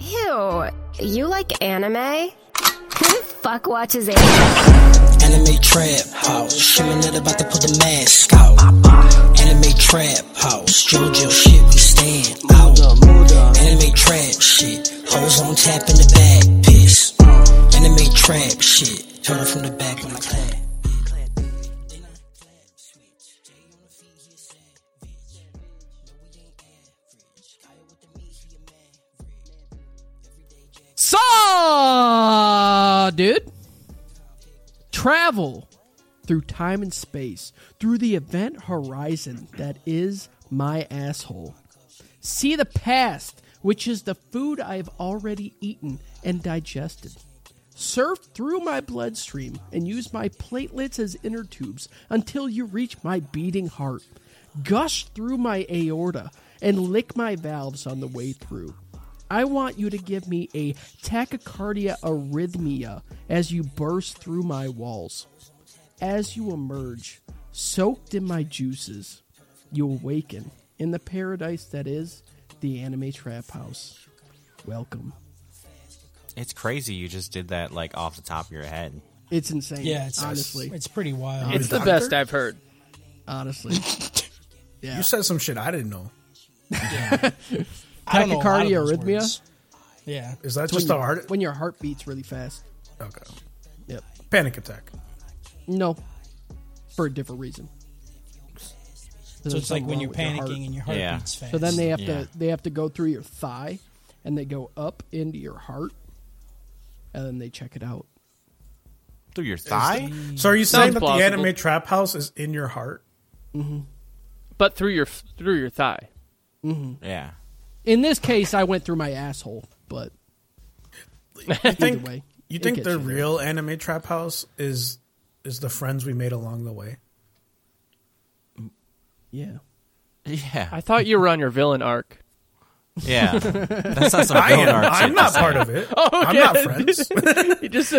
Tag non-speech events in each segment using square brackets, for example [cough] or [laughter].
Ew, you like anime? Who the fuck watches anime? Anime trap house, shimming it about to put the mask out. Anime trap house, JoJo shit, we stand out. Anime trap shit, hoes on tap in the back, piss. Anime trap shit, turn it from the back when I clap. Saw, dude. Travel through time and space, through the event horizon that is my asshole. See the past, which is the food I've already eaten and digested. Surf through my bloodstream and use my platelets as inner tubes until you reach my beating heart. Gush through my aorta and lick my valves on the way through. I want you to give me a tachycardia arrhythmia as you burst through my walls. As you emerge, soaked in my juices, you awaken in the paradise that is the anime trap house. Welcome. It's crazy you just did that like off the top of your head. It's insane. Yeah, it's honestly, it's pretty wild. It's the Doctor? best I've heard. [laughs] honestly, You said some shit I didn't know. [laughs] I don't know a lot of tachycardia those arrhythmia? words. Yeah, Is that just the heart? when your heart beats really fast. Okay. Yep. Panic attack. No, for a different reason. so it's like when you're panicking and. and your heart Yeah. beats fast. So then they have Yeah. to they have to go through your thigh, and they go up into your heart, and then they check it out. Through your thigh? So are you Sounds saying that the plausible. anime trap house is in your heart? But through your through your thigh. Yeah. In this case, I went through my asshole, but You think, way, you it think gets the you there. real anime trap house is is the friends we made along the way? yeah, Yeah. I thought you were on your villain arc. Yeah. That's not some I villain am. art shit I'm to not say. part [laughs] of it. Oh, I'm not friends. You just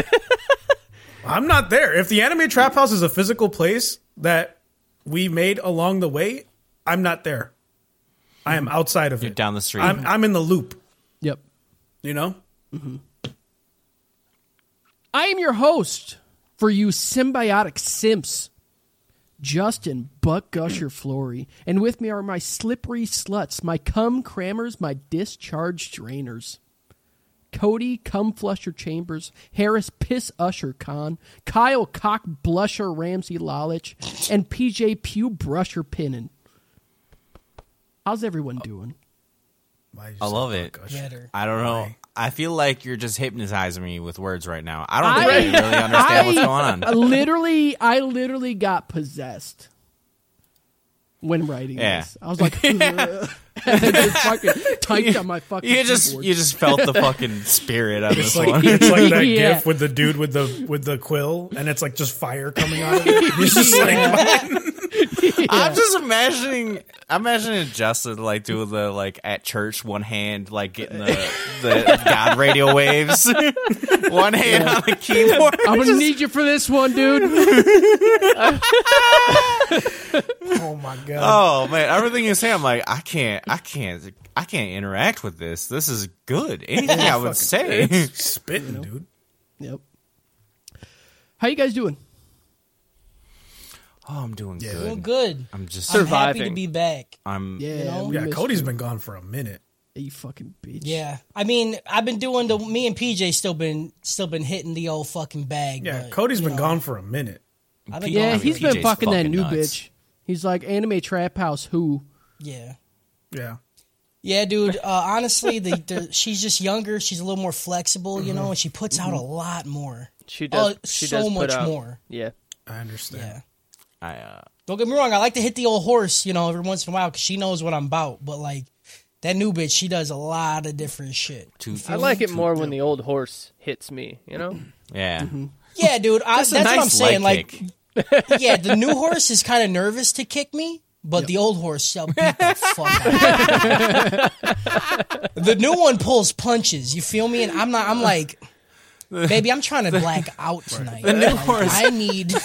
I'm not there. If the anime trap house is a physical place that we made along the way, I'm not there. I am outside of You're it. down the street. I'm I'm in the loop. yep. You know. I am your host for you symbiotic simps, Justin Buck Gusher Flory, and with me are my slippery sluts, my cum crammers, my discharge drainers. Cody Cum Flusher Chambers, Harris Piss Usher Khan, Kyle Cock Blusher Ramsey Lalich, and PJ Pew Brusher Pinnin. How's everyone doing? Why you I say love it. better. I don't know. I feel like you're just hypnotizing me with words right now. I don't I- think I really [laughs] understand what's going I on. literally, I literally got possessed when writing Yeah. this. I was like, [laughs] "Ugh." and I just fucking typed on my fucking You just keyboard. you just felt the fucking spirit of this It's like, one. it's like that Yeah. gif with the dude with the with the quill, and it's like just fire coming out of it. He's just like, I'm just imagining. I'm imagining Justin like doing the like at church, one hand like getting the the God radio waves, [laughs] one hand on the keyboard. I'm gonna need you for this one, dude. [laughs] oh my god! Oh man, everything you say, I'm like, I can't, I can't, I can't interact with this. This is good. Anything I would say. Spitting, dude. yep. How you guys doing? [laughs] Oh, I'm doing Well, good. good. I'm just. I'm happy to Surviving. be back. I'm. Yeah, know? we Yeah, missed Cody's been gone for a minute. you, you fucking bitch. Yeah, I mean, I've been doing the. Me and PJ still been still been hitting the old fucking bag. Yeah, but, Cody's you been know, gone for a minute. I've been yeah. gone. He's PJ's been fucking that fucking new nuts. bitch. He's like anime trap house. Who? Yeah. Yeah, Yeah, dude. Uh, honestly, the, the she's just younger. She's a little more flexible, you know, and she puts out a lot more. She does. Oh, she so does put much out- more. Yeah. I understand. Yeah. I, uh, Don't get me wrong. I like to hit the old horse, you know, every once in a while because she knows what I'm about. But like that new bitch, she does a lot of different shit. too, I like it more when the old horse hits me. You know. Yeah. Yeah, dude. I, that's a nice what I'm saying. leg Like, kick. yeah, the new horse is kind of nervous to kick me, but the old horse shall beat the fuck out of me. The new one pulls punches. You feel me? And I'm not. I'm like, baby, I'm trying to black out tonight. The new horse- I need.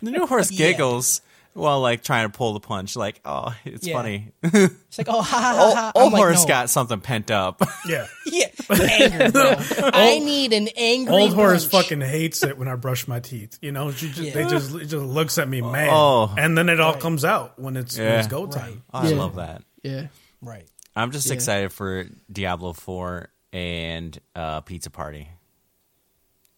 The new horse Yeah. giggles, Well, like trying to pull the punch, like, oh, it's Yeah. funny. It's like, oh, ha ha ha. Oh, ha. old I'm like, horse no. got something pent up. [laughs] Yeah. Yeah, anger, bro. I need an angry. Old horse punch. fucking hates it when I brush my teeth. You know, she just, Yeah. they just it just looks at me mad, Oh. and then it all comes out when it's, when it's Yeah. go time. Oh, I Yeah. love that. Yeah. Right. I'm just excited for Diablo 4 and uh, Pizza Party.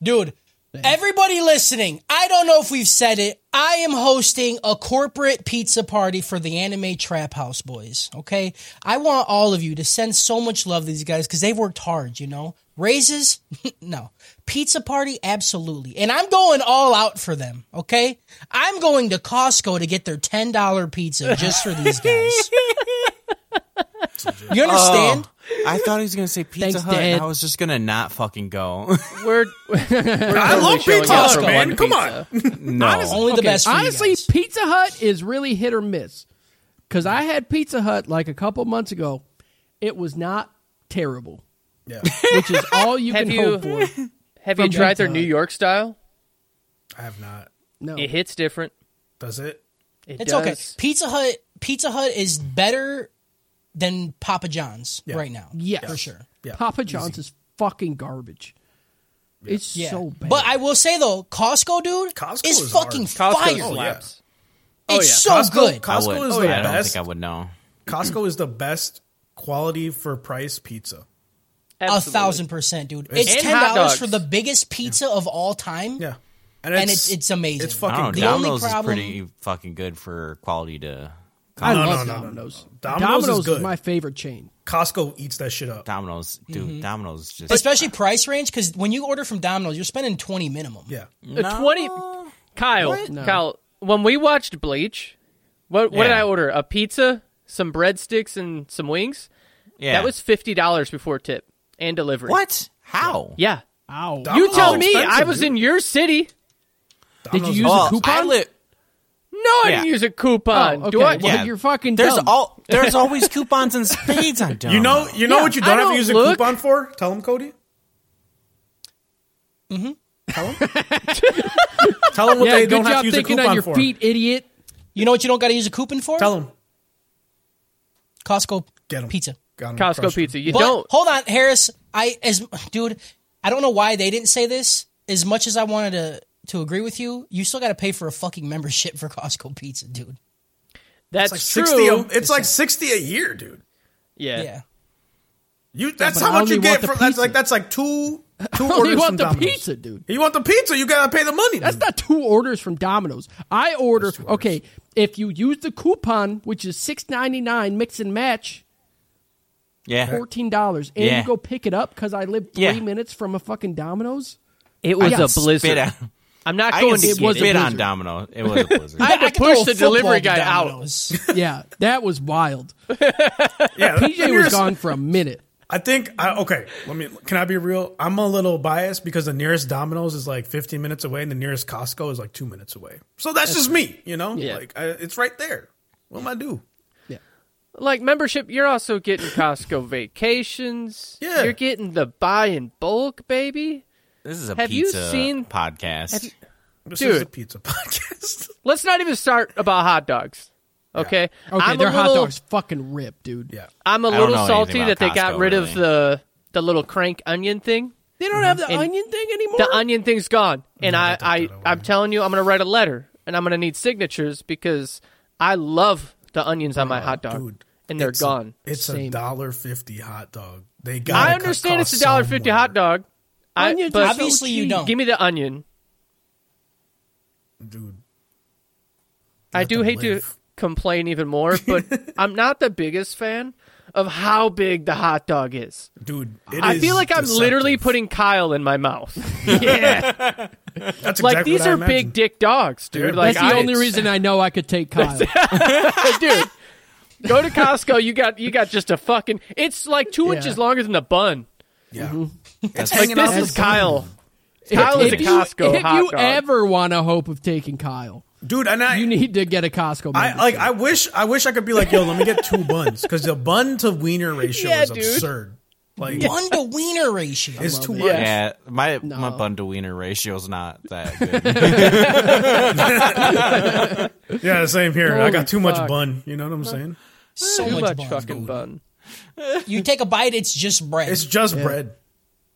Dude, everybody listening, I don't know if we've said it. I am hosting a corporate pizza party for the anime Trap House Boys, okay? I want all of you to send so much love to these guys because they've worked hard, you know? Raises? [laughs] no. Pizza party? Absolutely. And I'm going all out for them, okay? I'm going to Costco to get their $10 pizza just for [laughs] these guys. you understand? I thought he was going to say Pizza Thanks, Hut, and Dad. I was just going to not fucking [laughs] go. We're, we're I only love showing Pizza up Hut, for man. one Come pizza. on. no. Only the Okay, best for you honestly, guys. Pizza Hut is really hit or miss. Because I had Pizza Hut like a couple months ago. It was not terrible, Yeah. which is all you Have can you- hope for. Have you From tried their Pizza New Hut. York style? I have not. No, It hits different. Does it? It It's does. okay. Pizza Hut Pizza Hut is better than Papa John's right now. Yes. for sure. Yeah. Papa John's is fucking garbage. It's Yeah. so bad. But I will say though, Costco dude Costco is, is fucking Costco fire. Oh, slaps. It's so Costco, good. I, Costco would, is I the don't best. think I would know. Costco is the best quality for price pizza. A Absolutely. thousand percent, dude. It's And ten hot dollars dogs. for the biggest pizza of all time. Yeah. And it's it's amazing. it's fucking I don't The know. only Domino's is problem- pretty fucking good for quality to. I No, love no, no, no, Domino's. no. Domino's is good. my favorite chain. Costco eats that shit up. Domino's, dude, Domino's is just. Especially price range, because when you order from Domino's, you're spending twenty minimum. Yeah. A Twenty. Kyle, Kyle. When we watched Bleach, what what did Yeah. I order? A pizza, some breadsticks, and some wings. yeah. That was fifty dollars before tip and delivery. What? How? Yeah. Oh, Ow! You Domino's tell is me. expensive, I was dude. in your city. Did you Domino's use Well, a coupon? I li- No, I didn't Yeah. use a coupon. Oh, Do okay. I? Well, Yeah. you're fucking [laughs] There's dumb. all there's always coupons and spades on Domino's. You know, you know what you I don't, have don't to use a look. coupon for? Tell them, Cody. [laughs] Mm-hmm. Tell them. Tell them what yeah, they good don't job have to use a thinking coupon on your for. feet, idiot. You know what you don't got to use a coupon for? Tell them. Costco Get them. pizza. Costco pizza. You But don't. hold on, Harris. I as dude, I don't know why they didn't say this. As much as I wanted to to agree with you, you still got to pay for a fucking membership for Costco pizza, dude. That's Like true. sixty. A, it's like sixty a year, dude. yeah. Yeah, You. That's but I how much only you get want the for. That's pizza. like that's like two [laughs] two Only orders want from the Domino's. pizza, dude. You want the pizza? You gotta pay the money. That's dude. not two orders from Domino's. I order okay. If you use the coupon, which is six ninety nine, mix and match, Yeah. fourteen dollars, and Yeah. you go pick it up because I live three Yeah. minutes from a fucking Domino's. [laughs] It was I got a blizzard. Spit out. I'm not I can going to spit It was a get it. on blizzard. Domino. It was a blizzard. I had to could throw push a the football delivery to guy out. Domino's. [laughs] Yeah, that was wild. [laughs] Yeah, PJ you're was s- gone for a minute. I think. I, okay, let me. Can I be real? I'm a little biased because the nearest Domino's is like 15 minutes away, and the nearest Costco is like two minutes away. So that's, just me, you know. Yeah. Like I, it's right there. What am I do? Like membership, you're also getting Costco vacations. Yeah. You're getting the buy in bulk, baby. this is a Have you pizza seen- podcast. This Dude. is a pizza [laughs] podcast. Let's not even start about hot dogs. Okay. Okay, I'm their a hot little, dogs fucking rip, dude. yeah, I'm a don't know little anything salty about that they got Costco, rid really. of the the little crank onion thing. They don't have the Mm-hmm. And onion thing anymore. The onion thing's gone, and I, I I'm telling you, I'm gonna write a letter, and I'm gonna need signatures because I love the onions on my hot dog, Oh, dude, and they're it's a- gone. it's a Same. dollar fifty hot dog. They got. I understand it's a dollar fifty hot dog. I, Onions but are so Obviously you cheap. don't. Give me the onion. dude. I do to hate live. to complain even [laughs] more, but I'm not the biggest fan of how big the hot dog is. Dude, it I is feel like I'm literally deceptive. putting Kyle in my [laughs] mouth. yeah, That's like exactly these what I are big imagined. dick dogs, dude. They're like That's the I- only reason I know I could take Kyle. dude. Go to Costco. You got you got just a fucking. It's like two Yeah. inches longer than the bun. Yeah. That's Mm-hmm. Like like, this is Kyle. Kyle is a if you, Costco if hot you dog. ever want a hope of taking Kyle, dude, and I you need to get a Costco. I like. I [laughs] wish. I wish I could be like, yo, let me get two buns because the bun to wiener ratio Yeah, is dude. absurd. Like Bun to wiener ratio. it's too much. Yeah, my my bun to wiener ratio's not [laughs] that good. Yeah, the same here. I got too fuck. much bun. You know what I'm saying? so Too much much bun. fucking bun. You take a bite, it's just bread. It's just bread.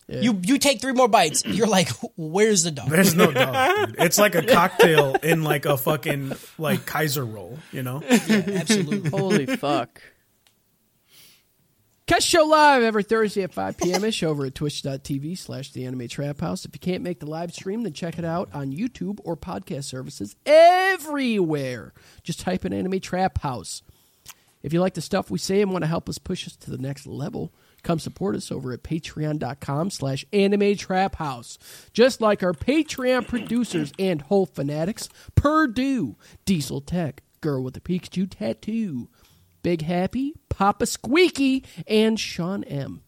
you you take three more bites, you're like, where's the dog? There's [laughs] no doubt. dude. It's like a cocktail in like a fucking like Kaiser roll. You know? [laughs] Absolutely. Holy fuck. Catch Show Live every Thursday at 5 p.m. ish over at twitch.tv slash the anime trap house. If you can't make the live stream, then check it out on YouTube or podcast services everywhere. Just type in anime trap house. If you like the stuff we say and want to help us push us to the next level, come support us over at patreon.com slash anime trap house. Just like our Patreon producers and whole fanatics, Purdue, Diesel Tech, Girl with the Pikachu Tattoo, Big Happy, Papa Squeaky, and Sean M.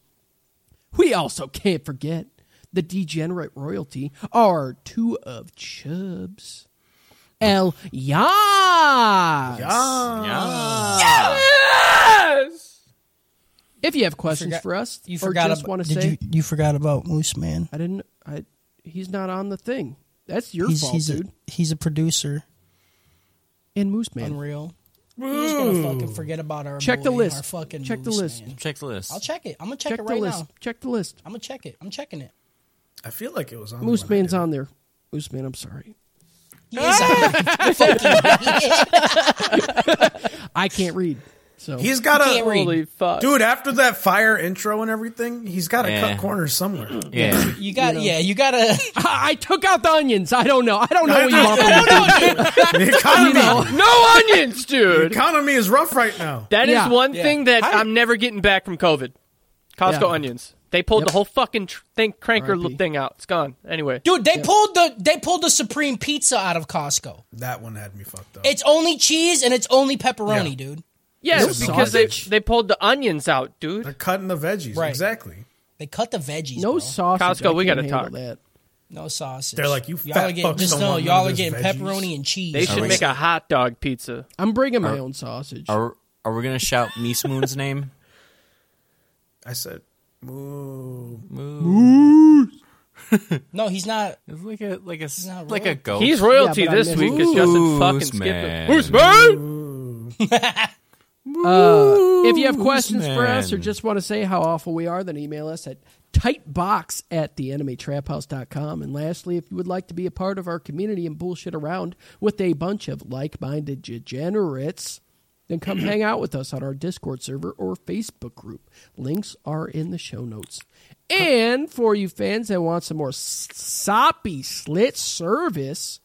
We also can't forget the degenerate royalty, our two of Chubs. El Yas. Ah. If you have questions forgot- for us, You or forgot just about want to did say you, you forgot about Moose Man. I didn't. I he's not on the thing. That's your He's fault, he's a, dude. he's a producer. and Moose Man. Unreal. We're just gonna fucking forget about our Check the boy, list. Our fucking Check the Moose list. Man. Check the list. I'll check it. I'm gonna check, check it the right list. now. Check the list. I'm gonna check it. I'm checking it. I feel like it was on. Moose when I Man's did it. on there. Moose Man, I'm sorry. He is on- Fuck you. I can't read. So He's got Can't a read. Holy fuck. dude. After that fire intro and everything, he's got to Yeah. cut corners somewhere. [laughs] Yeah, You got yeah. You gotta. [laughs] I, I took out the onions. I don't know. I don't know what [laughs] you want. from me. The economy, No onions, the [laughs] dude. economy is rough right now. That is Yeah. one Yeah. thing that How- I'm never getting back from COVID. Costco Yeah. onions. They pulled the whole fucking tr- thing cranker R.I.P. thing out. It's gone. Anyway. Dude, they pulled the they pulled the supreme pizza out of Costco. That one had me fucked up. It's only cheese and it's only pepperoni, Yeah. dude. Yeah, No because they sausage? they pulled the onions out, dude. They're cutting the veggies Right. exactly. They cut the veggies. no bro. sausage. Costco, I we can't gotta handle talk. That. no sausage. They're like, "You y'all fat are getting, fucks just don't know want y'all none are of this getting veggies." pepperoni and cheese. They should we- make a hot dog pizza. I'm bringing my own sausage. are are we gonna shout Meese Moon's name? I said, "Moo." no, he's not. It's like a like a s- not like a royal. goat. He's royalty Yeah, but I this missed week because it. Justin Moose fucking skipped him. man. Moose man! If you have questions for us or man. just want to say how awful we are, then email us at tightbox at theanimetraphouse.com. And lastly, if you would like to be a part of our community and bullshit around with a bunch of like minded degenerates, then come hang out with us on our Discord server or Facebook group. Links are in the show notes. And for you fans that want some more s- soppy slit service,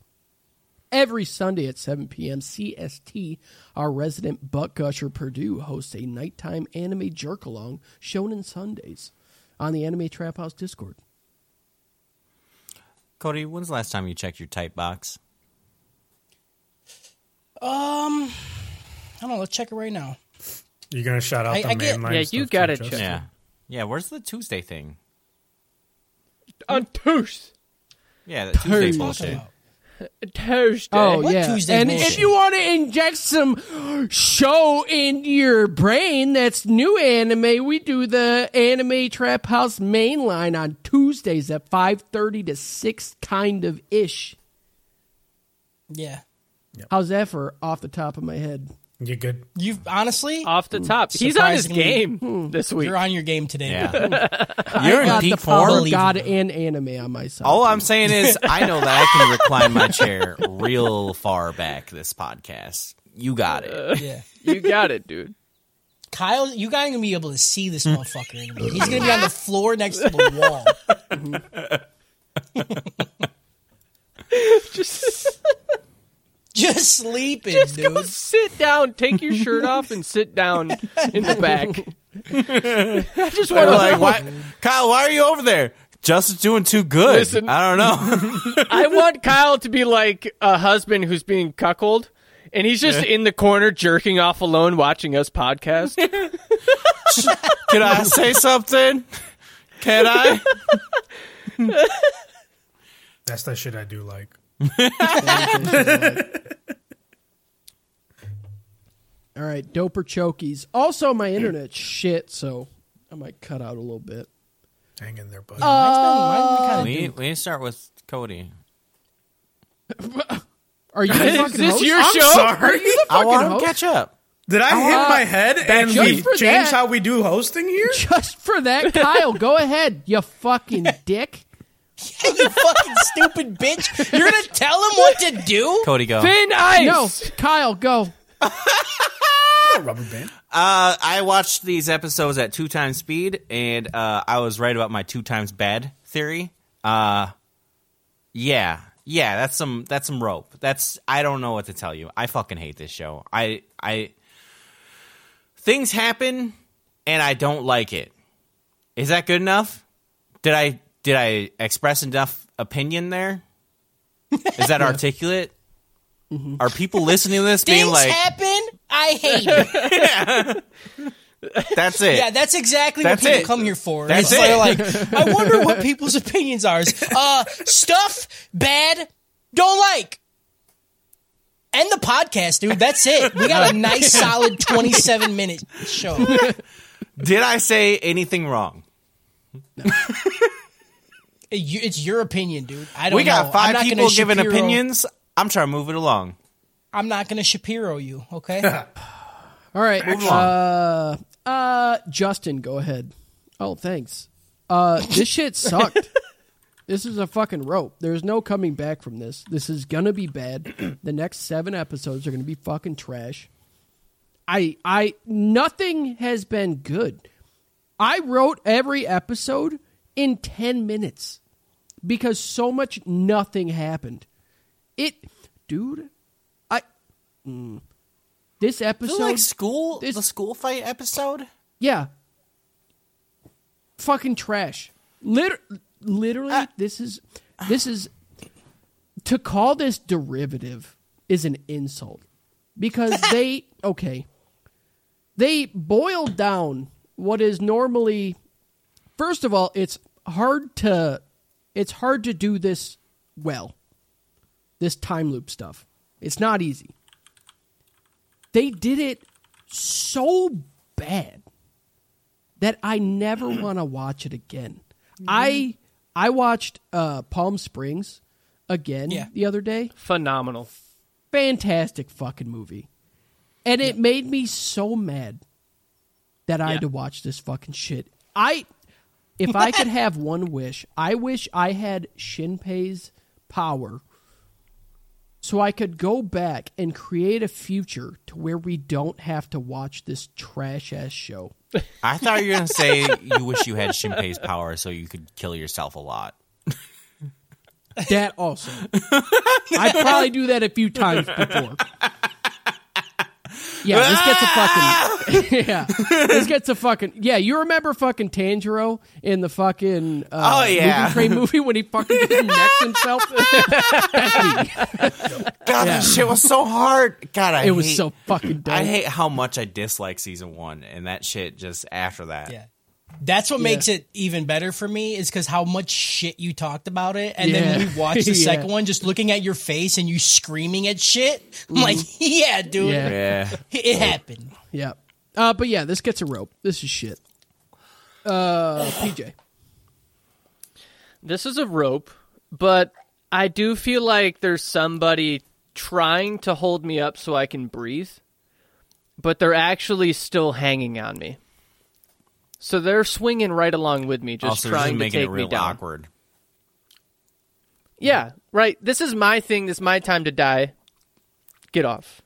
Every Sunday at 7 p.m. CST, our resident butt gusher Purdue hosts a nighttime anime jerk along shown in Sundays on the Anime Trap House Discord. Cody, when's the last time you checked your type box? Um, I don't know. Let's check it right now. You're gonna shout out I- the I man get- line yeah, stuff you too, gotta Justin. check. Yeah, yeah. Where's the Tuesday thing? On Tuesday. Yeah, that Tuesday bullshit. about? Tuesday. Oh What yeah, Tuesday and bullshit? if you want to inject some show into your brain that's new anime, we do the Anime Trap House mainline on Tuesdays at 5:30 to 6 kind of ish. Yeah, How's that for off the top of my head? You good? you honestly, Off the top. He's on his Surprisingly- game this week. you're on your game today. Yeah, [laughs] You're in got deep the power form. of God and anime on my side. all I'm saying is I know that I can recline my chair real far back. This podcast, you got it. Yeah, You got it, dude. Kyle, you guys gonna be able to see this Hmm. motherfucker. in a [laughs] minute. He's gonna be on the floor next to the wall. [laughs] just, sleeping, dude. Sit down, take your shirt off, and sit down in the back. I just They're want to [laughs] like, why, Kyle, why are you over there? Justin's doing too good. Listen. I don't know. [laughs] I want Kyle to be like a husband who's being cuckolded, and he's just in the corner jerking off alone, watching us podcast. Can I say something? Can I? That's the shit I do like. All right, doper chokies. Also, my internet shit, so I I might cut out a little bit. Hang in there, buddy. Mine's been, mine's been [laughs] We kinda we start with Cody. Are you [laughs] the Is fucking this host? your I'm show? Are Sorry. you the I fucking want host? to catch up. Did I hit my head and just we for changed that- how we do hosting here? [laughs] Just for that, Kyle, go ahead, you [laughs] fucking dick. dude, you fucking stupid bitch. You're gonna tell him what to do? Cody, go. Thin ice. No, Kyle, go. Rubber band. Uh, I watched these episodes at two times speed, and uh, I was right about my two times bad theory. Uh, yeah, yeah, that's some that's some rope. That's I don't know what to tell you. I fucking hate this show. I I things happen, and I don't like it. Is that good enough? Did I did I express enough opinion there? Is [laughs] that articulate? Are people listening to this being Mm-hmm. Things like, happen. I hate it. "That's it"? Yeah, that's exactly That's what people it. come here for. That's it's it. Like, like, I wonder what people's opinions are. Uh, stuff bad, don't like. End the podcast, dude. That's it. We got a nice, solid twenty-seven minute show. Did I say anything wrong? You- It's your opinion, dude. I don't. We got know. I'm five not people gonna giving Shapiro- opinions. I'm trying to move it along. I'm not going to Shapiro you. Okay. All right, uh, uh, Justin, go ahead. Oh, thanks. Uh, this shit sucked. this is a fucking rope. There's no coming back from this. This is gonna be bad. [clears throat] the next seven episodes are gonna be fucking trash. I, I, nothing has been good. I wrote every episode in ten minutes because so much nothing happened. It, dude, I. mm. this episode school, the school fight episode. yeah. Fucking trash. Liter- literally, this is this is to call this derivative is an insult because they okay they boiled down what is normally first of all it's hard to it's hard to do this well this time loop stuff it's not easy they did it so bad that I never want to watch it again. I I watched uh, Palm Springs again Yeah. the other day. Phenomenal. Fantastic fucking movie, and it made me so mad that I had to watch this fucking shit. I if I could have one wish, I wish I had Shinpei's power. So I could go back and create a future to where we don't have to watch this trash ass show. I thought you were gonna say you wish you had Shinpei's power so you could kill yourself a lot. That also. I probably do that a few times before. Yeah, this gets a fucking [laughs] yeah. This gets a fucking yeah. You remember fucking Tanjiro in the fucking uh, Oh, yeah. movie frame movie when he fucking connects himself? [laughs] God, that shit was so hard. God, I it was hate- so fucking dope. I hate how much I dislike season one and that shit just after that. Yeah. That's what makes it even better for me is because how much shit you talked about it, and then Yeah. when we [laughs] watched the Yeah. second one, just looking at your face and you screaming at shit. I'm like, [laughs] yeah, dude, Mm-hmm. Yeah. Yeah. it happened. [laughs] Yeah. Uh, but yeah, this gets a rope. This is shit. Uh, PJ. This is a rope, but I do feel like there's somebody trying to hold me up so I can breathe, but they're actually still hanging on me. So they're swinging right along with me, just also, this is trying to making take it real me down. awkward. Yeah, right. This is my thing. This is my time to die. Get off.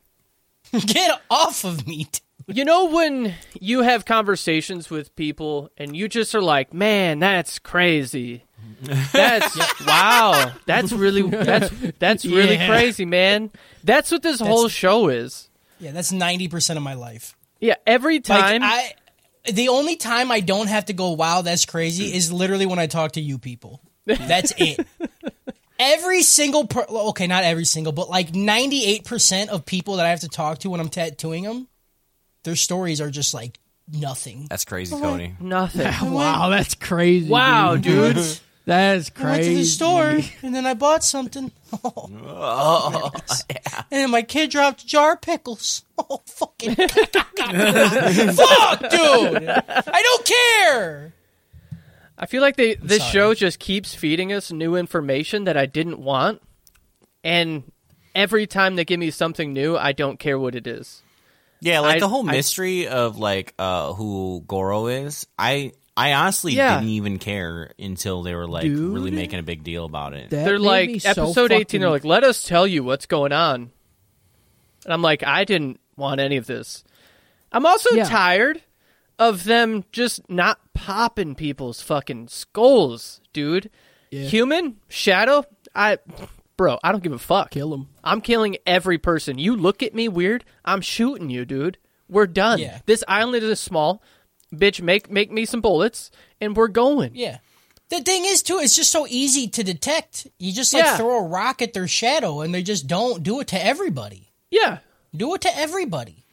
Get off of me. t- You know when you have conversations with people and you just are like, "Man, that's crazy. [laughs] That's wow. That's really that's that's really Yeah. crazy, man." That's what this whole show is. Yeah, that's ninety percent of my life. Yeah, every Like, time I, the only time I don't have to go, wow, that's crazy, is literally when I talk to you people. That's it. Every single, per- okay, not every single, but like ninety-eight percent of people that I have to talk to when I'm tattooing them, their stories are just like nothing. That's crazy, Cody. [laughs] nothing. Wow, that's crazy. [laughs] Wow, dude. dudes. That is I went to crazy. the store and then I bought something. [laughs] Oh, And then my kid dropped a jar of pickles. [laughs] Oh, fucking. Fuck, dude! I don't care! I feel like they this sorry. show just keeps feeding us new information that I didn't want, and every time they give me something new, I don't care what it is. Yeah, like I- the whole I- mystery of like uh who Goro is. I I honestly Yeah. didn't even care until they were like Dude. really making a big deal about it. That They're made me like so episode eighteen. They're fucking- like, "Let us tell you what's going on," and I'm like, "I didn't want any of this." I'm also Yeah. tired of them just not popping people's fucking skulls, dude. Human shadow, I, bro, I don't give a fuck. kill him. I'm killing every person. You look at me weird, I'm shooting you, dude. We're done. Yeah. This island is small. Bitch, make make me some bullets and we're going. Yeah. The thing is, too, it's just so easy to detect. You just like Yeah. throw a rock at their shadow, and they just don't do it to everybody. Yeah. Do it to everybody.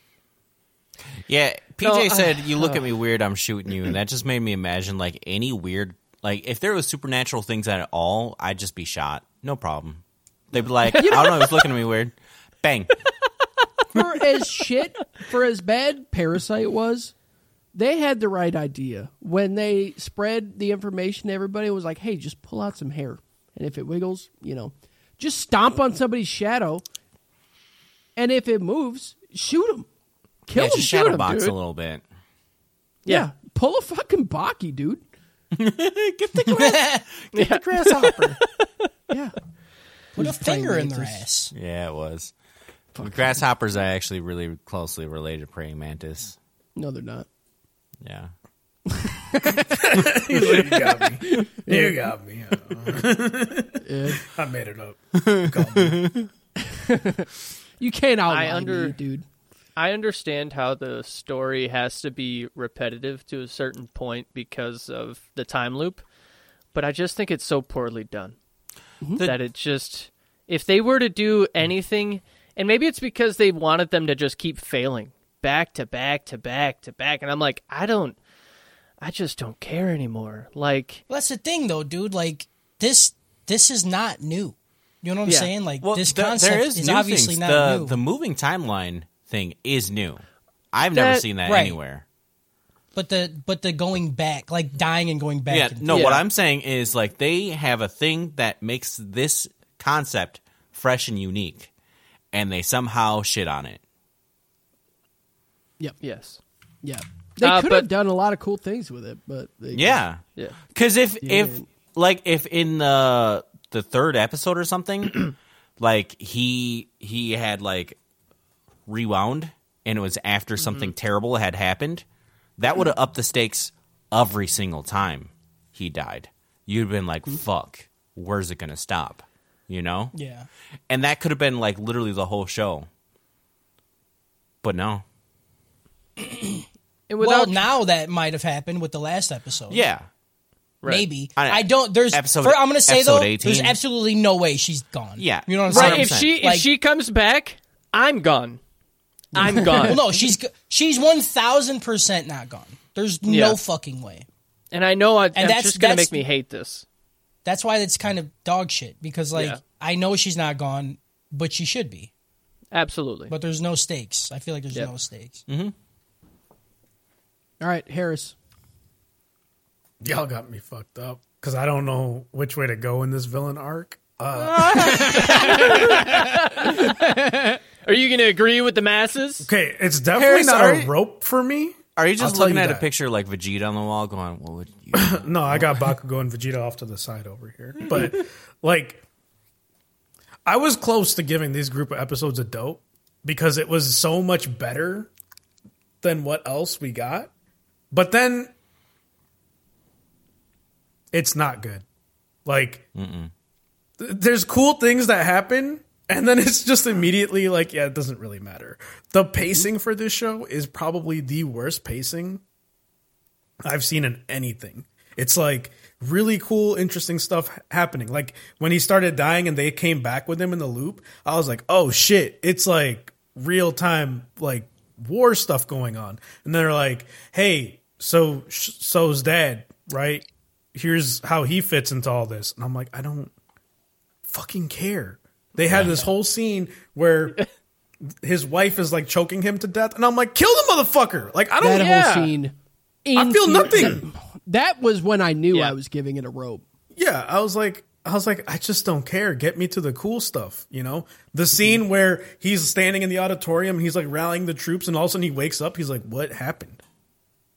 Yeah, PJ No, I- said, "You look at me weird, I'm shooting you," and that just made me imagine like any weird, like if there was supernatural things at all, I'd just be shot, no problem. They'd be like, "I don't know, he's looking at me weird." Bang! for as shit, for as bad Parasite was, they had the right idea when they spread the information. to Everybody It was like, "Hey, just pull out some hair, and if it wiggles, you know, just stomp on somebody's shadow, and if it moves, shoot him, kill Yeah, him, just shoot shadow him, box dude. a little bit. Yeah. pull a fucking baki, [laughs] dude. [laughs] Grasshopper. Yeah, Put a finger in their ass. yeah, it was. Grasshoppers are actually really closely related to praying mantis. no, they're not. Yeah. [laughs] you got me. You got me. [laughs] I made it up. You can't outline under- me, dude. I understand how the story has to be repetitive to a certain point because of the time loop, but I just think it's so poorly done Mm-hmm. The- that it just if they were to do anything, and maybe it's because they wanted them to just keep failing back to back to back to back, and I'm like, I don't, I just don't care anymore. Like, Well, that's the thing, though, dude. Like this, this is not new. You know what I'm Yeah. saying? Like this th- concept is, new obviously things. not the, new. The moving timeline thing is new. I've never That- seen that right. anywhere. But the but the going back, like dying and going back. Yeah, and- no, what Yeah. I'm saying is like they have a thing that makes this concept fresh and unique, and they somehow shit on it. Yep, yes, yeah. They Uh, could but- have done a lot of cool things with it, but they Yeah. yeah. Because if if like if in the the third episode or [clears throat] something, like he he had like rewound and it was Mm-hmm. after something terrible had happened, that would have upped the stakes every single time he died. You'd have been Mm-hmm. like, "Fuck, where's it gonna stop?" You know. yeah. And that could have been like literally the whole show. But no. And Well, without now that might have happened with the last episode. Yeah. right. maybe I- I don't. There's Episode- for- I'm gonna say episode though, 18. there's absolutely no way she's gone. Yeah. you know what I'm right. saying? If she Like- if she comes back, I'm gone. I'm gone. [laughs] well, no, she's g- she's one thousand percent not gone. There's Yeah. no fucking way. And I know I, that's, that's- just gonna that's- make me hate this. That's why it's kind of dog shit because like Yeah. I know she's not gone, but she should be. Absolutely. But there's no stakes. I feel like there's Yep. no stakes. All right, Harris. Y'all got me fucked up because I don't know which way to go in this villain arc. Uh, Are you gonna agree with the masses? Okay, it's definitely Harris, not are a you- rope for me. Are you just I'll tell looking you at a that. picture of, like Vegeta on the wall going, What would you No, I got Bakugo and Vegeta off to the side over here. But like I was close to giving these group of episodes a dope because it was so much better than what else we got. But then it's not good. Like th- there's cool things that happen and then it's just immediately like yeah, it doesn't really matter. The pacing for this show is probably the worst pacing I've seen in anything. It's like really cool, interesting stuff happening. Like when he started dying and they came back with him in the loop, I was like, oh shit, it's like real time, like war stuff going on. And they're like, hey, so, so's dad, right? here's how he fits into all this. And I'm like, I don't fucking care. They had this whole scene where [laughs] his wife is like choking him to death, and I'm like, kill the motherfucker. Like Oh, I don't That yeah. whole scene. I feel infuri- nothing. That was when I knew Yeah. I was giving it a rope. Yeah, I was like, I was like, I just don't care. Get me to the cool stuff, you know. The scene where he's standing in the auditorium, he's like rallying the troops, and all of a sudden he wakes up. He's like, "What happened?"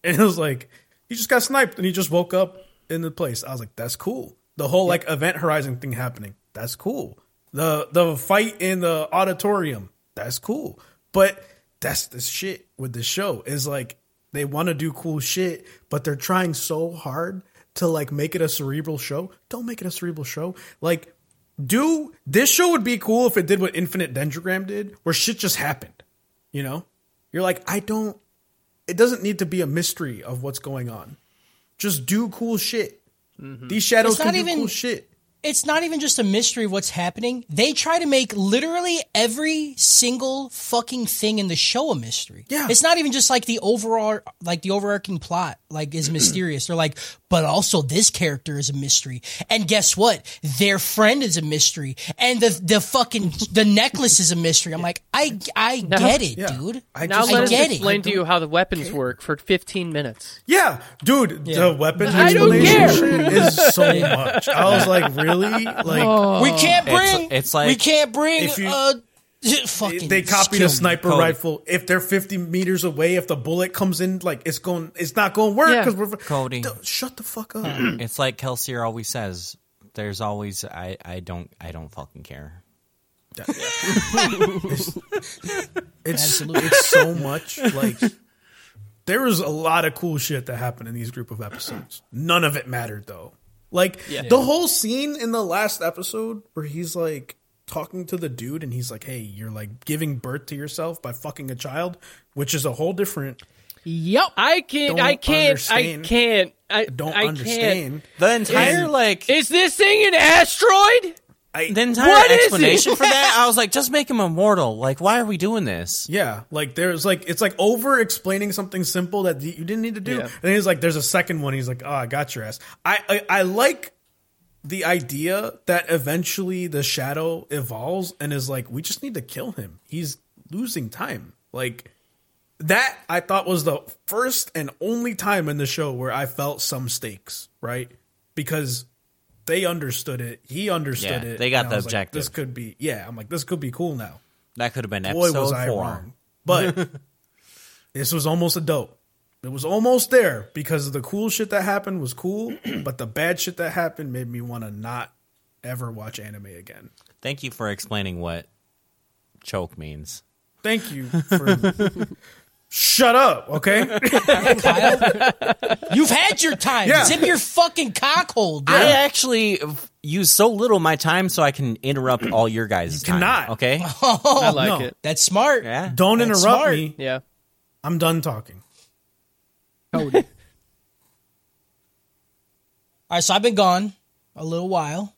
And it was like, he just got sniped, and he just woke up in the place. I was like, that's cool. The whole like Event Horizon thing happening, that's cool. The the fight in the auditorium, that's cool. But that's the shit with the show is like they want to do cool shit, but they're trying so hard to like make it a cerebral show. Don't make it a cerebral show. Like, do this show would be cool if it did what Infinite Dendrogram did, where shit just happened. You know, you're like, I don't. It doesn't need to be a mystery of what's going on. Just do cool shit. These shadows It's can not do even- cool shit. it's not even just a mystery of what's happening. They try to make literally every single fucking thing in the show a mystery. Yeah. It's not even just like the overall like the overarching plot like [clears throat] is mysterious. They're like, but also this character is a mystery. And guess what? Their friend is a mystery. And the the fucking [laughs] the necklace is a mystery. I'm like, I I get it, Yeah. dude. I Now just let us get it. explain to you how the weapons work for 15 minutes. Yeah, dude, the weapon I don't explanation shit is so much. I was like, really? Like, we can't It's- bring it's like- we can't bring if you- uh [laughs] fucking they just copied kill a me. sniper Cody. rifle. If they're fifty meters away, if the bullet comes in, like it's going, it's not going to work Yeah. because we're Cody. Duh, shut the fuck up. It's like Kelsier always says. There's always I, I don't I don't fucking care. It's [laughs] it's so much. Like there was a lot of cool shit that happened in these group of episodes. None of it mattered though. Like the whole scene in the last episode where he's like talking to the dude and he's like, "Hey, you're like giving birth to yourself by fucking a child," which is a whole different. Yep. I can't. Don't I can't. understand. I can't. I Don't I Can't. understand. The entire like Is this thing an asteroid? I, the entire What is explanation for that, I was like, just make him immortal. Like, why are we doing this? Yeah, like there's like it's like over explaining something simple that you didn't need to do, and then he's like, "There's a second one." He's like, "Oh, I got your ass." I I, I like the idea that eventually the shadow evolves and is like, "We just need to kill him. He's losing time." Like that, I thought was the first and only time in the show where I felt some stakes, right? Because they understood it, he understood Yeah, it. they got and I the was like, objective. this could be, yeah. I'm like, this could be cool now That could have been boy episode was I four. wrong. [laughs] But this was almost a dope. It was almost there because of the cool shit that happened was cool, [clears throat] but the bad shit that happened made me want to not ever watch anime again. Thank you for explaining what choke means. Thank you [laughs] for Shut up, [laughs] okay? Kyle. You've had your time. Yeah. Zip your fucking cock hole, dude. I actually f- use so little of my time so I can interrupt all your guys' time. cannot. Okay? [laughs] I like no. it. Oh, That's smart. Yeah. Don't That's interrupt smart. me. Yeah. I'm done talking. [laughs] Cody. All right, so I've been gone a little while,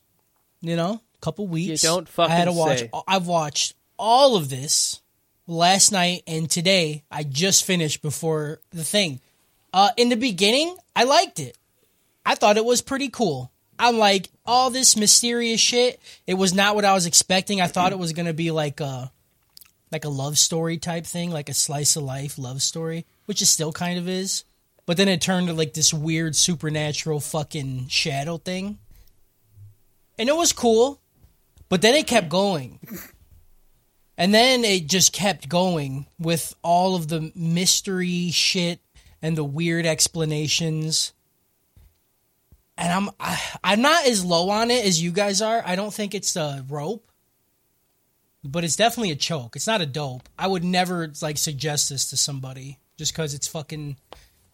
you know, a couple weeks. You don't I had to fucking watch. say. I've watched all of this last night and today. I just finished before the thing. Uh, in the beginning, I liked it. I thought it was pretty cool. I'm like all this mysterious shit. It was not what I was expecting. I thought it was gonna be like uh, a like a love story type thing, like a slice of life love story, which it still kind of is. But then it turned to like this weird supernatural fucking shadow thing. And it was cool, but then it kept going. And then it just kept going with all of the mystery shit and the weird explanations. And I'm I, I'm not as low on it as you guys are. I don't think it's a rope, but it's definitely a choke. It's not a dope. I would never like suggest this to somebody just cuz it's fucking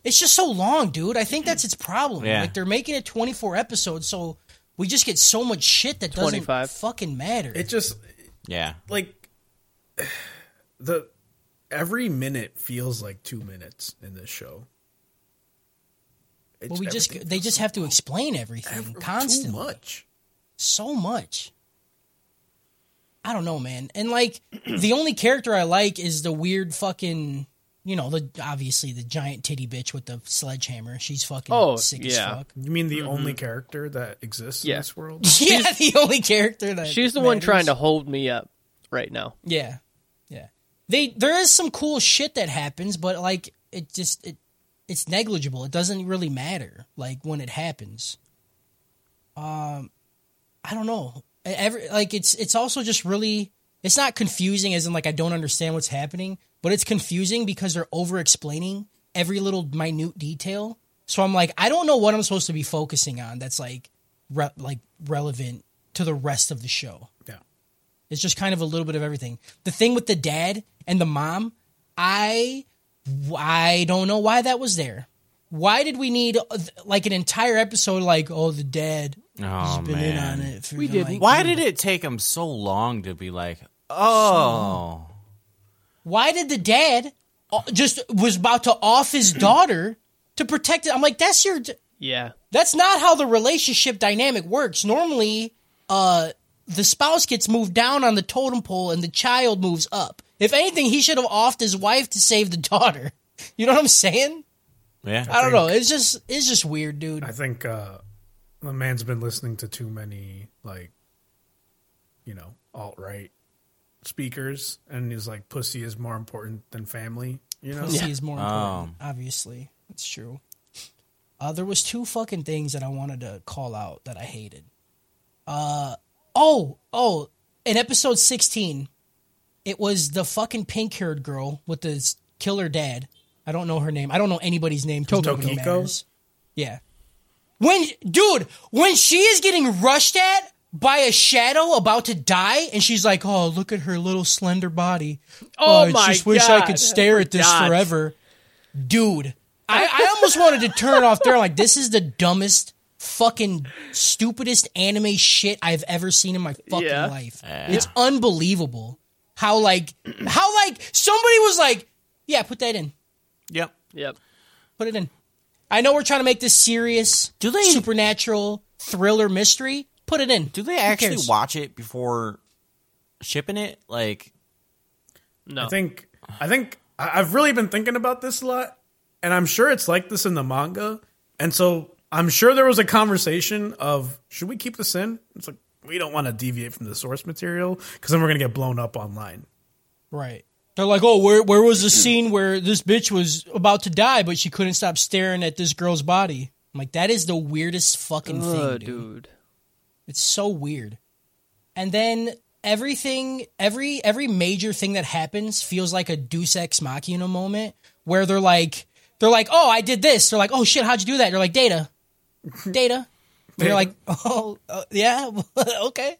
it's just so long, dude. I think that's its problem. Yeah. Like they're making it 24 episodes, so we just get so much shit that doesn't 25. fucking matter. It just Yeah. like [sighs] the every minute feels like 2 minutes in this show. It's Well, we everything just they just have to explain everything too constantly. much. So much. [clears throat] I don't know, man. And like the only character I like is the weird fucking you know, the obviously the giant titty bitch with the sledgehammer. She's fucking Oh, sick as yeah. fuck. [laughs] You mean the only character that exists Mm-hmm. Yeah. in this world? yeah, the only character that She's the one matters. trying to hold me up right now. Yeah, yeah. They there is some cool shit that happens, but like it just it it's negligible. It doesn't really matter like when it happens. Um, I don't know. Every like it's it's also just really it's not confusing as in like I don't understand what's happening, but it's confusing because they're over explaining every little minute detail. So I'm like I don't know what I'm supposed to be focusing on. That's like re- like relevant to the rest of the show. yeah. It's just kind of a little bit of everything. The thing with the dad and the mom, I I don't know why that was there. Why did we need uh, th- like an entire episode like oh the dad Oh has been in on man, it? For, We like- didn't. why did it take him so long to be like, oh, Why did the dad uh, just was about to off his daughter to protect it? I'm like that's your d- Yeah. that's not how the relationship dynamic works. Normally, uh, the spouse gets moved down on the totem pole and the child moves up. If anything, he should have offed his wife to save the [laughs] daughter. You know what I'm saying? yeah, I don't know. It's just it's just weird, dude. I think uh, the man's been listening to too many like, you know, alt right speakers, and he's like, "Pussy is more important than family." You know, Pussy is more important. Obviously, it's true. Uh, there was two fucking things that I wanted to call out that I hated. Uh oh oh! In episode sixteen, it was the fucking pink haired girl with the s- killer dad. I don't know her name. I don't know anybody's name. 'cause nobody Tokiko? matters. Yeah. When dude, when she is getting rushed at by a shadow about to die, and she's like, "Oh, look at her little slender body. Oh I my just wish I God. could stare at this God. forever, dude." I, I almost wanted to turn off there. Like, this is the dumbest, fucking, stupidest anime shit I've ever seen in my fucking Yeah. life. It's unbelievable how like how like somebody was like, "Yeah, put that in, yep. Yep. put it in." I know we're trying to make this serious, Do they- supernatural thriller mystery. Put it in. Do they actually cares? watch it before shipping it? Like, [laughs] No. I think I think I- I've really been thinking about this a lot, and I'm sure it's like this in the manga. And so I'm sure there was a conversation of should we keep this in? It's like we don't want to deviate from the source material because then we're gonna get blown up online. Right. They're like, oh, where where was the scene where this bitch was about to die, but she couldn't stop staring at this girl's body? I'm like, that is the weirdest fucking Ugh, thing, dude. dude. It's so weird. And then everything, every every major thing that happens feels like a Deus Ex Machina moment where they're like, they're like, oh, I did this. They're like, oh shit, how'd you do that? They're like, [laughs] data, data. And You're like, [laughs] oh, uh, yeah, [laughs] okay,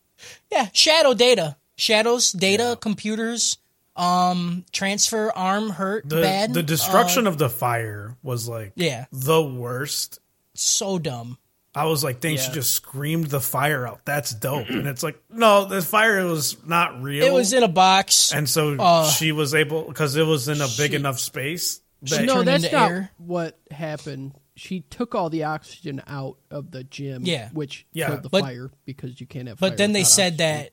yeah. Shadow data, shadows, data, computers, um, transfer, arm, hurt, The bad. Uh, the destruction of the fire was like yeah, the worst. so dumb. I was like, dang, she just screamed the fire out. That's dope. and it's like, no, the fire was not real. It was uh, in a box. and so she was able because it was in a big enough space. That no, turned that's into not air. what happened. She took all the oxygen out of the gym, Yeah. which Yeah. killed the But- fire because you can't have. But fire then they without said oxygen. that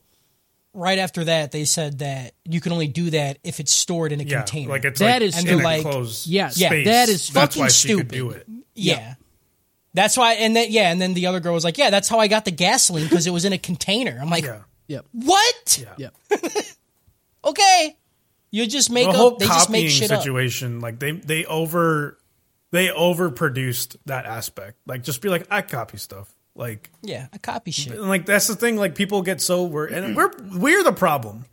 right after that they said that you can only do that if it's stored in a yeah, container. like it's That like is in stupid. a Like, closed yes, yeah, space. that is that's fucking why she stupid. could do it. yeah. That's why and then yeah, and then the other girl was like, "Yeah, that's how I got the gasoline because it was in a container." I'm like, Yeah, [laughs] Yep. "What? Yep. [laughs] Okay. You just make the up whole they just copying make shit up." situation, like they they over they overproduced that aspect. Like just be like, I copy stuff. Like Yeah, I copy shit. and like that's the thing. Like people get so we're and we're we're the problem,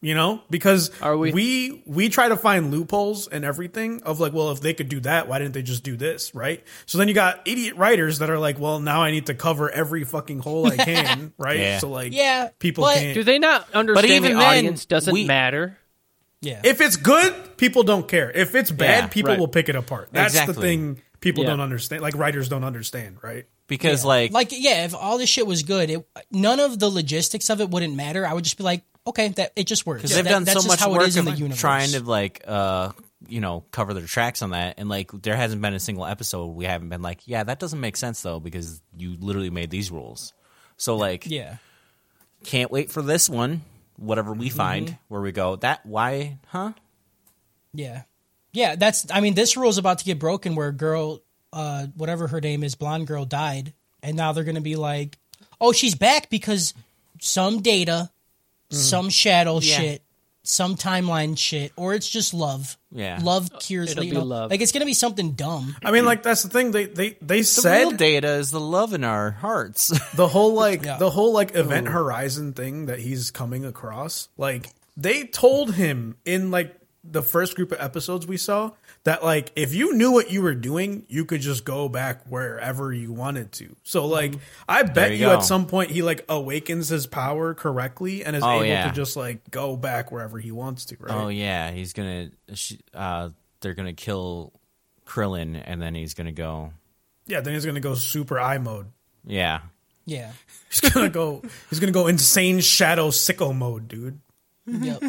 you know, because Are we- we we try to find loopholes and everything of like, well, if they could do that, why didn't they just do this, right? So then you got idiot writers that are like, well, now I need to cover every fucking [laughs] hole I can, right? Yeah. So like, Yeah, people but- can't. Do they not understand even the then, audience doesn't we- matter? Yeah. if it's good, people don't care. If it's bad, Yeah, people right. will pick it apart. That's the Exactly. thing people Yeah. don't understand. Like writers don't understand, right? because like, like yeah, if all this shit was good, it, none of the logistics of it wouldn't matter. I would just be like, "Okay, that it just works." because they've That- done that's just so much how work it is in of the universe. trying to like, uh, you know, cover their tracks on that, and like, there hasn't been a single episode we haven't been like, yeah, that doesn't make sense though, because you literally made these rules. So like, Yeah. can't wait for this Mm-hmm. one. Whatever we find, where we go, that why, huh? Yeah. Yeah, that's. I mean, this rule is about to get broken where a girl, uh, whatever her name is, blonde girl died, and now they're gonna be like, oh, she's back because some data, some shadow Yeah. shit, some timeline shit, or it's just love. Yeah. love cures. It'll you be know, love. Like it's gonna be something dumb. I mean, like that's the thing. They they The real they said data is the love in our hearts. [laughs] the whole like Yeah. the whole like event horizon thing that he's coming across. Like they told him in like the first group of episodes we saw that like if you knew what you were doing, you could just go back wherever you wanted to. So like I Mm-hmm. bet you you, go. at some point he like awakens his power correctly and is Oh, able yeah. to just like go back wherever he wants to. Right? oh yeah, he's gonna. sh uh, they're gonna kill Krillin, and then he's gonna go. yeah. Then he's gonna go super eye mode. Yeah, Yeah. He's gonna go. He's gonna go insane shadow sicko mode, dude. Yep.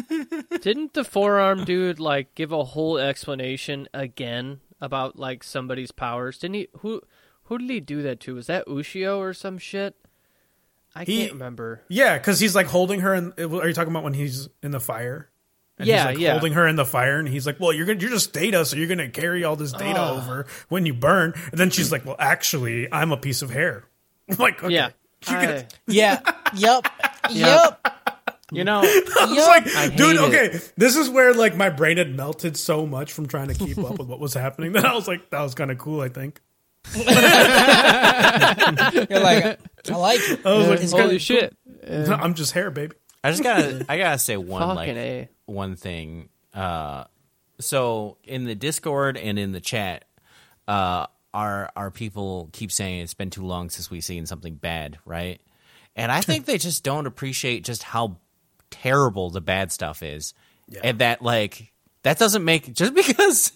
Didn't the forearm dude like give a whole explanation again about like somebody's powers? Didn't he? Who who did he do that to? Was that Ushio or some shit? I He- can't remember. Yeah, because he's like holding her. In, are you talking about when he's in the fire? And Yeah, he's like yeah. Holding [laughs] her in the fire, and he's like, "Well, you're gonna, you're just data, so you're gonna carry all this data over when you burn." And then she's like, "Well, actually, I'm a piece of hair." [laughs] I'm like, okay. [laughs] Yeah. You I- gotta- Yeah. Yep. Yep. you know, Yep. I dude. hate Okay, this is where like my brain had melted so much from trying to keep up with what was happening [laughs] that I was like, "That was kind of cool." I think. You're like, I like [laughs] it. Oh, I was like, [laughs] it's holy kinda- shit! [laughs] I'm just hair, baby. I just [laughs] gotta. I gotta say one like Fucking A. one thing. Uh, so in the Discord and in the chat, uh, our our people keep saying it's been too long since we've seen something bad, right? And [laughs] I think they just don't appreciate just how terrible the bad stuff is, and that like that doesn't make just [laughs] because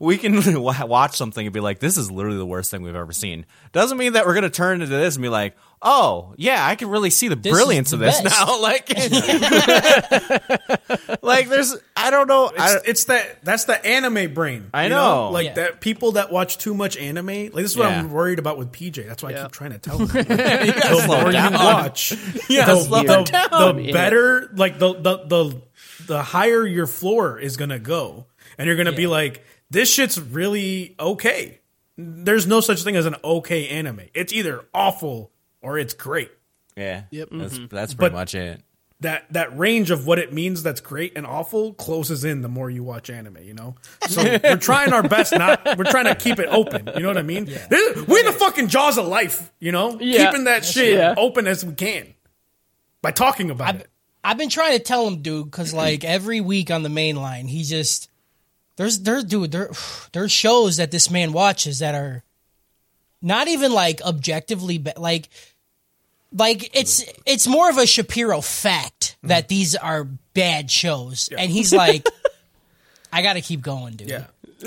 we can wa- watch something and be like, this is literally the worst thing we've ever seen. Doesn't mean that we're gonna turn into this and be like, oh yeah, I can really see the is brilliance the of this best. now. [laughs] [laughs] Like, like there's I don't know. I, it's, it's that that's the anime brain. I you know. like Yeah. that people that watch too much anime. Like this is what Yeah. I'm worried about with PJ. That's why I Yeah. keep trying to [laughs] tell him. [laughs] you gotta the slow more down. you watch, [laughs] Yeah, the, slow the- down. the better, like the, the the the higher your floor is gonna go, and you're gonna be like, this shit's really okay. There's no such thing as an okay anime. It's either awful or it's great. Yeah. Yep. That's that's pretty But- much it. that that range of what it means that's great and awful closes in the more you watch anime, you know? [laughs] So we're trying our best not we're trying to keep it open. You know what I mean? This- we're in the fucking jaws of life, you know? Yeah. Keeping that shit yeah. open as we can. By talking about it. I've been trying to tell him, dude, because like every week on the main line, he just there's there's dude there [sighs] there's shows that this man watches that are not even like objectively ba- like like it's it's more of a Shapiro fact that these are bad shows, and he's like, I got to keep going, dude. Yeah.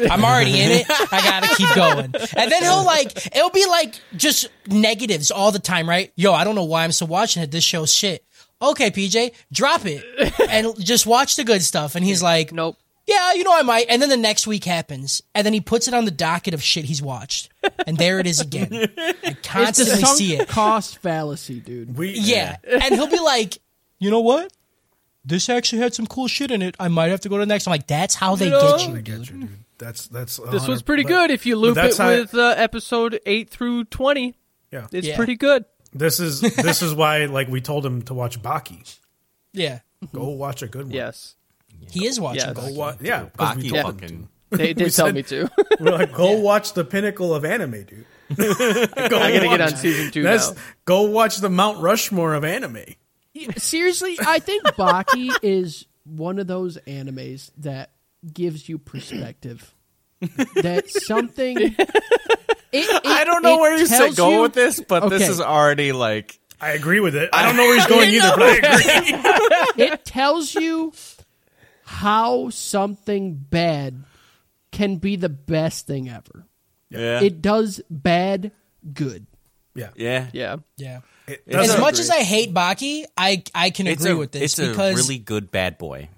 I'm already in it. I gotta keep going. And then he'll like, it'll be like just negatives all the time, right? Yo, I don't know why I'm still watching it. This show's shit. Okay, PJ, drop it and just watch the good stuff. And he's like, Nope. Yeah, you know I might. And then the next week happens, and then he puts it on the docket of shit he's watched, and there it is [laughs] again. I It's the constantly sunk see it. cost fallacy, dude. We Yeah, and he'll be like, you know what? This actually had some cool shit in it. I might have to go to the next. I'm like, that's how they get you, I dude. get you, dude. That's that's This was pretty good. If you but loop it that's how- with uh, episode eight through twenty, Yeah. it's Yeah. pretty good. This is [laughs] this is why like we told him to watch Baki. Yeah, Go Mhm. watch a good one. Yes, he is watching. Yes. Go Go wa- yeah, 'cause we Baki told him to. fucking [laughs] they did tell said- me to. We're like, go watch the pinnacle of anime, [laughs] dude. I gotta get on [laughs] season two now. Go watch the Mount Rushmore of anime. Seriously, I think Baki is one of those animes that gives you perspective. that something. it- it- I don't know it where you're tells going you- with this, but this Okay. is already like I agree with it. I don't know where he's going either, but I agree. it tells you how something bad can be the best thing ever. yeah. It does bad good. Yeah. yeah. yeah, Yeah. It as doesn't- much as I hate Baki, I I can It's agree a, with this it's because a really good bad boy.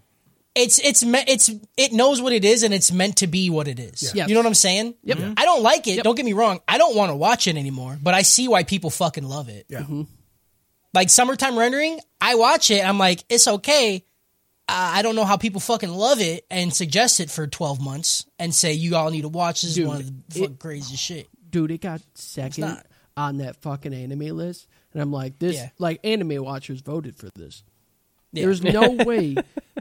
it's it's me- it's it knows what it is and it's meant to be what it is. Yeah. You know what I'm saying? Yep. I don't like it. Don't get me wrong. I don't want to watch it anymore, but I see why people fucking love it. Yeah. Like summertime rendering, I watch it. I'm like, it's okay. I don't know how people fucking love it and suggest it for 12 months and say you all need to watch this is Dude, one of the fuck it- craziest shit. dude, it got second not. on that fucking anime list, and I'm like, this Yeah. like anime watchers voted for this. Yeah. There's [laughs] no way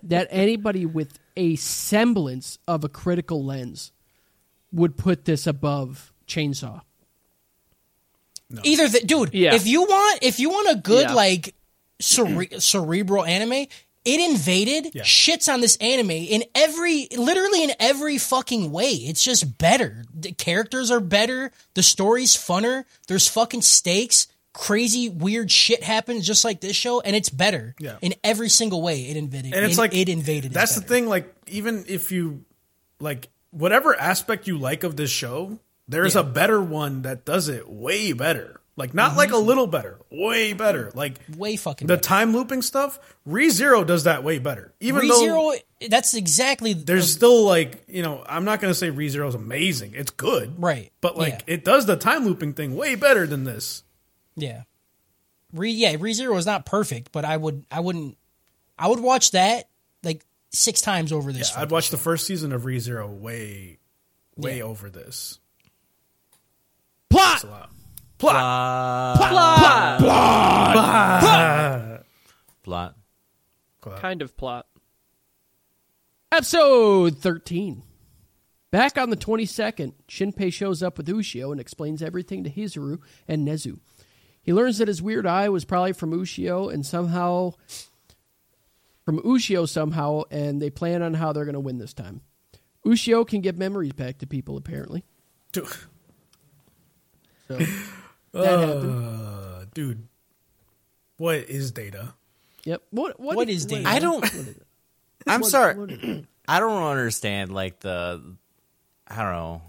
that anybody with a semblance of a critical lens would put this above Chainsaw. Either that dude, Yeah. if you want if you want a good Yeah. like Mm-hmm. cere- cerebral anime, it invaded shits on this anime in every literally in every fucking way. It's just better. The characters are better, the story's funner, there's fucking stakes, crazy weird shit happens just like this show and it's better. Yeah. In every single way it invaded. and it's it, like it invaded. is That's the better. thing. Like even if you like whatever aspect you like of this show, there's a better one that does it way better. Like not like a Mm-hmm. little better, way better. Like Way fucking the better. time looping stuff. ReZero does that way better. Even though ReZero, that's exactly there's still like you know I'm not gonna say ReZero is amazing. It's good, Right. But like Yeah. it does the time looping thing way better than this. Yeah. Re yeah, ReZero is not perfect, but I would I wouldn't I would watch that like six times over this. I'd fucking- watch the first season of ReZero way, way Yeah. over this. Plot. Wow. Plot. Plot. kind of plot. Episode 13. Back on the 22nd, Shinpei shows up with Ushio and explains everything to Hizuru and Nezu. He learns that his weird eye was probably from Ushio and somehow from Ushio somehow and they plan on how they're going to win this time. Ushio can give memories back to people apparently. Dude. So that Oh. happened. Uh, dude, what is data? Yep. What what, What is data? I don't. I'm sorry. [clears throat] I don't understand like the. I don't know.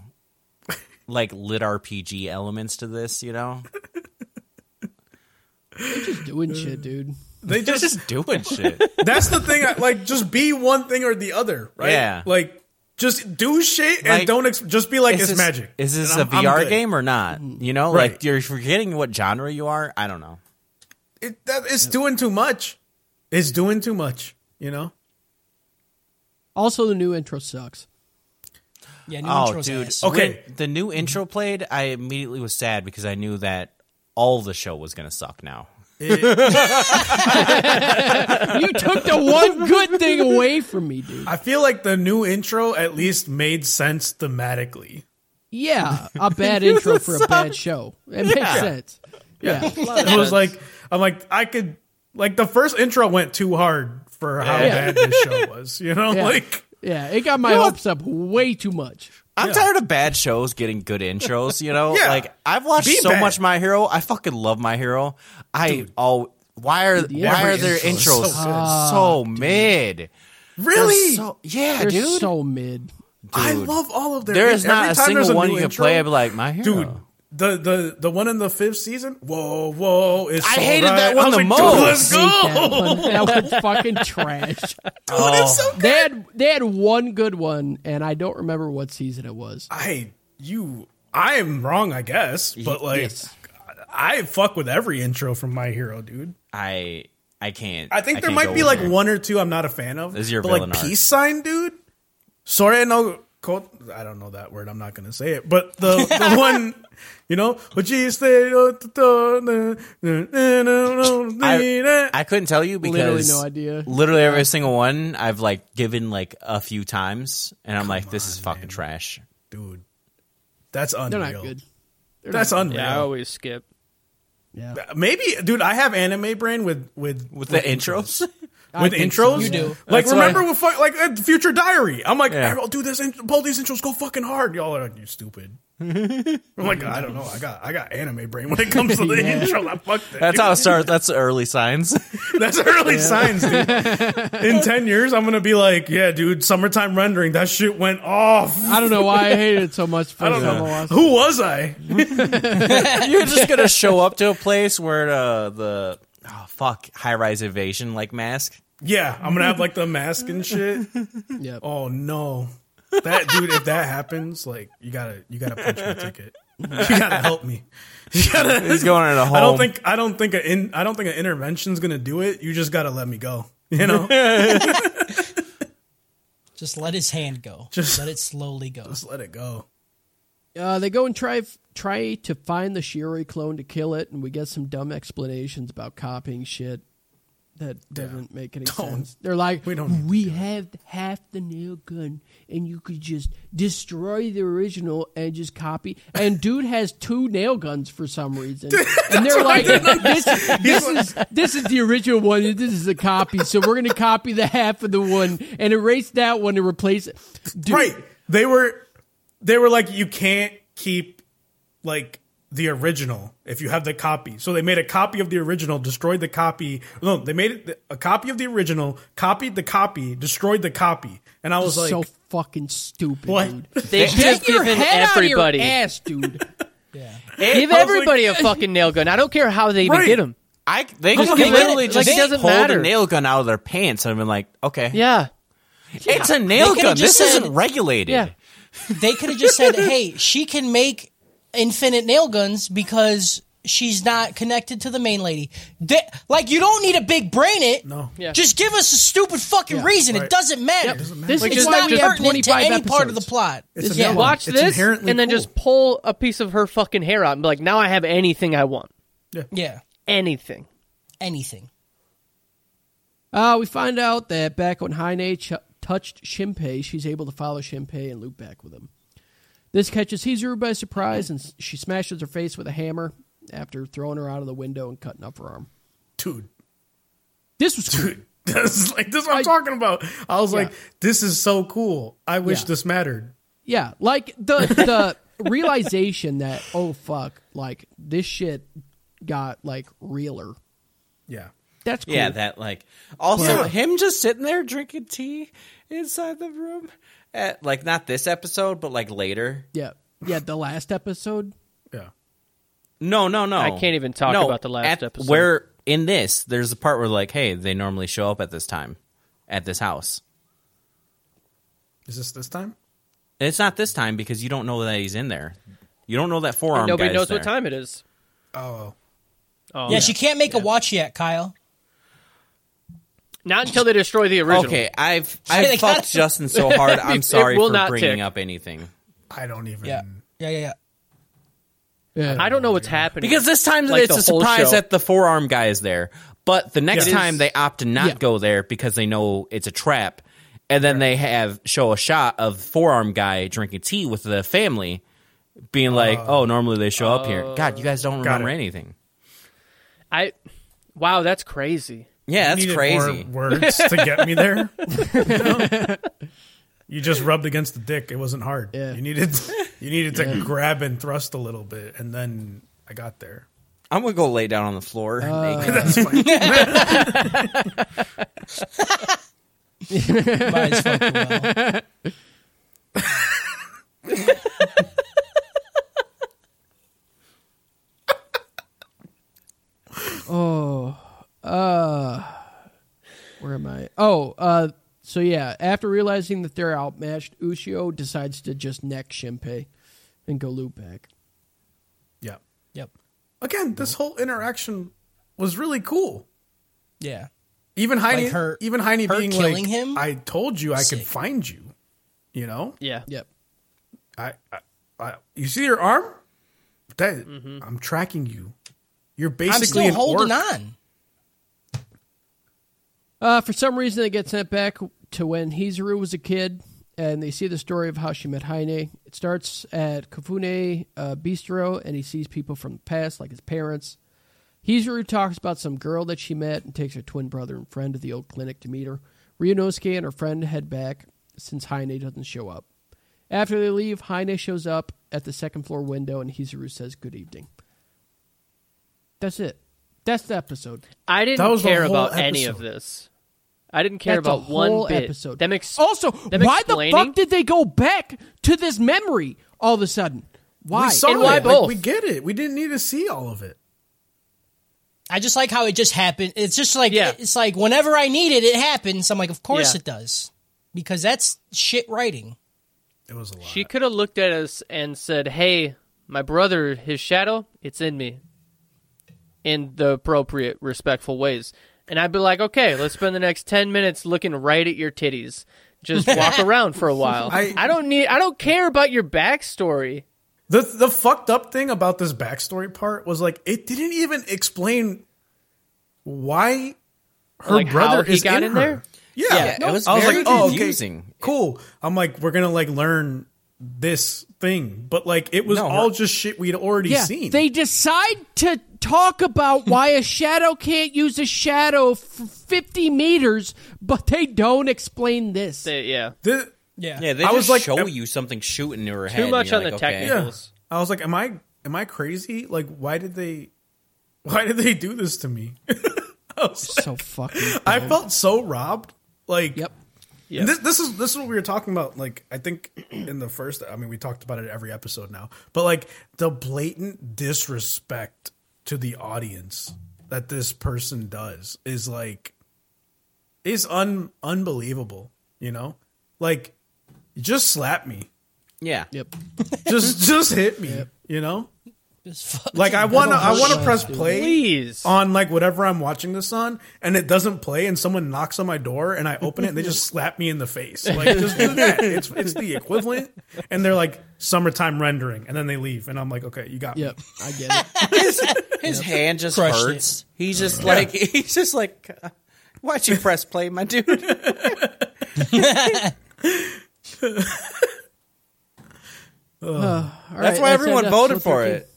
Like lit RPG elements to this, you know? Just doing shit, dude. They They're just just doing shit. that's the thing. I- Like, just be one thing or the other, right? Yeah. Like, just do shit and Like, don't ex- just be like it's this, magic. Is this And a I'm- I'm VR good. game or not? You know, Right. like you're forgetting what genre you are. I don't know. It, that, it's doing too much. It's doing too much. You know. Also the new intro sucks. Yeah, new oh, intro's dude. ass. Okay. When the new intro played. I immediately was sad because I knew that all the show was gonna suck now. You took the one good thing away from me, dude. I feel like the new intro at least made sense thematically. Yeah, a bad intro for a bad show. It makes sense. Yeah. It was like I'm like I could like the first intro went too hard for how bad this show was. You know, Yeah. like Yeah, it got my hopes up way too much. I'm tired of bad shows getting good intros, you know? [laughs] Yeah. Like I've watched Be so bad. much My Hero. I fucking love My Hero. I all why are why every are their intro intros is so, so good. mid? They're really. so- yeah, They're dude. so mid. I Dude. love all of their. there is every not a time there's single one new you can intro, play. I'd be like, oh. My Hero. dude. The, the the one in the fifth season, whoa whoa! It's I all hated right. that one I was the like, dude, most. Let's Hate go! That one. That was fucking trash. They had they had one good one, and I don't remember what season it was. I you I am wrong, I guess, but like yes. I fuck with every intro from My Hero, dude. I I can't. I think there can't might go be with like her. one or two I'm not a fan of. This is your but like villain arc. peace sign, dude. Sorry, no. Ko- I don't know that word. I'm not gonna say it. But [laughs] the, the one, you know, what you say? oh, t- t- na- na- na- na- na- na- I, I couldn't tell you because Literally no idea. Literally every single one I've like given like a few times, and I'm like, this is fucking trash. dude. That's They're unreal. not good. That's unreal. Yeah, I always skip. Yeah, Maybe, dude. I have anime brain with with With the intros, with think intros. so, You do. Like That's remember why- with fuck, like uh, Future Diary. I'm like, Yeah. oh, dude, this in- both these intros go fucking hard. Y'all are like, you stupid. I'm like, I don't know. I got I got anime brain when it comes to the [laughs] intro. I fucked [laughs] it. that's how it starts. That's the early signs. [laughs] [laughs] That's early signs, dude. In ten years, I'm gonna be like, yeah, dude. Summertime rendering. That shit went off. I don't know why I hated it so much. For [laughs] I don't some know lost- who was I. You're just gonna show up to a place where uh, the oh, fuck high rise evasion like mask. Yeah, I'm gonna have like the mask and shit. Yep. Oh no, that dude. If that happens, like you gotta you gotta punch my ticket. You gotta help me. [laughs] You gotta. He's going into home. [laughs] I don't think I [laughs] don't think a in, I don't think an intervention's gonna do it. You just gotta let me go. You know, Just let his hand go. Just- Just let it slowly [laughs] go. Just let it go. Uh, they go and try try to find the Shiori clone to kill it, and we get some dumb explanations about copying shit that doesn't make any Don't. sense. They're like, We we, don't need to have half the nail gun, and you could just destroy the original and just copy. And dude has two nail guns for some reason, and they're like, this, [laughs] this is this is the original one, and this is a copy. So we're gonna copy the half of the one and erase that one and replace it. Dude, Right. They were they were like you can't keep like the original if you have the copy. So they made a copy of the original, destroyed the copy. No, they made it, a copy of the original, copied the copy, destroyed the copy. And I was like so fucking stupid, [laughs] What? dude. They should have Take your given head everybody. out of your ass, dude. [laughs] Give I was everybody [laughs] a fucking nail gun. I don't care how they even Right. get them. I they, they give it- literally like, just it doesn't pulled matter. a nail gun out of their pants and been like, okay, Yeah. it's a They nail could've gun. This just isn't said- regulated. Yeah. They could have just said, "Hey, she can make infinite nail guns because she's not connected to the main lady." They, like you don't need a big brain. It No. Yeah. Just give us a stupid fucking reason. Right. It doesn't matter. This Like, is it's why not we have pertinent to 25 any part of the episodes. plot. It's a yeah. nail gun. Watch It's this inherently and then cool. just pull a piece of her fucking hair out and be like, now I have anything I want. yeah, Anything. anything. [laughs] Uh, we find out that back when Haine ch- touched Shinpei, she's able to follow Shinpei and loop back with him. This catches Hizuru by surprise, and s- she smashes her face with a hammer after throwing her out of the window and cutting up her arm. dude. This was cool. Dude. [laughs] This is like this is what I'm talking about. I was like, this is so cool. I wish Yeah. this mattered. Yeah, like [laughs] the the realization that oh fuck, like this shit got like realer. Yeah. That's cool. Yeah, that like also him just sitting there drinking tea inside the room at like not this episode, but like later. yeah, yeah. The last episode. Yeah. No, no, no. I can't even talk No, about the last at- episode. Where in this, there's a part where like, hey, they normally show up at this time, at this house. Is this this time? And it's not this time because you don't know that he's in there. You don't know that forearm. Nobody guy's knows what there. time it is. Oh. Oh, yeah, she can't make a watch yet, Kyle. Not until they destroy the original. Okay, [laughs] I've They I've gotta- fucked Justin so hard. I'm It sorry will for not bringing tick. up anything I don't even Yeah, yeah, yeah, yeah. Yeah. I don't know what's happening. because this time Like it's the a whole surprise show. that the forearm guy is there. But the next Yeah. It time is- they opt to not Yeah. go there because they know it's a trap, and then they have show a shot of forearm guy drinking tea with the family, being like, "Oh, normally they show up here." God, you guys don't Got remember it. anything. I. Wow, that's crazy. Yeah, that's needed crazy. More words to get me there. [laughs] You know? You just rubbed against the dick. It wasn't hard. Yeah. You needed you needed to grab and thrust a little bit, and then I [laughs] got there. I'm gonna go lay down on the floor. naked. That's fine. Might as fucking [laughs] well. Where am I? Oh, uh, so yeah. After realizing that they're outmatched, Ushio decides to just neck Shinpei and go loop back. yeah. Yep. Again, this whole interaction was really cool. Yeah. Even Heine, Like her- even Heine her being killing like, him? I told you I could Sick. find you. You know, Yeah. Yep. I, I, I you see your arm? That I'm tracking you. You're I'm basically still an orc. holding on. Uh, for some reason, they get sent back to when Hizuru was a kid, and they see the story of how she met Haine. It starts at Kafune uh, Bistro, and he sees people from the past, like his parents. Hizuru talks about some girl that she met and takes her twin brother and friend to the old clinic to meet her. Ryunosuke and her friend head back since Haine doesn't show up. After they leave, Haine shows up at the second floor window, and Hizuru says good evening. That's it. That's the episode. I That didn't was the care whole about any of episode. this. I didn't care That's about a one whole bit. episode. Them ex- Oh, Also, them why the explaining- fuck did they go back to this memory all of a sudden? Why? We saw And why it. Like, both? we get it. We didn't need to see all of it. I just like how it just happened. It's just like Yeah. it's like whenever I need it, it happens. I'm like, of course Yeah. it does, because that's shit writing. It was a lot. She could have looked at us and said, "Hey, my brother, his shadow, it's in me." In the appropriate, respectful ways, and I'd be like, "Okay, let's spend the next ten minutes looking right at your titties Just walk around for a while. I, I- don't need. I don't care about your backstory. The the fucked up thing about this backstory part was like it didn't even explain why her Like, how brother he is got in, in her. there? [laughs] Yeah, Yeah, it was I was very like, oh, okay, confusing. cool. I'm like, we're gonna like learn this thing, but like it was No, all just shit we'd already Yeah, seen. they decide to talk about why a shadow can't use a shadow for 50 meters, but they don't explain this. They- yeah, Th- Yeah. Yeah, they I just was like- show you something shooting in her head. too and much you're on like, the okay. yeah, technicals. I was like, am I am I crazy? Like, why did they why did they do this to me? [laughs] I, was like- so fucking. I felt so robbed. Like, Yep. Yeah. This, this is this is what we were talking about. Like I think [clears throat] in the first, I mean, we talked about it every episode now, but like the blatant disrespect to the audience that this person does is like is un unbelievable. You know, like just slap me, Yeah. Yep. just just hit me. You know, Just [laughs] fucking like I wanna I wanna bullshit. press play Please. on like whatever I'm watching this on, and it doesn't play, and someone knocks on my door, and I open it, and they just slap me in the face. Like just do that. It's it's the equivalent. And they're like summertime rendering, and then they leave, and I'm like, okay, you got Yep. I get it. His hand just Crushed it. hurts. He's just like he's just like why'd you press play, my dude? All That's right, why everyone end up. voted So for 13. it.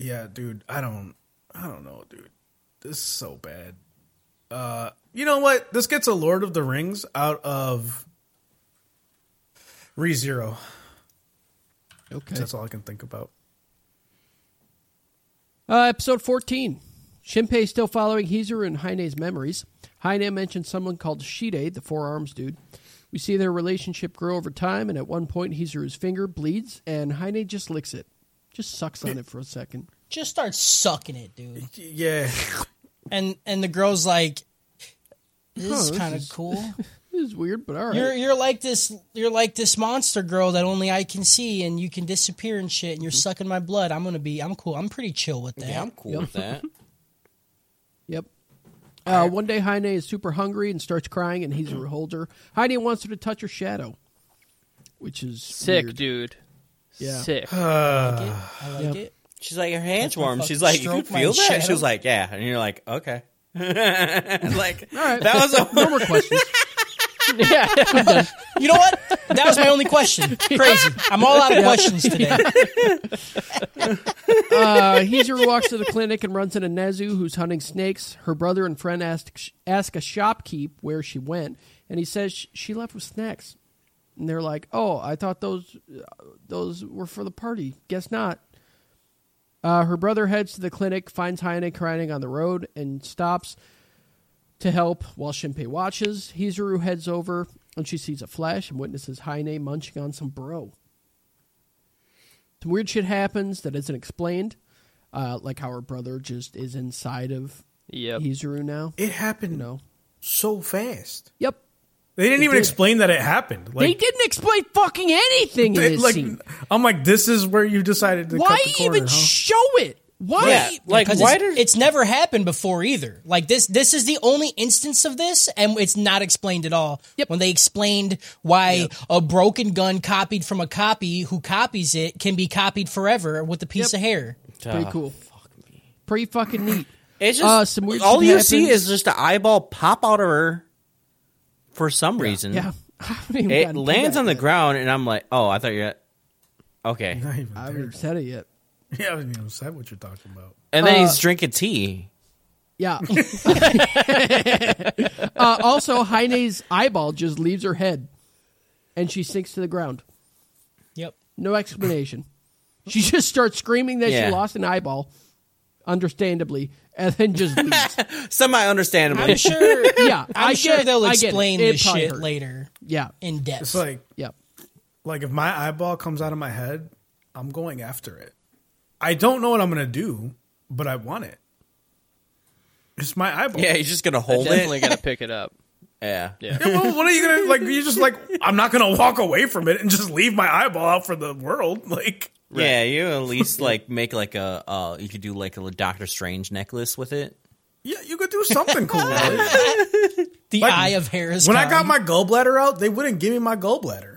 me. Yeah, dude, I don't I don't know, dude. This is so bad. Uh, you know what? This gets a Lord of the Rings out of ReZero. Okay. That's all I can think about. Uh, episode 14. Shinpei still following Hizuru and Heine's memories. Heine mentioned someone called Shide, the four arms dude. We see their relationship grow over time, and at one point, Hizuru's finger bleeds, and Heine just licks it. Just sucks on it for a second. Just start sucking it, dude. Yeah. [laughs] And and the girl's like, this Huh, is this kind of is- [laughs] cool. This is weird, but all right. You're you're like this you're like this monster girl that only I can see and you can disappear and shit and you're sucking my blood. I'm gonna be I'm cool. I'm pretty chill with that. Yeah, I'm cool with [laughs] that. Yep. Uh, one day, Heine is super hungry and starts crying, and Hizuru holds her. Heine wants her to touch her shadow, which is Sick, weird. dude. Yeah. Sick. I like Yeah. it. She's like her hands my warm. fucking She's like, you can stroke, my feel that? shadow. She was like, yeah. And you're like, okay. [laughs] like right. that was a No more questions. yeah. You know what? That was my only [laughs] question. Crazy. I'm all out of questions today. uh, Hizuru walks to the clinic and runs into Nezu, who's hunting snakes. Her brother and friend ask, ask a shopkeep where she went, and he says sh- she left with snacks. And they're like, "Oh, I thought those those were for the party. Guess not." Uh, her brother heads to the clinic, finds Haine crying on the road, and stops to help while Shinpei watches. Hizuru heads over, and she sees a flash and witnesses Haine munching on some bro. Some weird shit happens that isn't explained, uh, like how her brother just is inside of Yep. Hizuru now. It happened No. so fast. Yep. They didn't even did. explain that it happened. Like, they didn't explain fucking anything in They- this like scene. I'm like, this is where you decided to Why cut the corner, even huh? show it? Why? Yeah, like 'Cause why it's, did it's never happened before either. Like this, this is the only instance of this, and it's not explained at all. Yep. When they explained why a broken gun copied from a copy who copies it can be copied forever with a piece of Yep. hair. Pretty cool. Pretty fucking [sighs] neat. It's just Uh, some weird all shit you see happens. is just the eyeball pop out of her for some [laughs] reason. Yeah. I haven't even It gotten to lands that on the yet. ground, and I'm like, oh, I thought you. Okay, [laughs] Not even I there. haven't said it yet. [laughs] Yeah, I haven't even said what you're talking about. and then he's drinking tea. Yeah. [laughs] [laughs] uh, also, Heine's eyeball just leaves her head, and she sinks to the ground. Yep. No explanation. she just starts screaming that Yeah. she lost an eyeball, understandably, and then [laughs] just leaves. Semi understandably. I'm sure. Yeah, I'm I sure get- they'll I get it. explain It this probably shit hurt. later yeah. in depth. It's like, Yeah. like if my eyeball comes out of my head, I'm going after it. I don't know what I'm gonna do, but I want it. It's my [laughs] eyeball. yeah, he's just gonna hold Definitely it. gonna pick it up. Yeah. Yeah. [laughs] Yeah, well, what are you gonna like? You just like I'm not gonna walk away from it and just leave my eyeball out for the world. Like, Yeah, you at least like make like a uh you could do like a Doctor Strange necklace with it. Yeah, you could do something [laughs] cool. right? The Like, eye of Harris. when I got Khan. my gallbladder out, they wouldn't give me my gallbladder.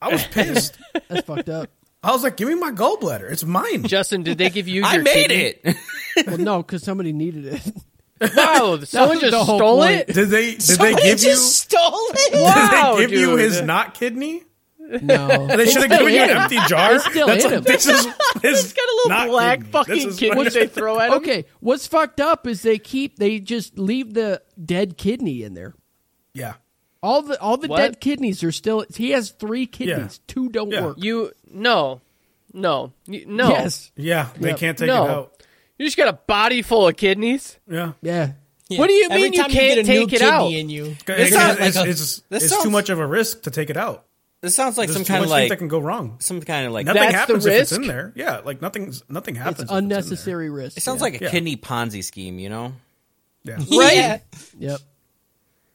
I was pissed. That's fucked up. I was like, "Give me my gallbladder. It's mine." Justin, did they give you? [laughs] Your I made kidney? it. Well, no, because somebody needed it. Wow, [laughs] someone was [laughs] just the whole stole point. it. did they? Did Somebody they give you? just stole it. [laughs] Did Wow, they give you dude. his not kidney? [laughs] No. They should have given you an in him. empty jar. It's still That's in like, him. this is this He's got a little not black kidney. This fucking is kid what- which they [laughs] throw at him. Okay, what's fucked up is they keep they just leave the dead kidney in there. Yeah. All the all the What? dead kidneys are still. He has three kidneys. Two don't Yeah. work. You no, no, You- no. Yes. Yeah, they can't take No. it out. You just got a body full of kidneys. Yeah. Yeah. Yeah. What do you Every mean you time can't get a new take it kidney out? In you, It's, got it's, like a- [laughs] it's- This it's sounds- too much of a risk to take it out. This sounds like There's some too kind much of like things that can go wrong. some kind of like Nothing That's the happens if it's risk? in there. Yeah, like nothing's nothing happens. It's if in there. unnecessary risk. It sounds yeah. like a Yeah. kidney Ponzi scheme, you know? Yeah. right? Yeah. Yep.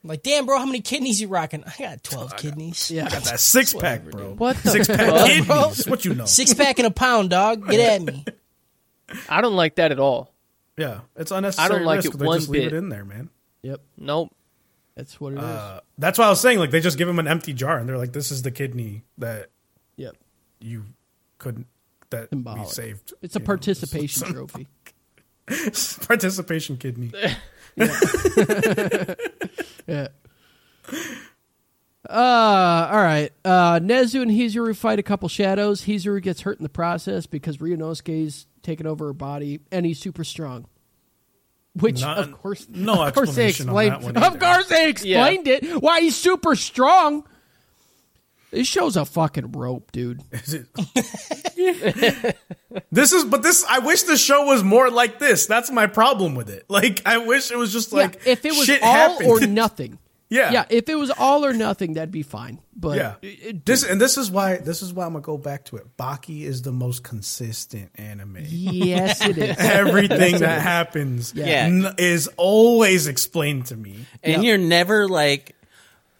Like, damn, bro, how many kidneys you rocking? I got twelve kidneys. Yeah. That six pack, bro. What the Six pack kidneys. What you know? Six pack and a pound, [laughs] dog. Get at me. I don't like that at all. Yeah, it's unnecessary. like risk. it They one just leave bit. it in there, man. Yep. Nope. That's what it is. Uh, that's why I was saying like they just give him an empty jar and they're like, "This is the kidney that Yep. you couldn't that Symbolic. we saved." It's a You know, [laughs] participation trophy. [laughs] participation kidney. Yeah. Uh, all right. Uh, Nezu and Hizuru fight a couple shadows. Hizuru gets hurt in the process because Ryunosuke's taken over her body, and he's super strong. Which, Not- of course, no of course they explanation on explained. that one of either. course they explained it. Why he's super strong. This show's a fucking rope, dude. this is, but this. I wish the show was more like this. That's my problem with it. Like, I wish it was just like yeah, if it was shit all happened. [laughs] or nothing. Yeah. yeah. If it was all or nothing, that'd be fine. But Yeah. this and this is why this is why I'm gonna go back to it. Baki is the most consistent anime. yes, it [laughs] is. Everything that happens Yeah. n- is always explained to me. And you're never like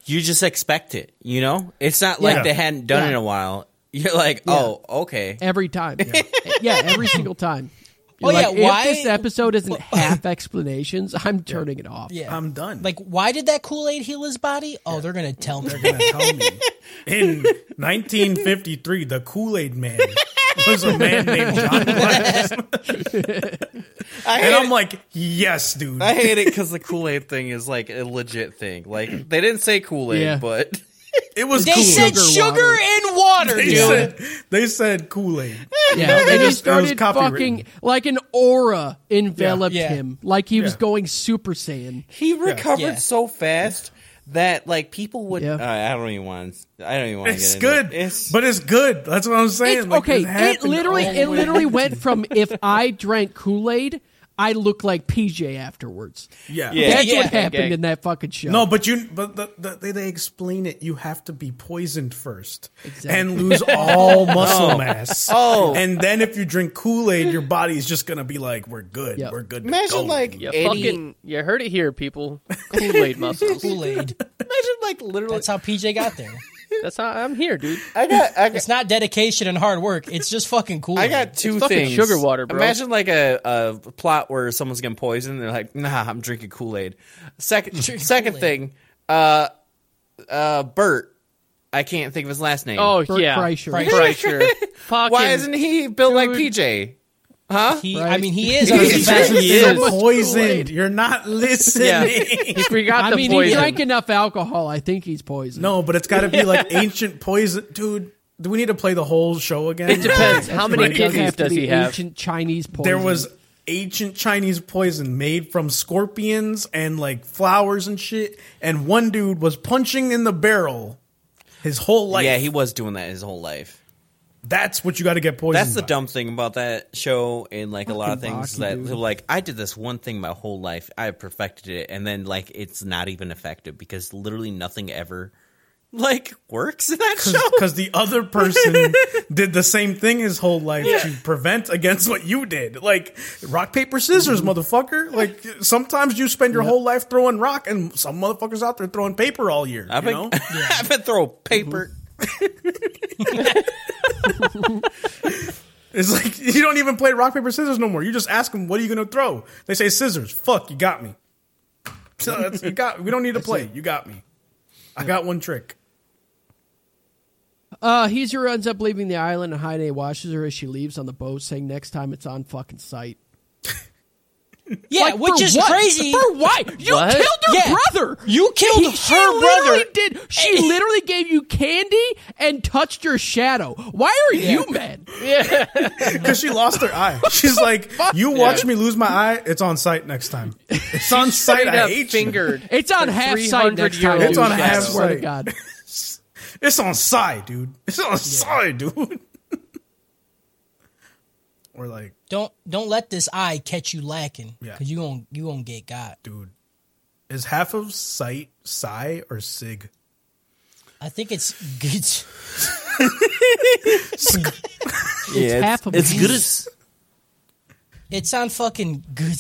you just expect it, you know? It's not like Yeah. they hadn't done Yeah. it in a while. You're like, "Oh, okay." every time. [laughs] Yeah, every single time. Oh, You're yeah, like, why- If this episode [laughs] isn't half explanations, I'm turning it off. Yeah. I'm done. Like, why did that Kool Aid heal his body? Oh, they're gonna tell me. You're gonna tell me. In 1953, the Kool Aid Man was a man named John Gladys. I And I'm like, yes, dude. I hate it cuz the Kool-Aid thing is like a legit thing. Like they didn't say Kool-Aid, Yeah. but [laughs] It [laughs] was They Kool-Aid. said Sugar sugar water. and water, They dude. said, they said Kool Aid. Yeah, [laughs] and he just- it was started copywritten. fucking like an aura enveloped Yeah. Yeah. him, like he was Yeah. going Super Saiyan. he recovered Yeah. so fast that like people would Yeah. uh, I don't even want I don't even want to get It's into good, It. It's but it's good. That's what I'm saying. It's, Like, okay, it happened literally all it the way. literally went [laughs] from if I drank Kool Aid, I look like PJ afterwards. yeah. Yeah. That's Yeah. what happened Okay. in that fucking show. No, but you, but the, the, they, they explain it. You have to be poisoned first Exactly. and lose all muscle mass. Oh. and then if you drink Kool Aid, your body is just gonna be like, "We're good, Yep. we're good." to go." imagine like You 80 fucking you heard it here, people. Kool Aid muscles. Kool [laughs] Aid. imagine like literally That's how PJ got there. That's how I'm here, dude. I [laughs] got I got It's not dedication and hard work. It's just fucking Kool Aid. I got two fucking things. sugar water, bro. Imagine like a, a plot where someone's getting poisoned. And they're like, "Nah, I'm drinking Kool Aid." Second, second thing, uh, uh, Bert. I can't think of his last name. Oh Bert yeah, Kreischer. Kreischer. [laughs] Fucking why isn't he built like Dude. PJ? He, I Right. mean, he is. I was He back- is. You're Yes. poisoned. You're not listening. [laughs] he forgot I the mean he poison? drank enough alcohol. I think he's poisoned. no, but it's got to be like ancient poison, dude. Do we need to play the whole show again? It depends. How many It doesn't kidneys have to does be he have? Ancient Chinese poison. There was ancient Chinese poison made from scorpions and like flowers and shit. And one dude was punching in the barrel his whole life. yeah, he was doing that his whole life. That's what you got to get poisoned. That's the by. [laughs] dumb thing about that show and like a lot of Fucking things Rocky, that dude. they're like I did this one thing my whole life. I perfected it, and then like it's not even effective because literally nothing ever like works in [laughs] that show. Because the [laughs] other person did the same thing his whole life to prevent against what you did. Like rock paper Mm-hmm. scissors, motherfucker. Like sometimes you spend your whole life throwing rock, and some motherfuckers out there throwing paper all year. I've you been, [laughs] know? Mm-hmm. I've been throw paper. It's like [laughs] you don't even play rock paper scissors no more. You just ask them, "What are you going to throw?" They say scissors. Fuck, you got me. [laughs] So that's, you got. We don't need to play. You got me. I got one trick. [laughs] Uh, Heezer ends up leaving the island and Heine watches her as she leaves on the boat, saying next time it's on fucking sight. Yeah, Like, which for is what? crazy. For why? You What? killed her Yeah. brother. You killed He- she her literally brother. Did she literally gave you candy and touched your shadow? Why are you mad? Because she lost [laughs] her eye. She's like, you watch me lose my eye. It's on site [laughs] next time. It's on site. Straight I up hate you. fingered. It's on her half side 300 next year time. old It's on dude. half I swear to site. God. [laughs] It's on site, dude. It's on site, dude. [laughs] We're like, Don't don't let this eye catch you lacking. Yeah. Cause you gon' you gon' get got. dude, is half of site psi or sig? [laughs] I think it's good. yeah, it's, half of it's me. good as It's on fucking good.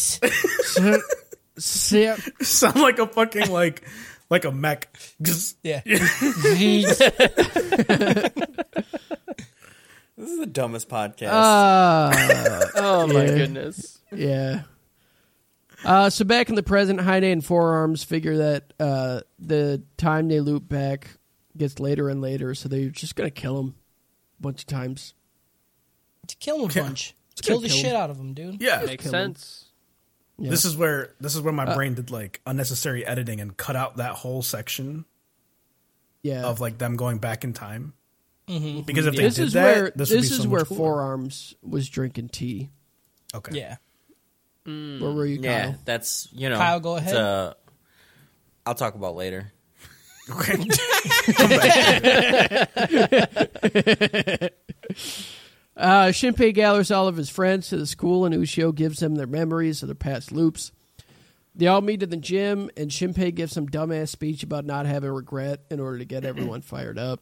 Sip. Sound like a fucking like, like a mech. Just Yeah. this is the dumbest podcast. Uh, Uh, Oh my goodness. Yeah. Uh, so back in the present, Heine and Forearms figure that uh, the time they loop back gets later and later, so they're just gonna kill him a bunch of times. to kill him a bunch. Kill gonna the kill shit him. out of him, dude. yeah. Uh, Makes sense. This is where this is where my brain did like unnecessary editing and cut out that whole section Yeah. of like them going back in time. Because if they Mm-hmm. this did is that, where this, this, would be so is much where cooler. Forearms was drinking tea. Okay. Yeah. Where were you, Kyle? Hmm. yeah, that's you know. Kyle, go it's, ahead. uh, I'll talk about later. [laughs] Okay. Uh, Shinpei gathers all of his friends to the school, and Ushio gives them their memories of their past loops. They all meet in the gym, and Shinpei gives some dumbass speech about not having regret in order to get everyone fired up.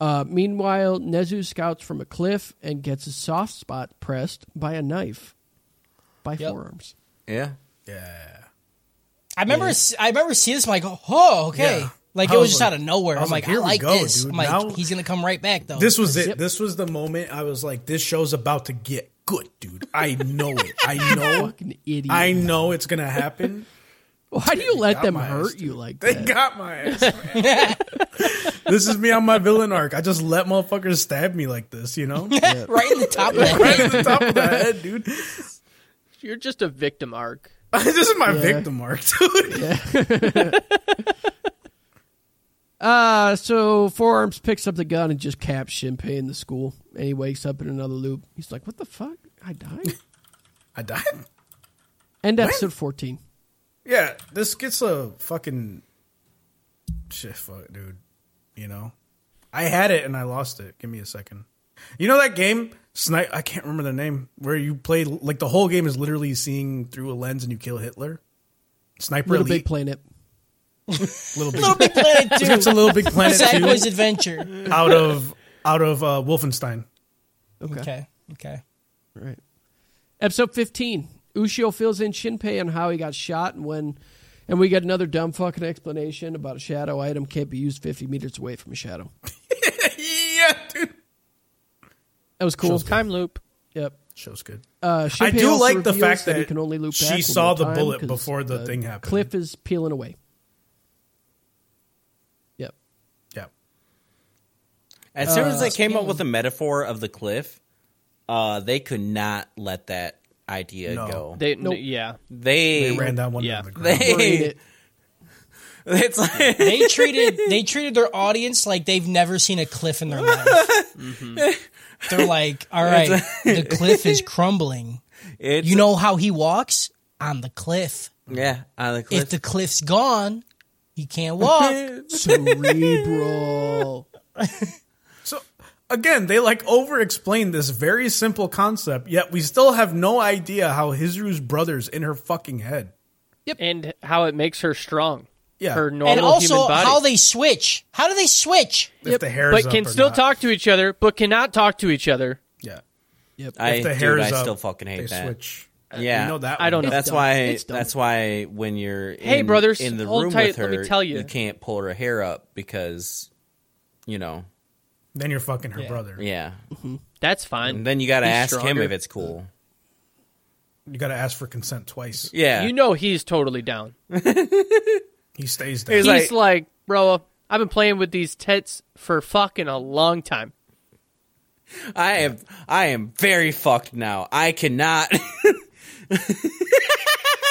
Uh, meanwhile, Nezu scouts from a cliff and gets his soft spot pressed by a knife by Yep. forearms. Yeah. yeah. I remember s I I remember seeing this. I'm like, oh, okay. Yeah. Like I it was was just like- out of nowhere. I I'm was like, like, I here we like go, this. dude. I'm like, Now- he's gonna come right back though. This was it. This was the moment I was like, this show's about to get good, dude. I know it. I know. Fucking idiot. I know it's gonna happen. Why do you let got them my ass, hurt dude. you like [laughs] They that? [laughs] got my ass. [laughs] man. this is me on my villain arc. I just let motherfuckers stab me like this, [laughs] you [laughs] know? right in the top of the head. Right at the top of the head, dude. [laughs] You're just a victim arc. this is my victim arc, [laughs] dude. Uh, so Forearms picks up the gun and just caps Shinpei in the school, and he wakes up in another loop. He's like, what the fuck? I died? I died. End episode 14. Yeah, this gets a fucking shit, fuck, dude. You know, I had it and I lost it. Give me a second. You know that game, Snipe? I can't remember the name where you play like the whole game is literally seeing through a lens and you kill Hitler. Sniper Little Elite, Big Planet. little big, Little Big Planet it's a Two. little [laughs] big planet [laughs] Sad Boys too, Adventure. out of out of uh, Wolfenstein. Okay. Okay. Okay. Right. Episode 15. Ushio fills in Shinpei on how he got shot and when. And we get another dumb fucking explanation about a shadow item can't be used 50 meters away from a shadow. yeah, dude. That was cool. Time loop. Yep. Show's good. Uh, I Shinpei do also like the reveals fact that he that can only loop she back one saw more the time bullet 'cause before the thing happened. Cliff is peeling away. Yep. Yeah. As soon Uh, as they came up with the metaphor of the cliff, uh, they could not let that idea No. go. They n- Nope. yeah. They, They ran down one Yeah. down the ground. Worried they it. [laughs] it's like They treated they treated their audience like they've never seen a cliff in their life. Mm-hmm. They're like, all right, the cliff is crumbling. it's, You know how he walks on the cliff. yeah on the If cliff. the cliff's gone, he can't [laughs] walk. [laughs] Cerebral. So again, they like over explain this very simple concept, yet we still have no idea how Hizru's brother's in her fucking head. And how it makes her strong. Yeah. Her normal and also human body. how they switch. How do they switch? If the hair is but up can or still not. talk to each other, but cannot talk to each other. Yeah. I, If the hair dude, is I up, still fucking they hate that. switch. Yeah, You know that. I don't one. know. That's dumb. why. It's dumb. That's why when you're in, Hey, brothers, in the hold room tight, with her, let me tell you. you can't pull her hair up because you know Then you're fucking her brother. Yeah. That's fine. And then you got to He's ask him stronger. if it's cool. You got to ask for consent twice. Yeah. You know he's totally down. He stays there. He's He's like- like, bro, I've been playing with these tits for fucking a long time. I am I am very fucked now. I cannot [laughs]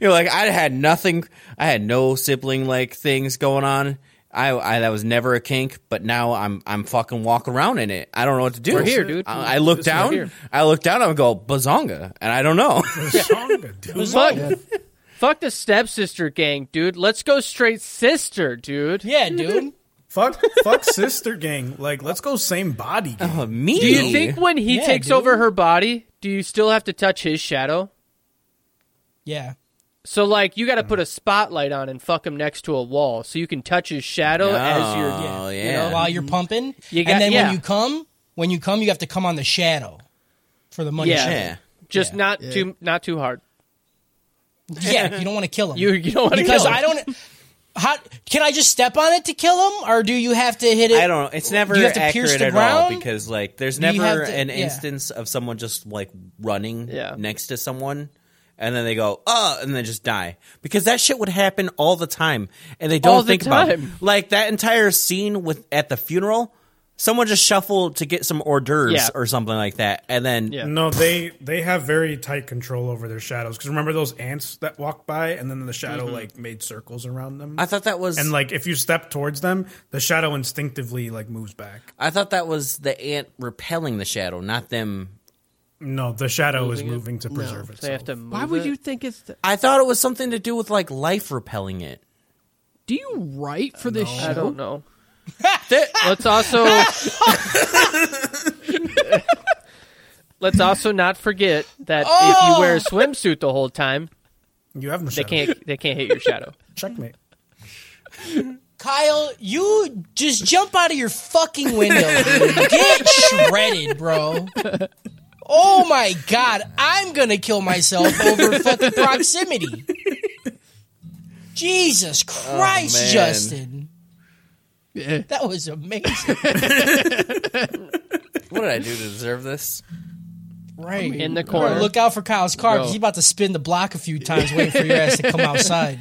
You're like I had nothing I had no sibling like things going on. I, I that was never a kink, but now I'm I'm fucking walking around in it. I don't know what to do. We're here, dude. I, I look down. here. I look down. I go bazonga, and I don't know. [laughs] [laughs] Songa, dude. Fuck, fuck the stepsister gang, dude. Let's go straight sister, [laughs] dude. Yeah, dude. fuck, fuck sister gang. Like, let's go same body. Uh-huh. gang. Oh, Me? Do you think when he Yeah, takes dude. over her body, do you still have to touch his shadow? Yeah. So like you got to put a spotlight on and fuck him next to a wall so you can touch his shadow as you're Oh yeah. You know, while you're pumping. You got- and then yeah. when you come, when you come, you have to come on the shadow for the money. Yeah. yeah. just not too not too hard. shot. Yeah, you don't want to kill him. You you don't want to because I don't. [laughs] How can I just step on it to kill him, or do you have to hit it? I don't know. It's never you have to accurate pierce the at all ground? because like there's Do you never have to- an yeah. instance of someone just like running Yeah. next to someone and then they go uh and then just die because that shit would happen all the time and they don't All the think about it. time. Like that entire scene with at the funeral, someone just shuffled to get some hors d'oeuvres Yeah. or something like that, and then Yeah. No, they they have very tight control over their shadows. Because remember those ants that walk by, and then the shadow Mm-hmm. like made circles around them. I thought that was and like if you step towards them, the shadow instinctively like moves back. I thought that was the ant repelling the shadow, not them. No, the shadow is moving to preserve itself. They have to move Why would it. you think it's? The, I thought it was something to do with like life repelling it. do you write for this show? I don't know. Let's also [laughs] Let's also not forget that if you wear a swimsuit the whole time, You have no they shadow. can't they can't hit your shadow. Checkmate. Kyle, you just jump out of your fucking window. dude. Get shredded, bro. Oh my god, I'm gonna kill myself over fucking proximity. Jesus Christ, Oh, man. Justin. Yeah. That was amazing. What did I do to deserve this? Right. In the Or corner. look out for Kyle's car Bro. because he's about to spin the block a few times waiting for your ass to come outside.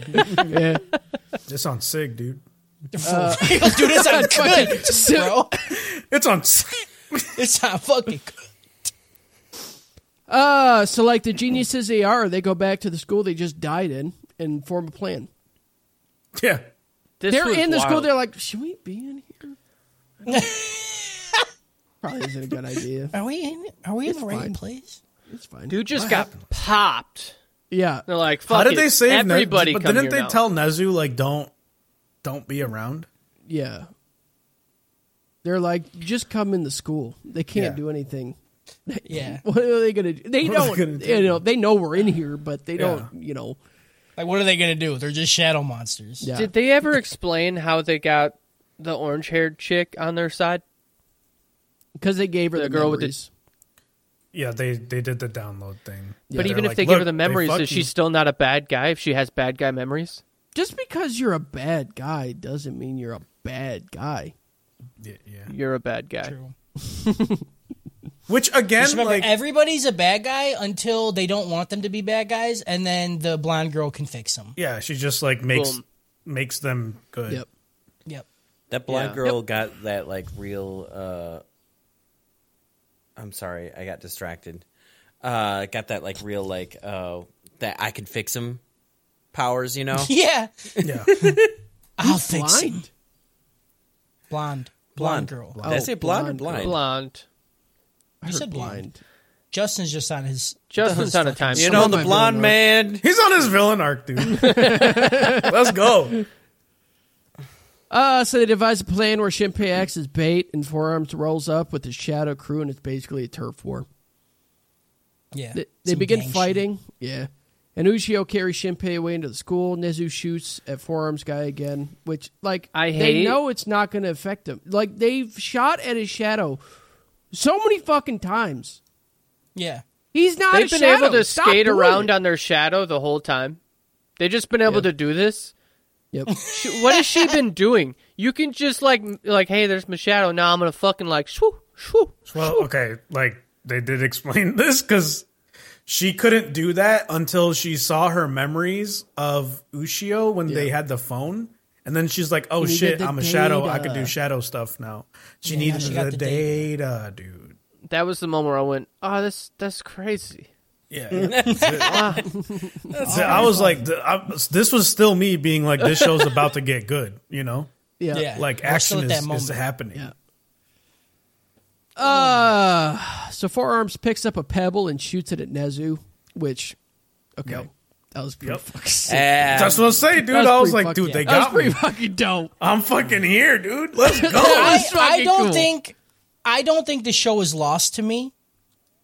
It's on sig, dude. [laughs] dude, it's not [laughs] good, bro. It's on. Sig. [laughs] It's not fucking good. Uh, so like the geniuses they are, they go back to the school they just died in and form a plan. Yeah. This They're was in the school. wild. They're like, should we be in [laughs] here? I don't- Probably isn't a good idea. Are we in? Are we in the right fine. place? It's fine. dude just got popped. yeah. They're like, fuck How did it. they save Ne- everybody? But come didn't here they now. tell Nezu like don't don't be around? Yeah. They're like, just come in the school. They can't Yeah. do anything. [laughs] Yeah. What are they gonna do? They What are they don't. gonna do? you know, they know we're in here, but they don't. You know. Like, what are they gonna do? They're just shadow monsters. Yeah. Did they ever explain how they got the orange-haired chick on their side? Because they gave her the, The girl with the- memories. Yeah, they they did the download thing. but They're even if like, they give her "Look, the memories, fuck is you." she still not a bad guy if she has bad guy memories? Just because you're a bad guy doesn't mean you're a bad guy. Yeah, yeah. You're a bad guy. True. Which again, Just remember, like everybody's a bad guy until they don't want them to be bad guys, and then the blonde girl can fix them. yeah, she just like makes Boom. makes them good. Yep. Yep. That blonde Yeah. girl got that like real. uh I'm sorry, I got distracted. Uh Got that like real like uh that I could fix him powers. [laughs] You know, Yeah. Yeah. [laughs] I'll fix it. Blind. Blonde. Blonde, girl. Did I say blonde, or blonde blind? Blonde. I You heard said blind. blind. Justin's just on his. Justin's on a time. You You know Someone the might blonde be man. He's on his villain arc, dude. [laughs] Let's go. Uh, so they devise a plan where Shinpei acts as bait and Forearms rolls up with the Shadow crew, and it's basically a turf war. Yeah. They, they some begin gang shit. fighting. Yeah. And Ushio carries Shinpei away into the school. Nezu shoots at Forearms Guy again, which, like, I they hate- know it's not going to affect him. Like, they've shot at his shadow so many fucking times. Yeah. He's not They've a been shadow. able to Stop skate doing around it. on their shadow the whole time. They've just been able to do this [laughs] Yep. She, what has she been doing? You can just like m- like, hey, there's Machado. Now I'm gonna fucking like shoo shoo. Well, okay, like they did explain [laughs] this because she couldn't do that until she saw her memories of Ushio when they had the phone. And then she's like, "Oh We shit, get the I'm a shadow. I data." could do shadow stuff now." She Yeah, needed she the, got the data, dude. That was the moment where I went, oh, that's that's crazy. Yeah, that's it. So I was like, th- I, this was still me being like, "This show's about to get good," you know, Yeah. Yeah. like We're still action at is, that is moment. happening. Yeah. Uh, so Forearms picks up a pebble and shoots it at Nezu, which, okay, that was pretty Yep. fucking sick. And That's what I'm saying, dude. That I was pretty like, fucking- dude, they that was got pretty me. fucking [laughs] dope. I'm fucking here, dude. Let's go. I, That's I fucking don't cool. think I don't think the show is lost to me.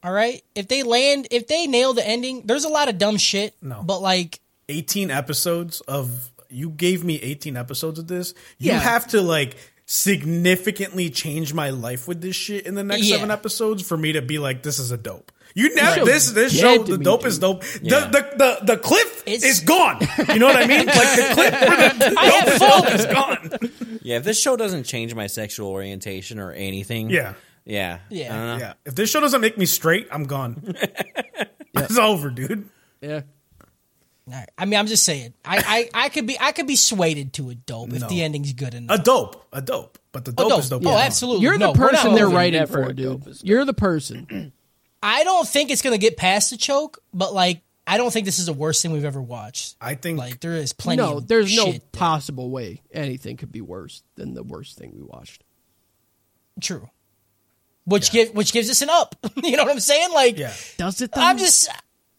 All right, if they land, if they nail the ending, there's a lot of dumb shit. No. but like 18 episodes of you gave me 18 episodes of this you Yeah. have to like significantly change my life with this shit in the next Yeah. seven episodes for me to be like this is a dope you now Right. this this Dead show to the me, dope is dude. dope the, the the the cliff It's- is gone you know what i mean like the cliff for the I have dope fun. is gone yeah, if this show doesn't change my sexual orientation or anything, yeah yeah, Yeah. I don't know. yeah if this show doesn't make me straight i'm gone it's over dude Yeah. All right. I mean, I'm just saying. I, I, I could be I could be swayed to a dope if No. the ending's good enough. a dope a dope but the dope, dope. is dope Oh, is gone. absolutely. You're No, the we're not person they're over it. writing Never for, a dude. dope is dope. You're the person. I don't think it's gonna get past the choke, but like I don't think this is the worst thing we've ever watched. i think Like there is plenty. no, of there's no shit that- possible way anything could be worse than the worst thing we watched. true. Which give which gives us an up. [laughs] you know what I'm saying? Like yeah Does it? Though? I'm just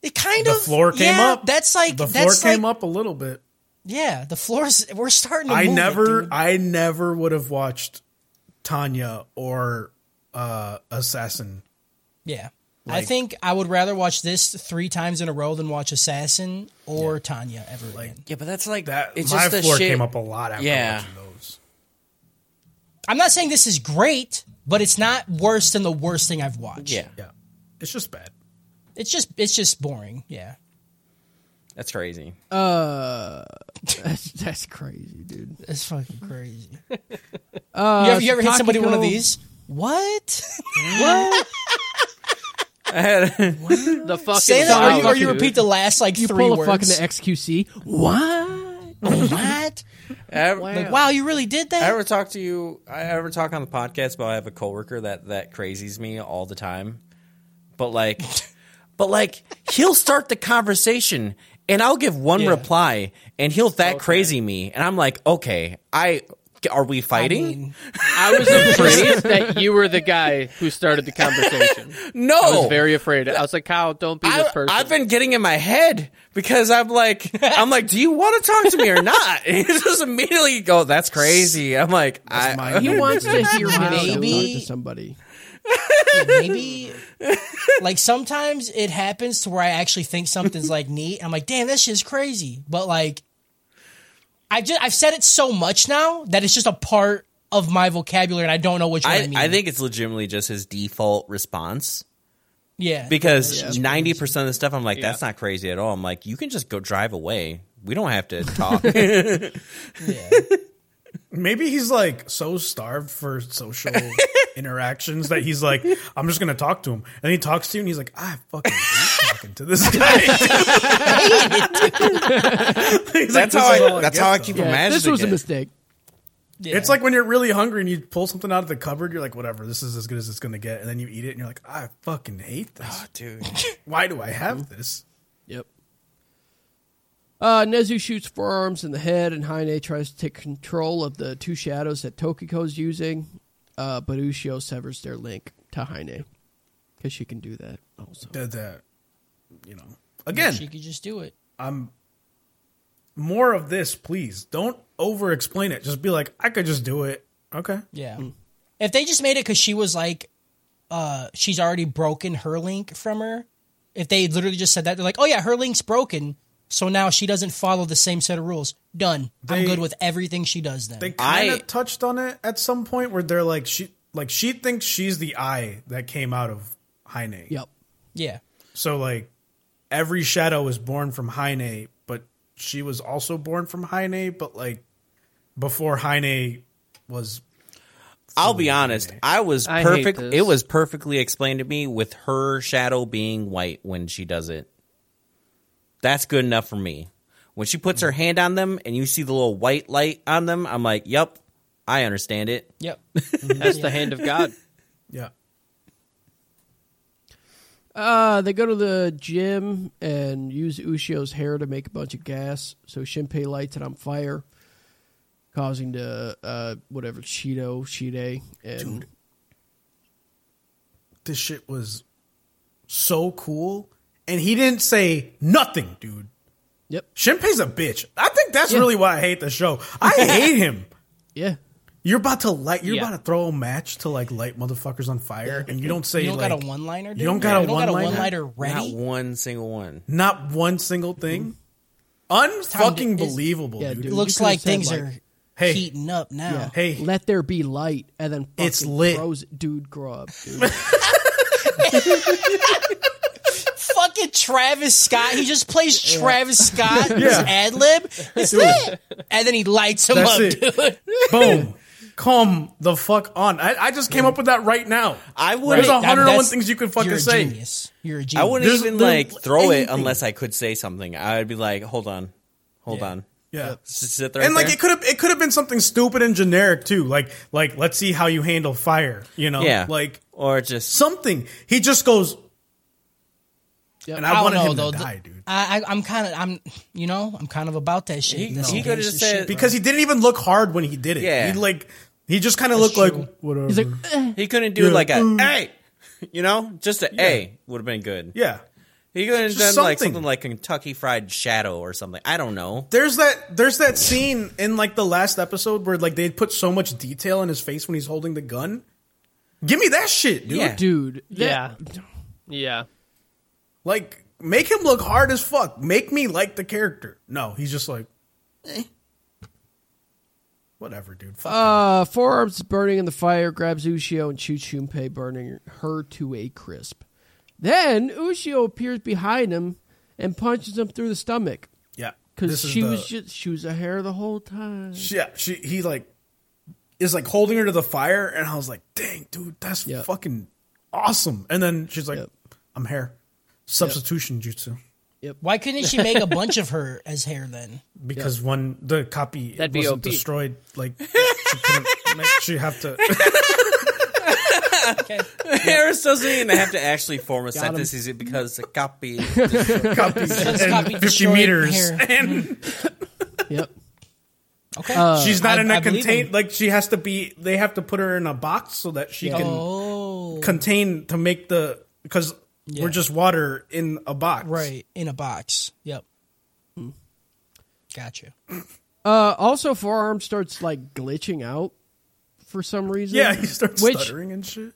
it kind the of floor came yeah, up That's like the floor that's came like, up a little bit Yeah, the floor's we're starting. to I move it, never, dude. I never would have watched Tanya or uh, Assassin. yeah. I think I would rather watch this three times in a row than watch Assassin or Tanya ever again. Yeah, but that's like That It's my just the floor shit- came up a lot after Yeah. watching those. I'm not saying this is great, but it's not worse than the worst thing I've watched. Yeah, Yeah, it's just bad. It's just it's just boring. Yeah. that's crazy. [laughs] that's, that's crazy, dude. It's fucking crazy. [laughs] you ever, you ever hit somebody with one of Takako- these? What? The fucking Say that, or, wow, you, or you dude. repeat the last like You three pull a words. fucking XQC. What? what? I, Like, wow, you really did I that? ever talk to you? I ever talk on the podcast about I have a coworker that that crazies me all the time, but [laughs] like, but like he'll start the conversation and I'll give one reply and he'll that crazy me and I'm like, okay, I are we fighting? I was afraid that you were the guy who started the conversation. no, I Oh. was very afraid. I was like, Kyle, don't be this person. I, have been getting in my head because I'm [laughs] like, I'm like, do you want to talk to me or not? [laughs] And he just immediately go, that's crazy. I'm like, [laughs] I, Mine- He wants to hear how to talk Maybe- to somebody. Maybe like sometimes it happens to where I actually think something's like neat. I'm like, damn, that shit's crazy. But like, I've just I've said it so much now that it's just a part of my vocabulary, and I don't know which one I, I, mean. I think it's legitimately just his default response yeah, because ninety percent of the stuff I'm like, that's not crazy at all. I'm like, you can just go drive away. We don't have [laughs] to talk. yeah. Maybe he's like so starved [laughs] for social interactions that he's like, I'm just gonna talk to him, and he talks to you, and he's like, I fucking hate talking [laughs] to this guy. [laughs] He's like, that's "This how. is all I, that's get, how I though." keep Yeah, imagining. this was it. a mistake. Yeah. It's like when you're really hungry and you pull something out of the cupboard, you're like, whatever, this is as good as it's going to get. And then you eat it and you're like, I fucking hate this. dude. [laughs] Why do I have this? Yep. Uh, Nezu shoots forearms in the head, and Haine tries to take control of the two shadows that Tokiko's using, uh, but Ushio severs their link to Haine. Because she can do that also. The, the, you know, she again, could just do it. more of this, please. Don't over explain it. Just be like, I could just do it. Okay. Yeah. Hmm. If they just made it because she was like, uh, she's already broken her link from her. If they literally just said that, they're like, oh yeah, her link's broken, so now she doesn't follow the same set of rules. Done. I'm They- good with everything she does then. They kind I- of touched on it at some point where they're like, she, like she thinks she's the eye that came out of Heine. Yep. yeah. So like every shadow is born from Heine, but she was also born from Heine, but like before Heine was I'll be honest. I was I hate perfect. this. It was perfectly explained to me with her shadow being white when she does it. That's good enough for me. When she puts her hand on them and you see the little white light on them, I'm like, "Yep, I understand it." Yep. That's the hand of God. yeah. Uh, they go to the gym and use Ushio's hair to make a bunch of gas. So Shinpei lights it on fire, causing the uh, whatever Cheeto, Cheetah, and This shit was so cool, and he didn't say nothing, dude. Yep. Shinpei's a bitch. I think that's really why I hate the show. [laughs] I hate him. yeah, You're about to light. You're Yeah. about to throw a match to like light motherfuckers on fire, and you don't say You don't like got a one liner. you don't got a one-liner? Not ready. one single one. not one single thing. to- Unfucking it's- believable, yeah, dude. dude. It looks You could've like said, things like, are hey. heating up now. yeah. Hey. let there be light, and then fucking It's lit. throws it- dude. Grow up, dude. Fucking Travis Scott. He just plays Travis Scott ad lib. It's lit. And then he lights him That's up, it. dude. [laughs] Boom. Come the fuck on. I, I just came up with that right now. I There's wouldn't. e, a Right. hundred and one That's- things you could fucking You're a say. genius. You're a genius. I wouldn't There's- even there's like throw it anything. unless I could say something. I'd be like, "Hold on, hold on." Yeah. Just sit there And like there. it could have it could have been something stupid and generic too. Like like let's see how you handle fire, you know? yeah, Um, Like or just something. He just goes Yep. And I I, don't wanted know, him though. to The- die, dude. I, I, I'm kind of, I'm, you know, I'm kind of about that shit. He- That's he some could've gangsta just said- shit. Because he didn't even look hard when he did it. Yeah. He like he just kind of looked like whatever. He's like, Mm. eh, he couldn't do Yeah. like a Mm. hey, [laughs] you know, just a a would have been good. yeah. He could have done Just like something. something like Kentucky Fried Shadow or something. I don't [laughs] know. There's that there's that scene in like the last episode where like they put so much detail in his face when he's holding the gun. Give me that shit, dude. Yeah. eh, dude. Yeah. that- Yeah. Like make him look hard as fuck. Make me like the character. No, he's just like eh. Whatever, dude. Fuck. Uh, forearms burning in the fire, grabs Ushio and shoots Shunpei, burning her to a crisp. Then Ushio appears behind him and punches him through the stomach yeah. because This is she the- was just she was a hair the whole [laughs] time. yeah, she he like is like holding her to the fire and I was like, "Dang, dude, that's Yeah. fucking awesome." And then she's like, Yep. "I'm hair. Substitution jutsu." Why couldn't she make a bunch of her as hair then? because one the copy That'd be wasn't OP. destroyed. Like she, couldn't make, she have to. Harris doesn't even have to actually form a him. sentence Is it because the copy. Just copy fifty destroyed meters, hair. [laughs] and Yep. Okay. she's not Uh, I- in a I believe contain. him. Like she has to be. They have to put her in a box so that she can oh, contain to make the because we're just water in a box. right. In a box. Yep. Gotcha. Uh, also forearm starts like glitching out for some reason. Yeah, he starts Which, stuttering and shit.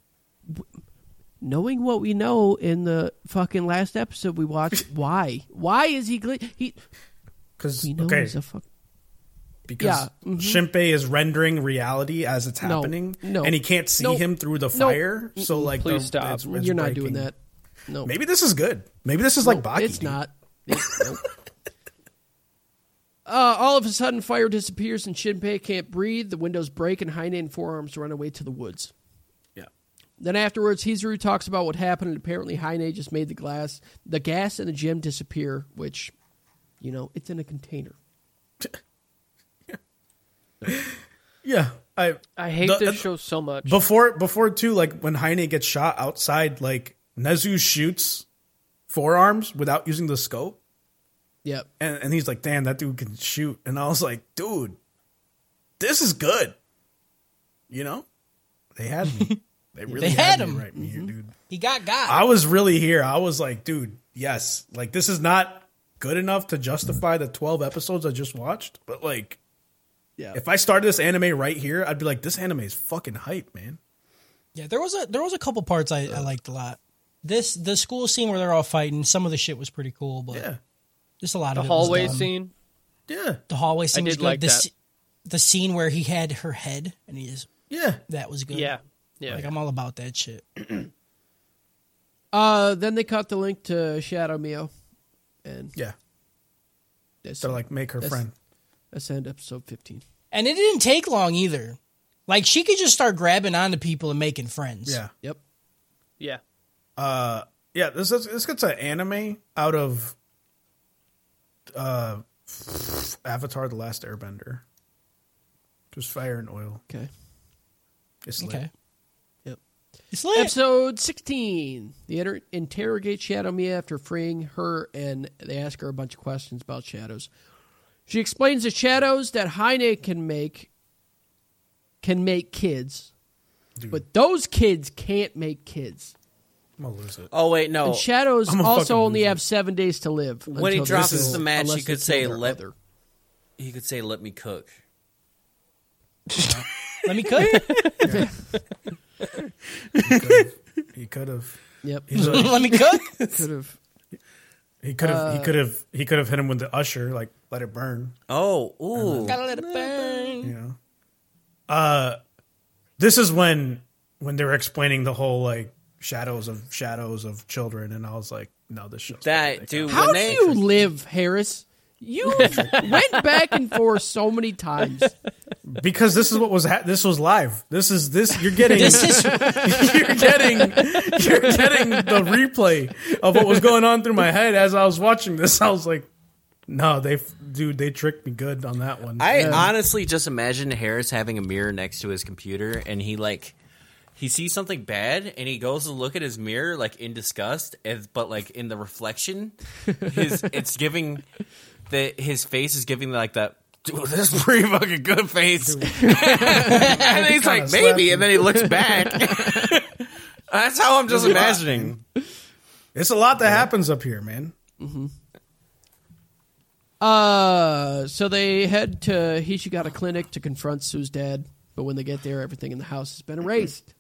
Knowing what we know in the fucking last episode we [laughs] watched, why? Why is he glitch? He Because we know okay, he's a fuck. because yeah, Shinpei is rendering reality as it's No, happening, no, and he can't see no, him through the no. fire. So like, Please the- stop. it's- it's You're not doing breaking. that. No. Maybe this is good. Maybe this is Nope, like Baki. It's dude. not. It- nope. [laughs] uh, all of a sudden, fire disappears and Shinpei can't breathe. The windows break and Heine and forearms run away to the woods. [laughs] Yeah. Then afterwards, Hizuru talks about what happened, and apparently Heine just made the glass, the gas in the gym disappear, which, you know, it's in a container. Yeah. I I hate The- this show so much. before before too, like when Heine gets shot outside, like Nezu shoots forearms without using the scope. Yep. And and he's like, damn, that dude can shoot. And I was like, dude, this is good. You know? They had me. They really They had, had me him. right here, dude. He got got. I was really here. I was like, dude, yes. Like this is not good enough to justify the twelve episodes I just watched, but like Yeah. If I started this anime right here, I'd be like, this anime is fucking hype, man. Yeah, there was a there was a couple parts I, I liked a lot. This the school scene where they're all fighting. Some of the shit was pretty cool, but Yeah. just a lot the of it hallway was dumb. scene. Yeah. The hallway scene I was did good. like the, that. sce- the scene where he had her head and he just Yeah. that was good. Yeah. Yeah. like I'm all about that shit. Uh, then they cut the link to Shadow Mio. And Yeah. That's, They're like, make her That's- friend. that's end episode fifteen. And it didn't take long either. Like she could just start grabbing onto people and making friends. Yeah. Yep. Yeah. Yeah, this is, this gets an anime out of uh, [sighs] Avatar: The Last Airbender. Just fire and oil. Okay. It's lit. Okay. Yep. It's lit. Episode 16. They inter- interrogate Shadow Mia after freeing her, and they ask her a bunch of questions about shadows. She explains the shadows that Heine can make can make kids, but those kids can't make kids. I'm gonna lose it. Oh wait, no. And shadows I'm a fucking also only loser. have seven days to live. When he until drops this is- the match, unless he could they say, kill their "Let- other." He could say, "Let me cook." Let me cook. [laughs] He could have. Yep. He's a- Let me cook. Could have. He could have. he could have. He could have hit him with the usher, like let it burn. Oh, ooh. Gotta let it burn. You know. Uh, this is when when they were explaining the whole like shadows of shadows of children, and I was like, no, this show's That dude. How when do they, you live, Harris? You [laughs] went back and forth so many times. because this is what was ha- this was live. This is this you're getting This is you're getting you're getting the replay of what was going on through my head as I was watching this. I was like, no, they f- dude, they tricked me good on that one. I honestly just imagine Harris having a mirror next to his computer, and he like he sees something bad, and he goes to look at his mirror like in disgust, as, but like in the reflection, his it's giving that his face is giving like that. Dude, [laughs] this is pretty fucking good face. [laughs] and he's like, slapped maybe, and then he looks back. [laughs] That's how I'm just imagining. it's a lot that happens up here, man. Uh, so they head to Hishigata Clinic to confront Sue's dad, but when they get there, everything in the house has been erased.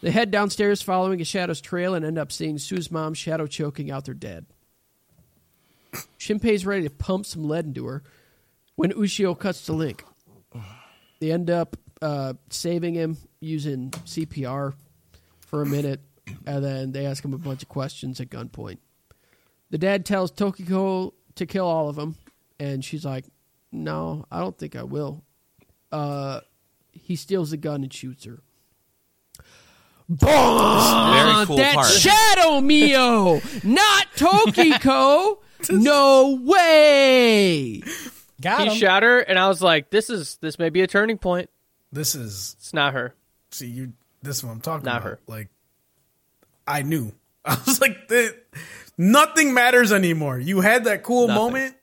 They head downstairs following a shadow's trail and end up seeing Sue's mom shadow choking out their dad. Shinpei's ready to pump some lead into her when Ushio cuts the link. They end up uh, saving him using CPR for a minute, and then they ask him a bunch of questions at gunpoint. The dad tells Tokiko to kill all of them, and she's like, "No, I don't think I will." Uh, he steals the gun and shoots her. Boom! Very cool that part. [laughs] Shadow Mio, not Tokiko. no way. got He him. shot her, and I was like, "This is this may be a turning point." This is It's not her. see you. This is what I'm talking Not about. her. Like, I knew. [laughs] I was like, "Th- nothing matters anymore. You had that cool Nothing. moment,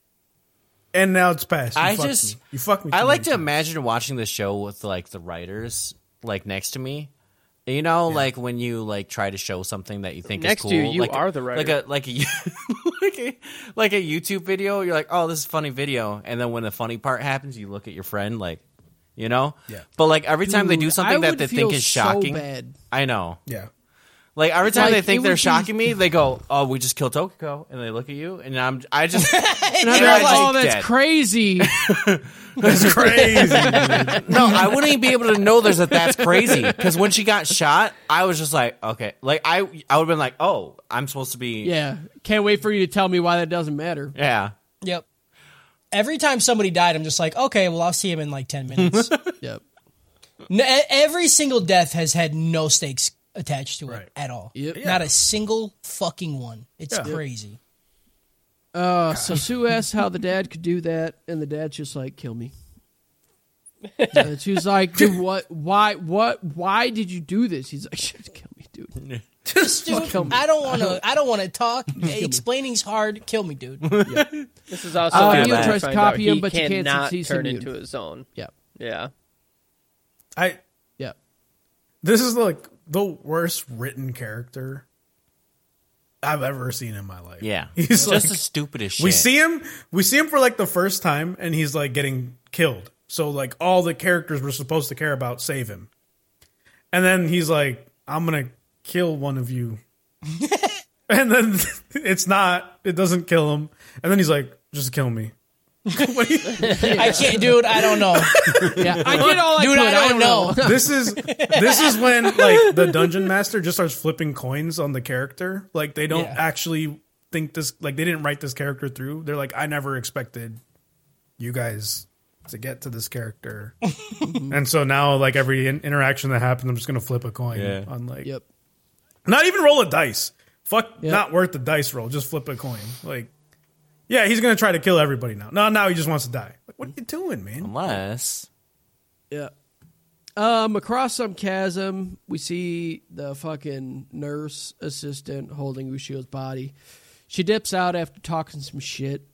and now it's past. You I fucked just- me. you fucked me. I too like many to times. imagine watching the show with like the writers like next to me. You know, like when you like try to show something that you think Next is to cool. you, you like, are the writer. Like a like a, [laughs] like a like a YouTube video. You're like, oh, this is a funny video, and then when the funny part happens, you look at your friend like, you know. Yeah. But like every time they do Dude, something I that would they feel think is so shocking, bad. I know. [laughs] Yeah. Like every time Like, they it think would they're be- shocking me, they go, "Oh, we just killed Tokiko," and they look at you, and I'm I just [laughs] And I'm Yeah, like, I "Oh, like that's that. [laughs] crazy." It's crazy. No, I wouldn't even be able to know there's that that's crazy. Because when she got shot, I was just like, okay, like I I would have been like, oh, I'm supposed to be, yeah, yeah, can't wait for you to tell me why that doesn't matter. Yep. Every time somebody died, I'm just like, okay, well, I'll see him in like 10 minutes. Yep. N- e- every single death has had no stakes attached to it at all. Yep. Not a single fucking one. It's crazy. Uh, so Sue asks how the dad could do that, and the dad's just like, "Kill me." and she's like, "Dude, what? Why? What? Why did you do this?" He's like, [laughs] "Just "Kill me, dude." Just, dude, I don't want to. I don't want to talk. Explaining's hard. Kill me, dude. This is also Uh, when Neil I tries to find out copy he him, but you can't cannot succeed, so turn mute. into his own. Yep. [laughs] Yeah. I. Yep. This is like the worst written character I've ever seen in my life. yeah. [laughs] He's just like- the stupidest shit. We see him. We see him for like the first time, and he's like getting killed. So like all the characters we're supposed to care about save him, and then he's like, "I'm gonna kill one of you," and then [laughs] it's not. It doesn't kill him, and then he's like, "Just kill me." [laughs] What do you- I can't, dude. I don't know, Yeah, I did all I dude. could. I don't know. this is this is when like the dungeon master just starts flipping coins on the character. Like they don't Yeah. actually think this like they didn't write this character through. They're like, I never expected you guys to get to this character, and so now like every in- interaction that happens, I'm just gonna flip a coin Yeah. on like Yep. not even roll a dice. Fuck, not worth the dice roll. Just flip a coin. Like, yeah, he's gonna try to kill everybody now. No, now he just wants to die. Like, what are you doing, Um, man? Unless Yeah. Um, across some chasm, we see the fucking nurse assistant holding Ushio's body. She dips out after talking some shit.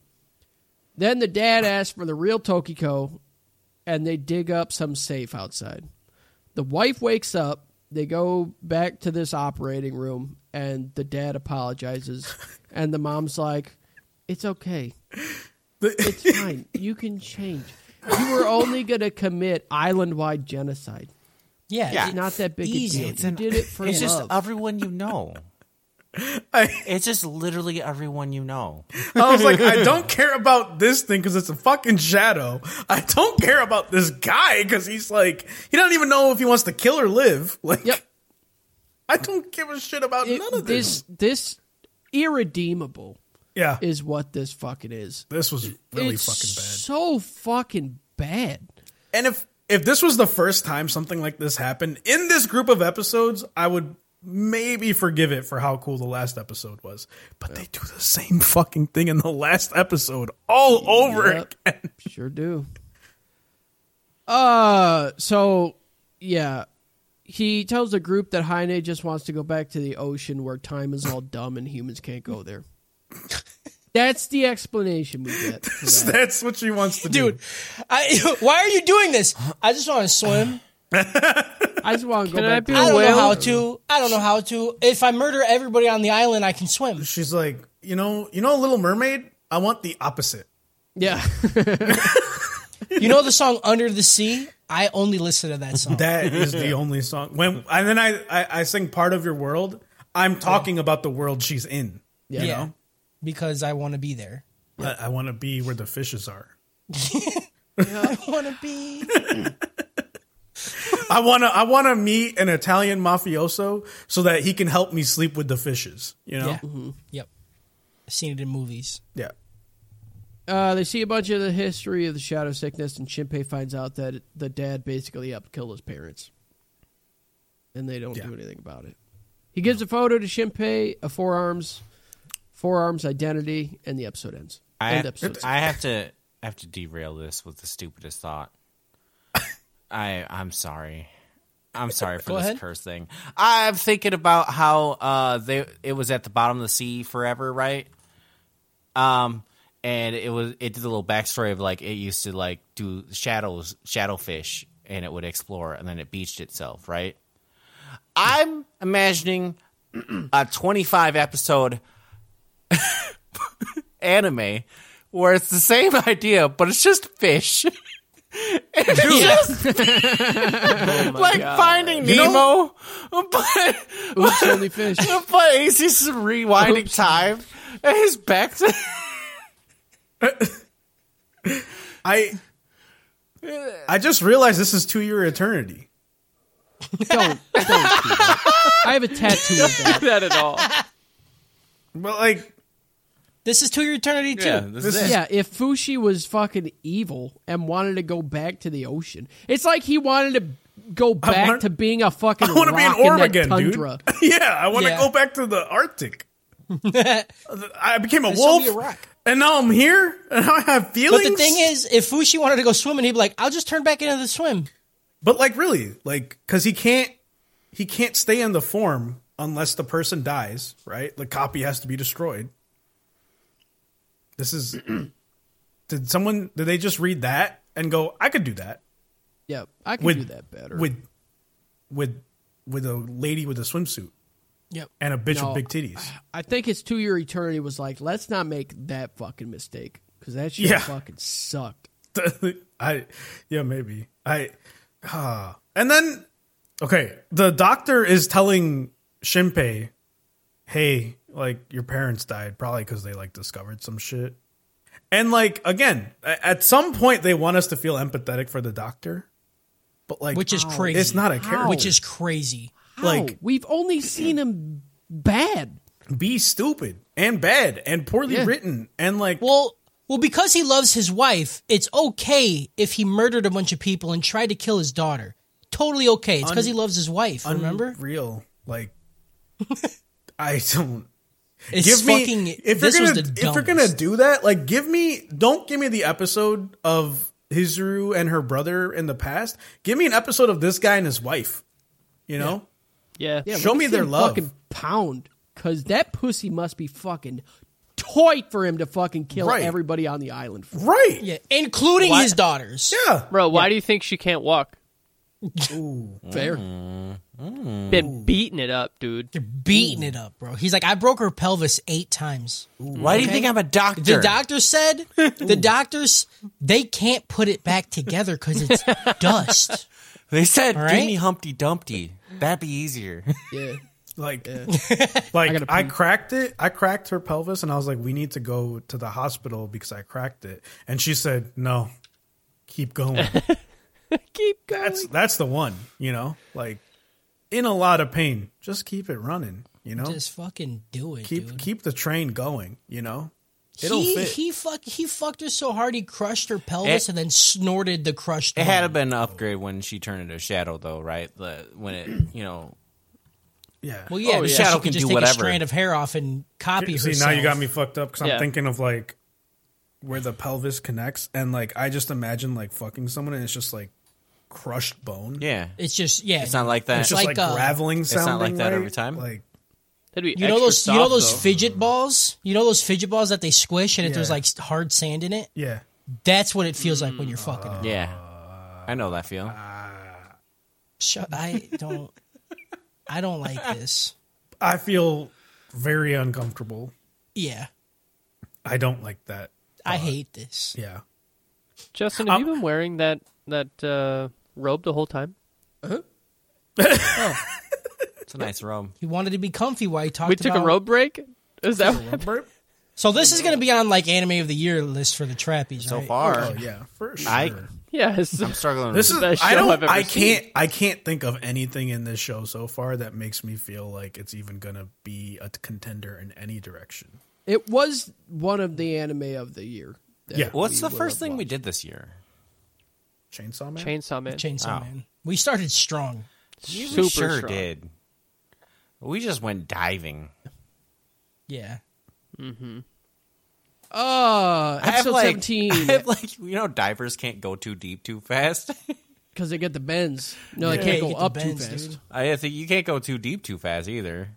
Then the dad asks for the real Tokiko, and they dig up some safe outside. The wife wakes up. They go back to this operating room, and the dad apologizes, and the mom's like, "It's okay. It's fine. You can change. You were only gonna commit island-wide genocide. [laughs] Yeah, It's not that big Easy. a deal. It's you did it for it's just love. everyone you know. I, It's just literally everyone you know. I was like, I don't care about this thing because it's a fucking shadow. I don't care about this guy because he's like, he doesn't even know if he wants to kill or live. [laughs] Like, Yep. I don't give a shit about It- none of this. this this irredeemable Yeah, is what this fucking is. this was really it's fucking bad. So fucking bad. And if if this was the first time something like this happened in this group of episodes, I would maybe forgive it for how cool the last episode was. But they do the same fucking thing in the last episode all over Yep. again. [laughs] Sure do. Uh, so yeah, he tells the group that Heine just wants to go back to the ocean where time is all dumb and humans can't go there. That's the explanation we get. for that. That's what she wants to do. dude. I, [laughs] why are you doing this? I just want to swim. I just want to go Can I back. be to- I don't Well- know how to. I don't know how to. If I murder everybody on the island, I can swim. She's like, you know, you know, Little Mermaid. I want the opposite. yeah. You know the song "Under the Sea." I only listen to that song. That is the only song. When and then I I, I sing part of your world. I'm talking about the world she's in. yeah, You know, because I want to be there. I, I want to be where the fishes are. I want to be. I wanna I wanna meet an Italian mafioso so that he can help me sleep with the fishes. You know? Yeah. Yep. I've seen it in movies. Yeah. Uh, they see a bunch of the history of the shadow sickness, and Shinpei finds out that the dad basically up killed his parents, and they don't Yeah. do anything about it. He gives a photo to Shinpei, a forearms, forearms identity, and the episode ends. I, End episode. I have to I have to derail this with the stupidest [laughs] thought. I I'm sorry. I'm sorry for Go this ahead. curse thing. I'm thinking about how uh they it was at the bottom of the sea forever, right? Um and it was it did a little backstory of like it used to like do shadows shadowfish and it would explore and then it beached itself, right? Hmm. I'm imagining [clears throat] a 25 episode anime where it's the same [laughs] idea, but it's just fish. [laughs] And it's just [laughs] [laughs] Oh like finding Nemo, [laughs] but, Oops, only [laughs] fish. [laughs] but he's just rewinding time and he's back to I I just realized this is two year eternity. don't, don't. do that. I have a tattoo [laughs] of that. that at all. But like This is to your eternity too. [laughs] this is Yeah, if Fushi was fucking evil and wanted to go back to the ocean, it's like he wanted to go back want- to being a fucking. I wanna be rock an orb in that again, tundra. dude. [laughs] yeah, I wanna Yeah. go back to the [laughs] Arctic. I became a still wolf be a rock. and now I'm here and now I have But feelings. the thing is, if Fushi wanted to go swimming, he'd be like, "I'll just turn back into the swim." But like really, like cuz he can't he can't stay in the form unless the person dies, right? The copy has to be destroyed. [clears throat] This is Did someone did they just read that and go, "I could do that Yeah, I can With- do that better. with with with a lady with a swimsuit Yep. and a bitch No. with big titties." I think his two year eternity was like, let's not make that fucking mistake because that shit Yeah. fucking sucked. [laughs] I yeah, maybe. I ah. And then okay, the doctor is telling Shinpei, "Hey, like your parents died probably cuz they like discovered some shit." And like again, a- at some point they want us to feel empathetic for the doctor. But like Which is crazy. It's not a character. Which is crazy. How? like we've only seen him bad. be stupid. and bad and poorly written and like Well, well, because he loves his wife, it's okay if he murdered a bunch of people and tried to kill his daughter. Totally okay. It's because he loves his wife. remember? real. Like [laughs] I don't It's give me fucking. if you're this gonna was the if you're gonna dumbest. do that, like give me don't give me the episode of Hizuru and her brother in the past. Give me an episode of this guy and his wife. You know, Yeah. Yeah, Show let me see their him love. Fucking pound, cause that pussy must be fucking toy for him to fucking kill Right. everybody on the island. For. right? yeah, including his daughters. Yeah. Bro, why do you think she can't walk? Fair. Mm. Been beating it up, dude. They're beating it up, bro. He's like, I broke her pelvis eight times. Why do you think I'm a doctor? The doctor said, the doctors they can't put it back together because [laughs] it's dust. they said, All "Give right. me Humpty Dumpty." That'd be easier. Yeah. Like, [laughs] like I, cracked it. I cracked her pelvis, and I was like, "We need to go to the hospital because I cracked it." And she said, "No, [laughs] keep going." Keep going. that's that's the one. You know, like in a lot of pain, just keep it running. You know, Just fucking do it, keep dude. keep the train going. You know, it'll He fit. he fuck he fucked her so hard he crushed her pelvis It- and then snorted the [laughs] crushed. It had to bone. been an upgrade when she turned into Shadow, though, right? The, when it, you know, yeah. Well, yeah, Oh, because yeah. Shadow she could can just do take a whatever. strand of hair off and copy See, herself. now you got me fucked up because Yeah. I'm thinking of like where the pelvis connects, and like I just imagine like fucking someone, and it's just like crushed bone. yeah, It's just yeah. it's not like that. It's just like, Like, uh, graveling not sounding. like that right? every time? Like That'd be you know extra those you know soft, those though. fidget balls. You know those fidget balls that they squish and if there's Yeah. like hard sand in it. yeah, That's what it feels like when you're Mm. fucking. her. yeah, I know that feel. Uh, Shut, I don't. I [laughs] don't like this. I feel very uncomfortable. Yeah, I don't like that. I hate this. Yeah, Justin, have you been wearing that that uh, robe the whole time? It's a nice robe. He wanted to be comfy while he talked. We took a about- robe break. Is that what happened? [laughs] So this is going to be on like anime of the year list for the trappies. So right? far, oh yeah, for sure. I Yeah, it's- I'm struggling. this with is best I show don't I've ever I can't I can't think of anything in this show so far that makes me feel like it's even gonna be a contender in any direction. It was one of the anime of the year. that Yeah. what's we the will first have thing we watched. did this year? Chainsaw Man. [laughs] Chainsaw Man. Oh. Chainsaw Man. We started strong. we Super sure strong. did. We just went diving. Yeah. Uh, I have, episode like- [laughs] I seventeen have, like you know, divers can't go too deep too fast. [laughs] because they get the bends. No, they Yeah, can't you go get the up too bends, fast. dude. I think you can't go too deep too fast either.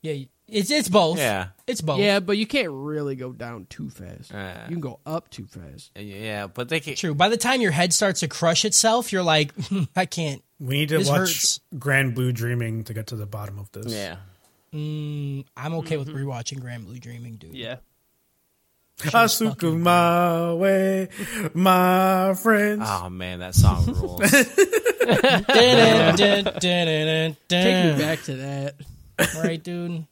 Yeah. It's it's both. Yeah. It's both. Yeah, but you can't really go down too fast. you can go up too fast. Uh, Yeah, but they can. True. By the time your head starts to crush itself, you're like, [laughs] I can't. We need to This watch hurts. Grand Blue Dreaming to get to the bottom of this. Yeah, Mm, I'm okay with rewatching Grand Blue Dreaming, dude. Yeah. [laughs] Asuku my way, my friends. Ah. Oh man, that song rules. [laughs] Dun, dun, dun, dun, Take me dun, dun. back to that. Right, dude.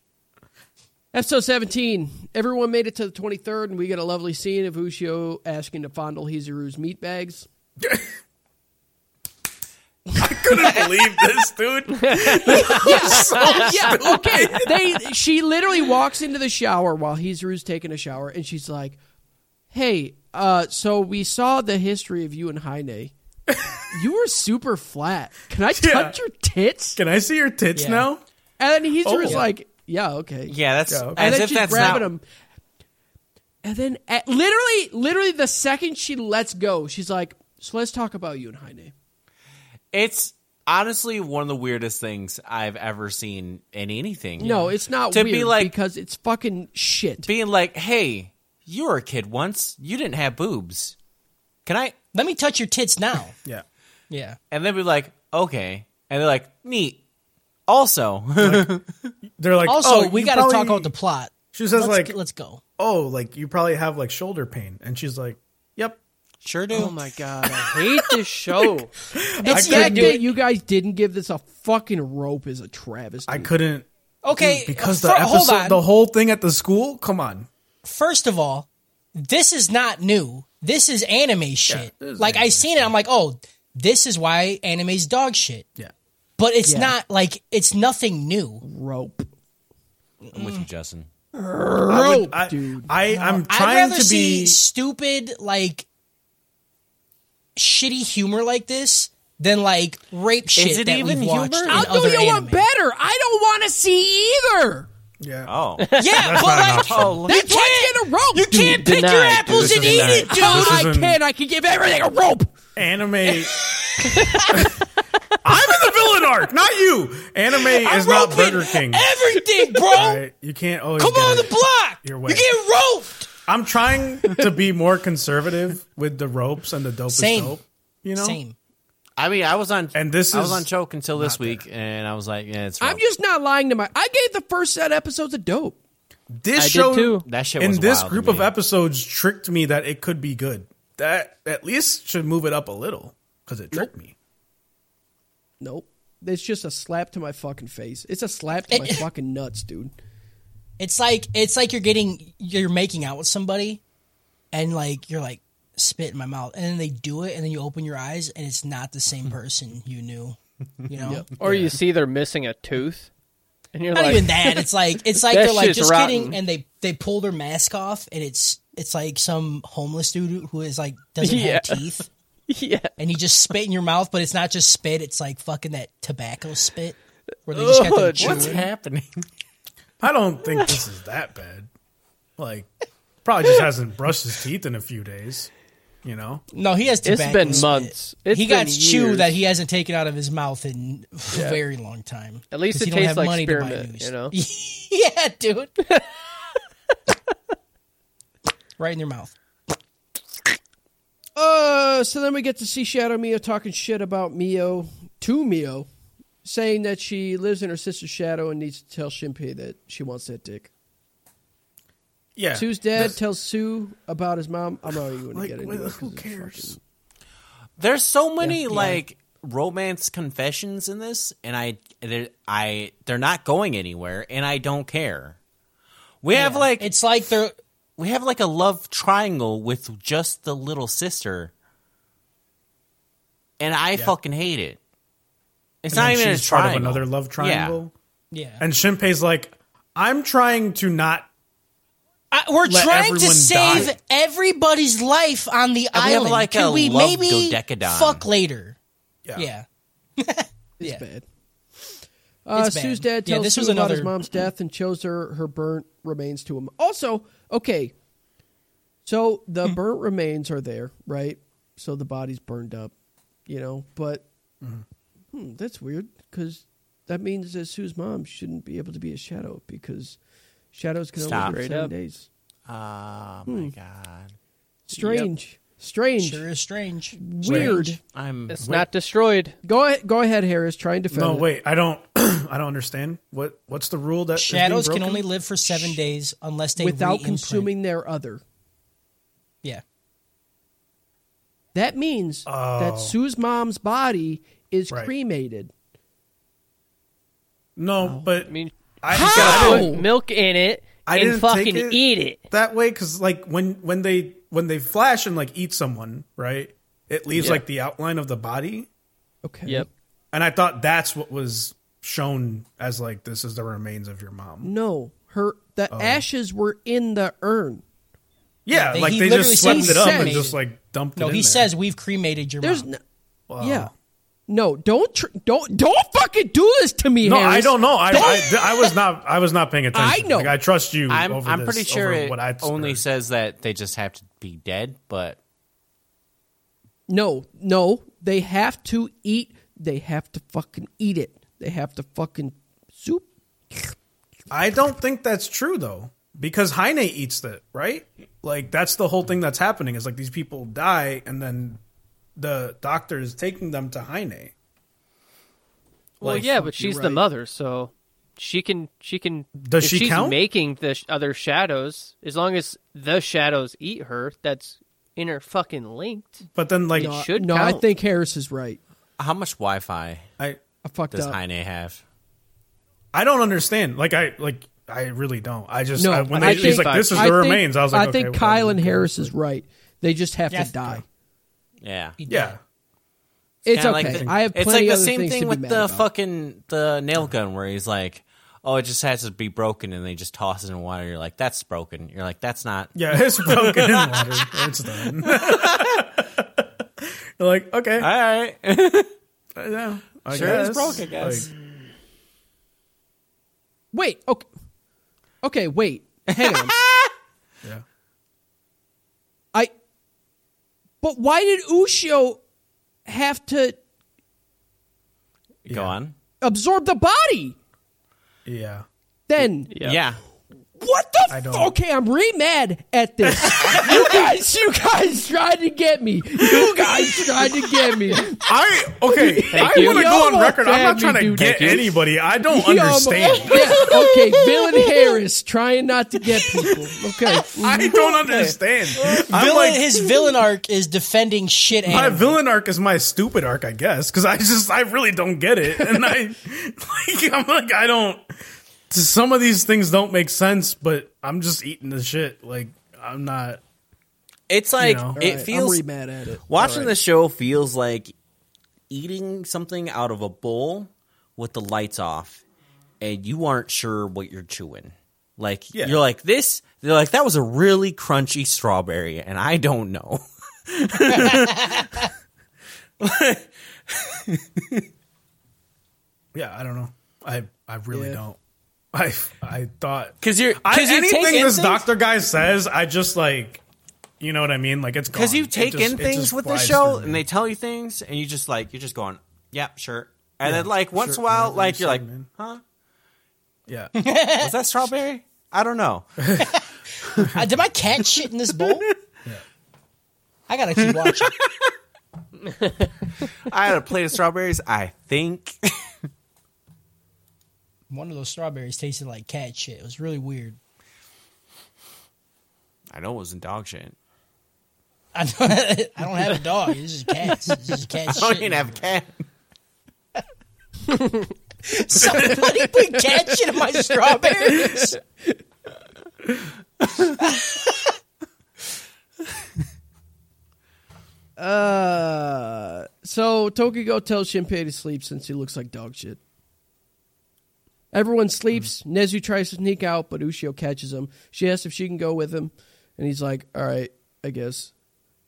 Episode 17. Everyone made it to the 23rd, and we get a lovely scene of Ushio asking to fondle Hizaru's meat bags. [laughs] couldn't believe this, [laughs] dude. [laughs] yeah, okay. They she literally walks into the shower while Hizaru's taking a shower, and she's like, "Hey, uh, so we saw the history of you and Haine. You were super flat. [laughs] Can I touch your tits?" Can I see your tits Yeah. now? And then Hizaru's Oh. like, "Yeah, okay." yeah, that's Yeah, okay. as and then if she's that's grabbing not. him. And then, at, literally, literally, the second she lets go, she's like, "So let's talk about you and Haine." It's honestly one of the weirdest things I've ever seen in anything. No, it's not To weird be like because it's fucking shit. being like, "Hey, you were a kid once. You didn't have boobs. Can I?" Let me touch your tits now. Yeah. Yeah. And then be like, "Okay," and they're like, "Neat." [laughs] Also, They're like, Also, oh, we you got to probably- talk about the plot. She says, let's, like, let's go. oh, like you probably have like shoulder pain, and she's like, yep. sure do. Oh my god, I hate [laughs] this show. It's The yeah, fact that dude. you guys didn't give this a fucking rope is a travesty. I couldn't Mm. Okay, because fir- the hold episode, on. the whole thing at the school. Come on, First of all, this is not new. This is anime shit. this is like I anime seen it, I'm like, oh, this is why anime's dog shit. yeah. But it's Yeah. not like it's nothing new. rope. [laughs] I'm with you, Justin. Rope, I, dude. I, I'm I'd trying rather to see be. stupid, like shitty humor like this than like rape shit. it that even we've watched humor? in I'll do other you one anime. better. I don't want to see either. Yeah. Oh, [laughs] Yeah, but like oh, That's why I get a rope. you can't pick your denied, apples dude. and eat it, This dude. is I an- can. I can give everything a rope. [laughs] anime. [laughs] I'm in the villain arc, not you. Anime is not Roping Burger King. Everything, bro. [laughs] Right? You can't always Come get on it. the block. Your You way. get roped. I'm trying to be more conservative with the ropes and the dope Same. is dope. You know, Same. I mean, I was on And this I was is on choke until this week, and I was like, yeah, it's. I'm rough. just not lying to my. I gave the first set episodes a dope. this I show did too. that shit. in was this wild to group me. of episodes tricked me that it could be good. That at least should move it up a little because it tricked me. Nope. It's just a slap to my fucking face. It's a slap to my fucking nuts, dude. It's like it's like you're getting you're making out with somebody, and like you're like spit in my mouth, and then they do it, and then you open your eyes, and it's not the [laughs] same person you knew. You know, Or you see they're missing a tooth, and you're not like, even that. It's like [laughs] it's like That they're like shit's just rotten. kidding, and they they pull their mask off, and it's it's like some homeless dude who is like doesn't [laughs] Yeah. have teeth, yeah, and he just spit in your mouth, but it's not just spit; it's like fucking that tobacco spit. Where they just got to Ugh, chew what's it. happening? I don't think this is that bad. Like, probably just hasn't brushed his teeth in a few days. You know, No, he has tobacco. it's been spit. months. It's he got been chew years. that he hasn't taken out of his mouth in a very long time. At least 'Cause it he don't tastes have like money to buy spearmint, new you know? stuff. [laughs] yeah, [laughs] dude. right in your mouth. Uh, so then we get to see Shadow Mio talking shit about Mio to Mio, saying that she lives in her sister's shadow and needs to tell Shinpei that she wants that dick. yeah. Sue's dad tells Sue about his mom. I'm not even going to Like, get into well, it. 'cause who it's cares? There's so many like romance confessions in this, and I, they're, I, they're not going anywhere, and I don't care. We have like It's like they're we have like a love triangle with just the little sister, and I fucking hate it. It's not And even she's a part triangle. of another love triangle. yeah. And Shinpei's like, I'm trying to not. I, we're let trying to everyone save die. everybody's life on the we have, island. like, Can a we love maybe dodecadon. fuck later? Yeah. Yeah. It's Yeah. bad. Uh, It's bad. Sue's dad Yeah, tells this Sue was about his another- mom's death and shows her her burnt remains to him. Also, okay, so the Hmm. burnt remains are there, right? So the body's burned up, you know. But Mm-hmm. hmm, that's weird because that means that Sue's mom shouldn't be able to be a shadow because shadows can Stop. only live Straight seven up. days. Oh Hmm. my god, Strange, strange, Sure is strange. weird. I'm it's not destroyed. Go ahead, go ahead, Harris. Try and defend. No, it. wait. I don't. [clears throat] I don't understand. What? What's the rule that is being Shadows can broken? only live for seven days unless they without re-imprint. consuming their other. Yeah. That means that Sue's mom's body is Oh. Right. cremated. No, but I mean, I put milk in it I and didn't fucking take it eat it. that way because like when when they when they flash and like eat someone, right? It leaves like the outline of the body, Okay. Yep. and I thought that's what was shown as like this is the remains of your mom. No, her the Oh. ashes were in the urn. Yeah, they- like he they literally just swept says- it up and says- just like dumped it. No, in he there. says we've cremated your There's mom. no, yeah, no. Don't tr- don't don't fucking do this to me. No, I Harris. don't know. I, I I was not I was not paying attention. I know. Like, I trust you. I'm, over I'm this, pretty sure over it what I only heard. says that they just have to be dead, but No, no. They have to eat. They have to fucking eat it. They have to fucking soup. I don't think that's true though, because Heine eats it, right? Like that's the whole thing that's happening is like these people die and then the doctor is taking them to Heine. Well, Like, yeah, but she's the right. mother, so she can she can. Does if she she's count? making the sh- other shadows as long as the shadows eat her. That's inner fucking linked. But then like It should no, I count. think Harris is right. how much Wi-Fi I I fucked does up. Heine have? I don't understand. Like I like I really don't. I just No, I, when I they, think- she's like this is I the think- remains. I was like I think okay, well, Kyle and okay. Harris is right. They just have Yeah. to die. Yeah, Yeah. It's Kinda okay. Like, I have it's plenty like the other same things to thing be with mad the about. fucking the nail gun, where he's like, oh, it just has to be broken, and they just toss it in water. You're like, that's broken. You're like, that's not. Yeah, it's broken in water. It's done. [laughs] You're like, okay, All right. [laughs] yeah, I Sure, guess. it's broke, I guess. Like, Wait. Okay. Okay. Wait. Hang on. yeah. I. But why did Ushio have to Go on. absorb the body? Yeah. Then Yeah. what the? I f- don't- okay, I'm re mad at this. [laughs] you guys, you guys tried to get me. [laughs] You guys tried to get me. I [laughs] okay. I you. want You to go on almost record. I'm had not me, trying to dude. get Thank you. anybody. I don't Yeah, I'm- understand. yeah, okay, Villain Harris trying not to get people. Okay. I don't understand. I'm Villain, like his villain arc is defending shit my animals. villain arc is my stupid arc, I guess, because I just I really don't get it, and I [laughs] like I'm like I don't. Some of these things don't make sense, but I'm just eating the shit. Like I'm not. It's like know. it feels. I'm re mad at it. watching the show feels like eating something out of a bowl with the lights off, and you aren't sure what you're chewing. Like Yeah. you're like this. They're like that was a really crunchy strawberry, and I don't know. [laughs] Yeah, I don't know. I I really Yeah. don't. I I thought Because you're I, because you anything take this in things, doctor guy says, I just like. You know what I mean? Like it's because because you take in things with the show, and they tell you things, and you just like you're just going, yeah, sure. And then like once in a while, like you're like, huh, yeah. was that strawberry? I don't [laughs] know. Uh, did my cat shit in this [laughs] bowl? I gotta keep watching. I had a plate of strawberries. I think. One of those strawberries tasted like cat shit. It was really weird. I know it was in [laughs] dog shit. I don't, [laughs] I don't have a dog. This is cats. This is cat I don't shit. [laughs] even have a cat. Somebody put cat shit in my strawberries. Uh, so Tokigo tells Shinpei to sleep since he looks like dog shit. Everyone sleeps. Nezu tries to sneak out, but Ushio catches him. She asks if she can go with him, and he's like, "All right, I guess."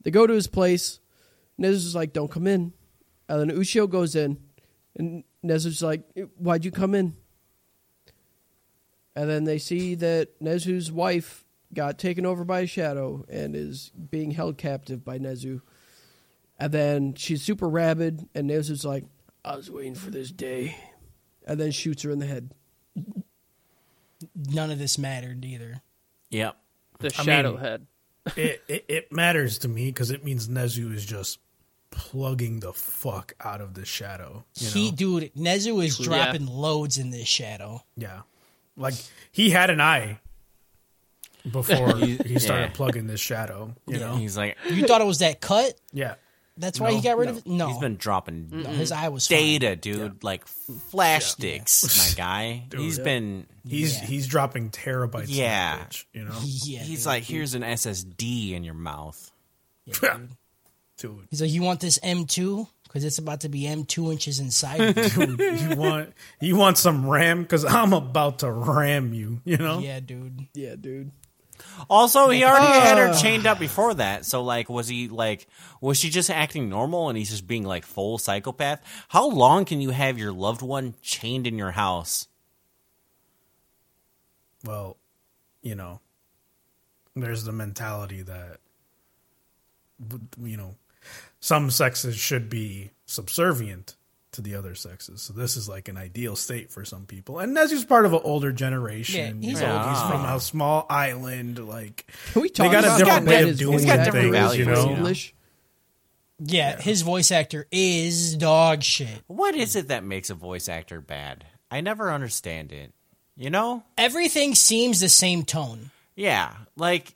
They go to his place. Nezu's like, "Don't come in," and then Ushio goes in, and Nezu's like, "Why'd you come in?" And then they see that Nezu's wife got taken over by a shadow and is being held captive by Nezu. And then she's super rabid, and Nezu's like, I was waiting for this day. And then shoots her in the head. None of this mattered either. Yep. The I mean- shadow head. it, it it matters to me because it means Nezu is just plugging the fuck out of the shadow. You know? He, dude, Nezu is Yeah. dropping loads in this shadow. yeah, like he had an eye [laughs] before he started plugging this shadow. You know, He's like, You thought it was that cut? yeah, That's why he got rid of it? No. he's been dropping No, his eye was fine. data, dude. Like flash [laughs] sticks, my guy. He's been. he's Yeah. he's dropping terabytes. Yeah, Yeah. bitch, you know, Yeah, He's dude. like, here's an SSD in your mouth. dude, He's like, you want this M2? Because it's about to be M2 inches inside. of [laughs] you." you want you want some RAM because I'm about to ram you. You know, yeah, dude. Yeah, dude. Also, he already had Ah. her chained up before that. So, like, was he like, was she just acting normal and he's just being like full psychopath? How long can you have your loved one chained in your house? well, you know, there's the mentality that, w- you know, some sexes should be subservient to the other sexes. So this is like an ideal state for some people. And Nezu's part of an older generation. Yeah, he's you know, old. he's from a small island. Like, Can we talk got a about how different way bad of his doing voice He's got actor different is values, for you know? English? Yeah, his voice actor is dog shit. What is it that makes a voice actor bad? I never understand it. You know? Everything seems the same tone. Yeah. Like,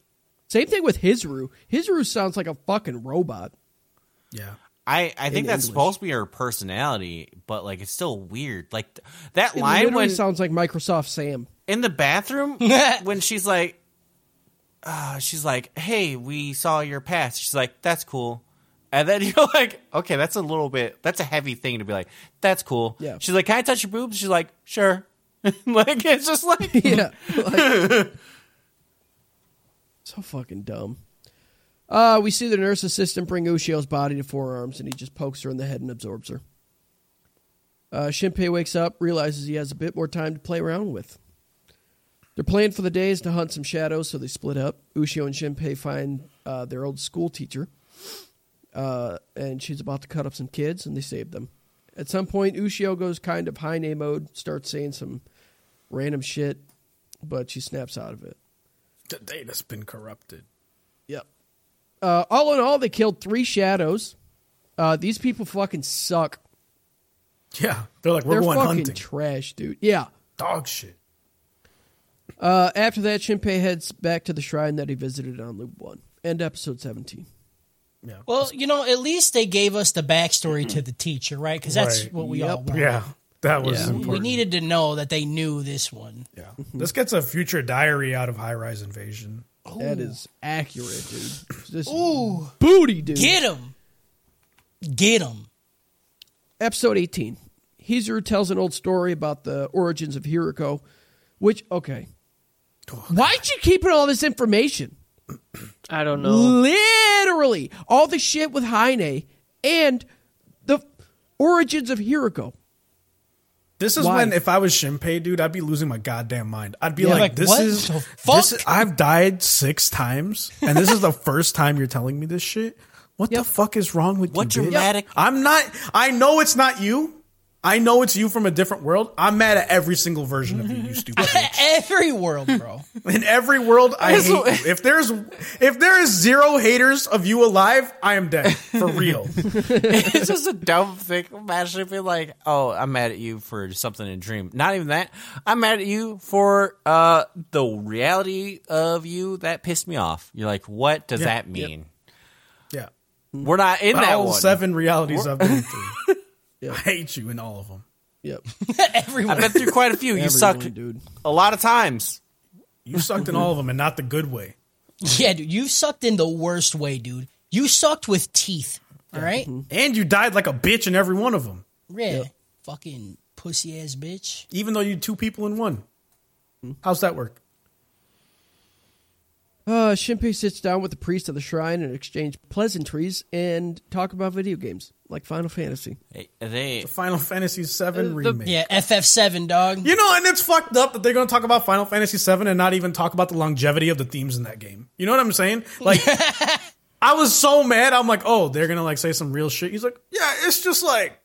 Same thing with Hizru. Hizru sounds like a fucking robot. yeah. I, I think English. that's supposed to be her personality, but like it's still weird. Like th- that It line literally when sounds like Microsoft Sam. in [laughs] the bathroom when she's like, uh, she's like, "Hey, we saw your past." She's like, "That's cool," and then [laughs] you're like, "Okay, that's a little bit. That's a heavy thing to be like. That's cool." Yeah. She's like, "Can I touch your boobs?" She's like, "Sure." [laughs] like it's just [laughs] like yeah. like- [laughs] so fucking dumb. Uh, we see the nurse assistant bring Ushio's body to forearms, and he just pokes her in the head and absorbs her. Uh, Shinpei wakes up, realizes he has a bit more time to play around with. Their plan for the day is to hunt some shadows, so they split up. Ushio and Shinpei find uh, their old school teacher, uh, and she's about to cut up some kids, and they save them. At some point, Ushio goes kind of high name mode, starts saying some random shit, but she snaps out of it. The data's been corrupted. Yep. Uh, all in all, they killed three shadows. Uh, these people fucking suck. Yeah, they're like we're They're going fucking hunting. trash, dude. Yeah. Dog shit. Uh, after that, Shinpei heads back to the shrine that he visited on Loop 1. End episode 17. Yeah. Well, you know, at least they gave us the backstory to the teacher, right? Because that's Right. what we all want. yeah, that was We- important. We needed to know that they knew this one. yeah. This gets a future diary out of High Rise Invasion. That is accurate, dude. This Ooh. booty, dude. Get him. Get him. episode 18 Hizuru tells an old story about the origins of Hiroko, which, okay. Why'd you keep in all this information? I don't know. Literally, all the shit with Heine and the origins of Hiroko. This is Why? when, if I was Shinpei, dude, I'd be losing my goddamn mind. I'd be Yeah, like, like, "This what is the this fuck? is- I've died six times, and [laughs] this is the first time you're telling me this shit. What the fuck is wrong with What you? bitch? dramatic- I'm not. I know it's not you. I know it's you from a different world. I'm mad at every single version of you, [laughs] you stupid. bitch. E-, Every world, [laughs] bro. [laughs] In every world, I hate you. If there's if there is zero haters of you alive, I am dead [laughs] for real. [laughs] it's just a dumb thing. Imagine if you're like, oh, I'm mad at you for something in a dream. Not even that. I'm mad at you for uh, the reality of you that pissed me off. You're like, what does that mean? yeah, We're not in that all one. seven realities [laughs] I've been through. I hate you in all of them. Yep. I've been through quite a few. you Everyone, sucked dude. a lot of times. You sucked in all of them, and not the good way. Yeah, dude. You sucked in the worst way, dude. You sucked with teeth. All right? And you died like a bitch in every one of them, Yeah. Fucking pussy ass bitch. even though you two people in one. How's that work? Uh, Shinpei sits down with the priest of the shrine and exchange pleasantries and talk about video games like Final Fantasy. They- They Final Fantasy VII remake. Uh, Yeah, FF7, dog. You know, and it's fucked up that they're going to talk about Final Fantasy VII and not even talk about the longevity of the themes in that game. You know what I'm saying? [laughs] Like, I was so mad. I'm like, oh, they're going to like say some real shit. He's like, yeah, it's just like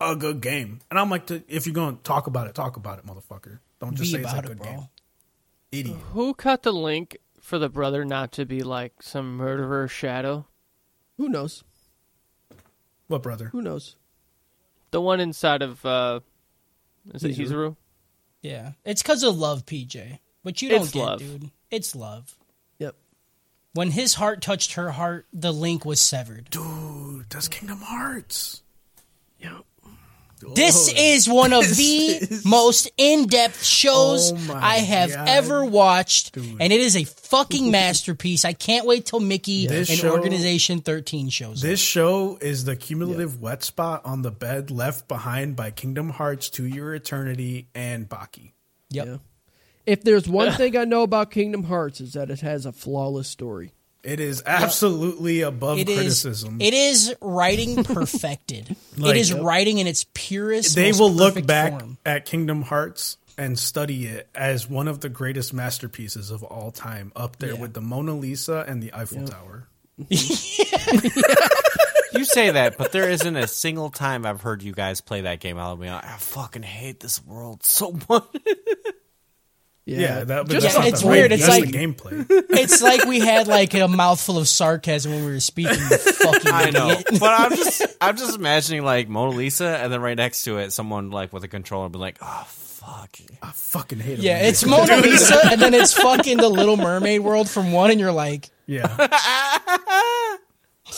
a good game. And I'm like, if you're going to talk about it, talk about it, motherfucker. Don't just Be say it's a about good it, game. bro. Idiot. Who cut the link for the brother not to be like some murderer shadow? Who knows? What, brother? Who knows? The one inside of uh is it Hizuru? Yeah. It's because of love, PJ. But you don't It's get, love. dude. It's love. Yep. When his heart touched her heart, the link was severed. Dude, that's Kingdom Hearts. [laughs] This is one of the most in-depth shows Oh my I have God. ever watched, and it is a fucking masterpiece. I can't wait till Mickey and This show- Organization 13 shows. up. This show is the cumulative wet spot on the bed left behind by Kingdom Hearts to Your Eternity and Baki. Yep. Yeah. If there's one thing I know about Kingdom Hearts is that it has a flawless story. It is absolutely above It is criticism. it is writing [laughs] perfected. Like, it is yep. writing in its purest. they most will look perfect back form. at Kingdom Hearts and study it as one of the greatest masterpieces of all time, up there Yeah. with the Mona Lisa and the Eiffel Tower. you say that, but there isn't a single time I've heard you guys play that game. I'll be like, I fucking hate this world so much. Yeah, that, but Just that's Yeah, not it's the weird. rating, It's that's like- the gameplay. It's like we had like a mouthful of sarcasm when we were speaking. you Fucking [laughs] I [laughs] know, idiot. [laughs] but I'm just I'm just imagining like Mona Lisa, and then right next to it, someone like with a controller be like, "Oh fuck, I fucking hate it. Yeah, it's Mona Lisa, and then it's fucking the Little Mermaid world from one, and you're like, [laughs] Yeah.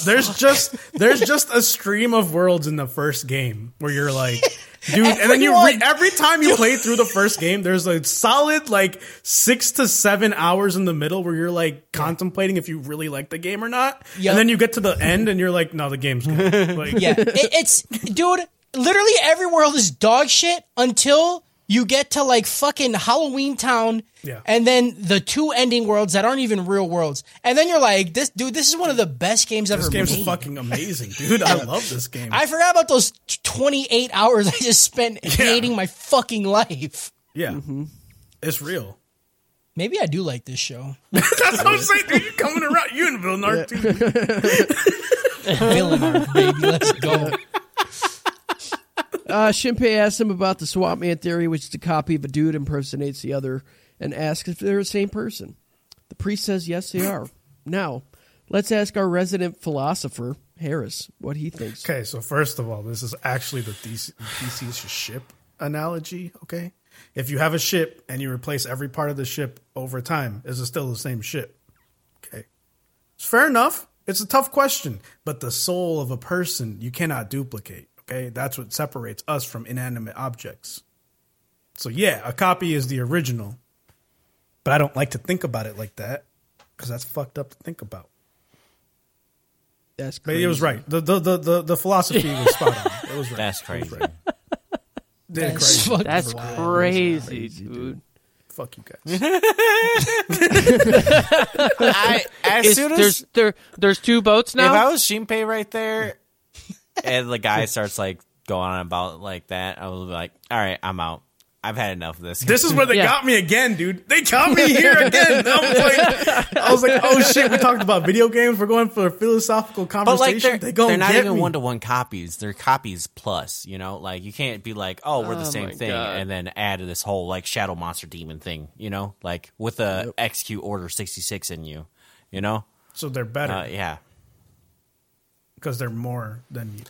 there's just there's just a stream of worlds in the first game where you're like, [laughs] dude, and then you re- Everyone- every [laughs] time you play through the first game, there's a solid like six to seven hours in the middle where you're like contemplating if you really like the game or not, Yep. and then you get to the end and you're like, no, the game's [laughs] good. Like, yeah, it, it's dude. Literally every world is dog shit until you get to like fucking Halloween Town, Yeah. and then the two ending worlds that aren't even real worlds, and then you're like, this dude, this is one of the best games ever This game's made. fucking amazing, dude. I love this game. I forgot about those t- 28 hours [laughs] I just spent hating my fucking life. yeah, it's real. Maybe I do like this show. That's what I'm saying, dude. You're coming around. You and Villenard too. Villain, baby, let's go. Uh, Shinpei asks him about the swap man theory, which is a copy of a dude impersonates the other, and asks if they're the same person. The priest says yes, they are. Now, let's ask our resident philosopher, Harris, what he thinks. Okay, so first of all, this is actually the These- Theseus ship analogy. Okay, if you have a ship and you replace every part of the ship over time, is it still the same ship? Okay, it's fair enough. It's a tough question, but the soul of a person you cannot duplicate. Okay, that's what separates us from inanimate objects. So yeah, a copy is the original, but I don't like to think about it like that because that's fucked up to think about. That's But crazy. he was right. The the the the, the philosophy was spot on. It was right. That's crazy. They're [laughs] That's [laughs] crazy. fucking That's wild. crazy, dude. Fuck you guys. I, as Is- soon there's as there there's two boats if I now. was Shinpei right there, and the guy starts like going on about like that, I will be like, "All right, I'm out. I've had enough of this." This is where they Yeah. got me again, dude. They got me here again. [laughs] I was like, I was like, oh shit. We talked about video games. We're going for a philosophical but like conversation. they're, they they gonna are not get even me. one to one copies. They're copies plus. You know, like you can't be like, "Oh, we're the Oh same my thing," God. and then add to this whole like shadow monster demon thing. You know, like with a execute order sixty six in you. You know, so they're better. uh, yeah. because they're more than you.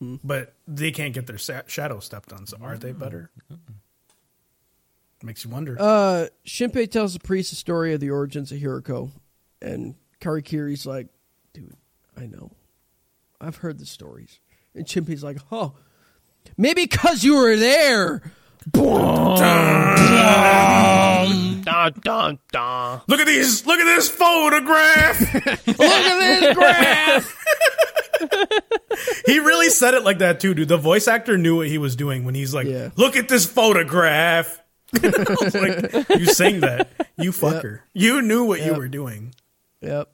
Hmm. But they can't get their sa- shadow stepped on. So are they better? Makes you wonder. Uh, Shinpei tells the priest the story of the origins of Hiroko, and Karikiri's like, dude, I know. I've heard the stories. And Shinpei's like, oh, maybe because you were there. Dun, dun, dun. look at these. Look at this [laughs] photograph. Look at this graph. he really said it like that too, dude. The voice actor knew what he was doing when he's like, Yeah. "Look at this photograph." [laughs] I was like, you sang that, you fucker. You knew what you were doing. Yep.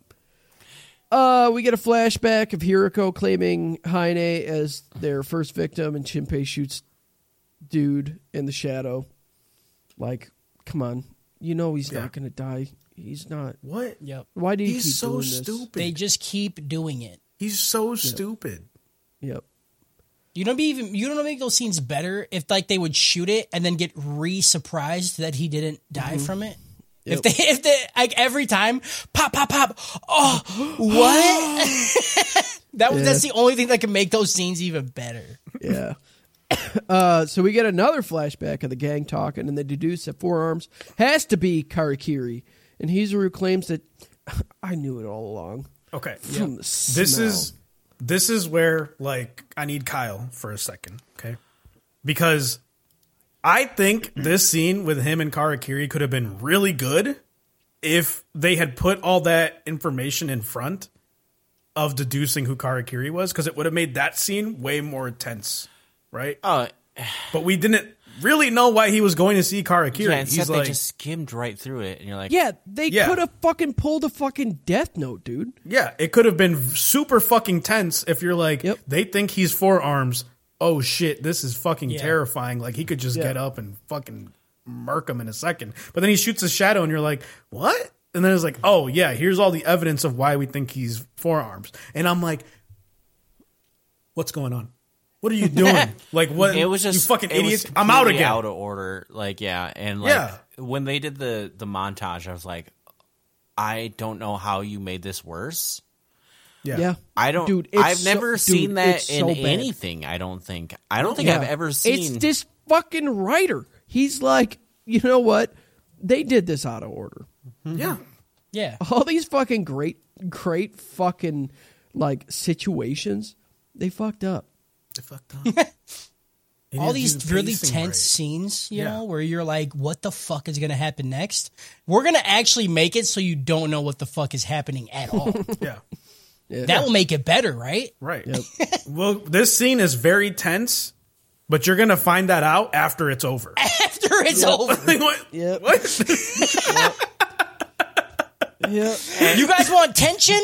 Uh, we get a flashback of Hiroko claiming Haine as their first victim, and Shinpei shoots dude in the shadow. Like, come on, you know he's Yeah. not gonna die. He's not. What? Yep. Why do you keep He's so doing this? stupid. They just keep doing it. He's so stupid. Yep. You don't be even you don't make those scenes better if like they would shoot it and then get re surprised that he didn't die Mm-hmm. from it. If they [laughs] if they like every time pop pop pop oh [gasps] what that was that's the only thing that can make those scenes even better. Yeah. [coughs] uh, so we get another flashback of the gang talking, and they deduce that Forearms has to be Karikiri, and Hizuru claims that [laughs] I knew it all along. Okay. From the this smell. is this is where like I need Kyle for a second, okay? Because I think this scene with him and Karakiri could have been really good if they had put all that information in front of deducing who Karakiri was because it would have made that scene way more tense, right? Oh, But we didn't really know why he was going to see Karakiri. yeah. Instead, He's they like, just skimmed right through it, and you're like, Yeah, they Yeah. could have fucking pulled a fucking death note, dude. Yeah, it could have been v- super fucking tense if you're like, Yep. they think he's forearms. Oh shit, this is fucking terrifying. Like he could just Yeah. get up and fucking murk him in a second. But then he shoots a shadow and you're like, what? And then it's like, oh yeah, here's all the evidence of why we think he's forearms. And I'm like, what's going on? What [laughs] are you doing? like what? It was just you fucking it was idiot. I'm out completely again. Out of order. Like yeah, and like Yeah. when they did the the montage, I was like, I don't know how you made this worse. Yeah. Yeah. I don't. Dude, it's I've so- never dude, seen that it's in so bad. anything. I don't think. I don't think I've Yeah. ever seen. It's this fucking writer. He's like, you know what? They did this out of order. [laughs] Yeah. Yeah. All these fucking great, great fucking like situations, they fucked up. They fucked up. all these really tense pacing right. scenes, you Yeah. know, where you're like, what the fuck is going to happen next? We're going to actually make it so you don't know what the fuck is happening at all. yeah. that will make it better, right? [laughs] Right. [laughs] well, this scene is very tense, but you're going to find that out after it's over. [laughs] it's over. what? Yep. What? [laughs] Yep. You guys want tension?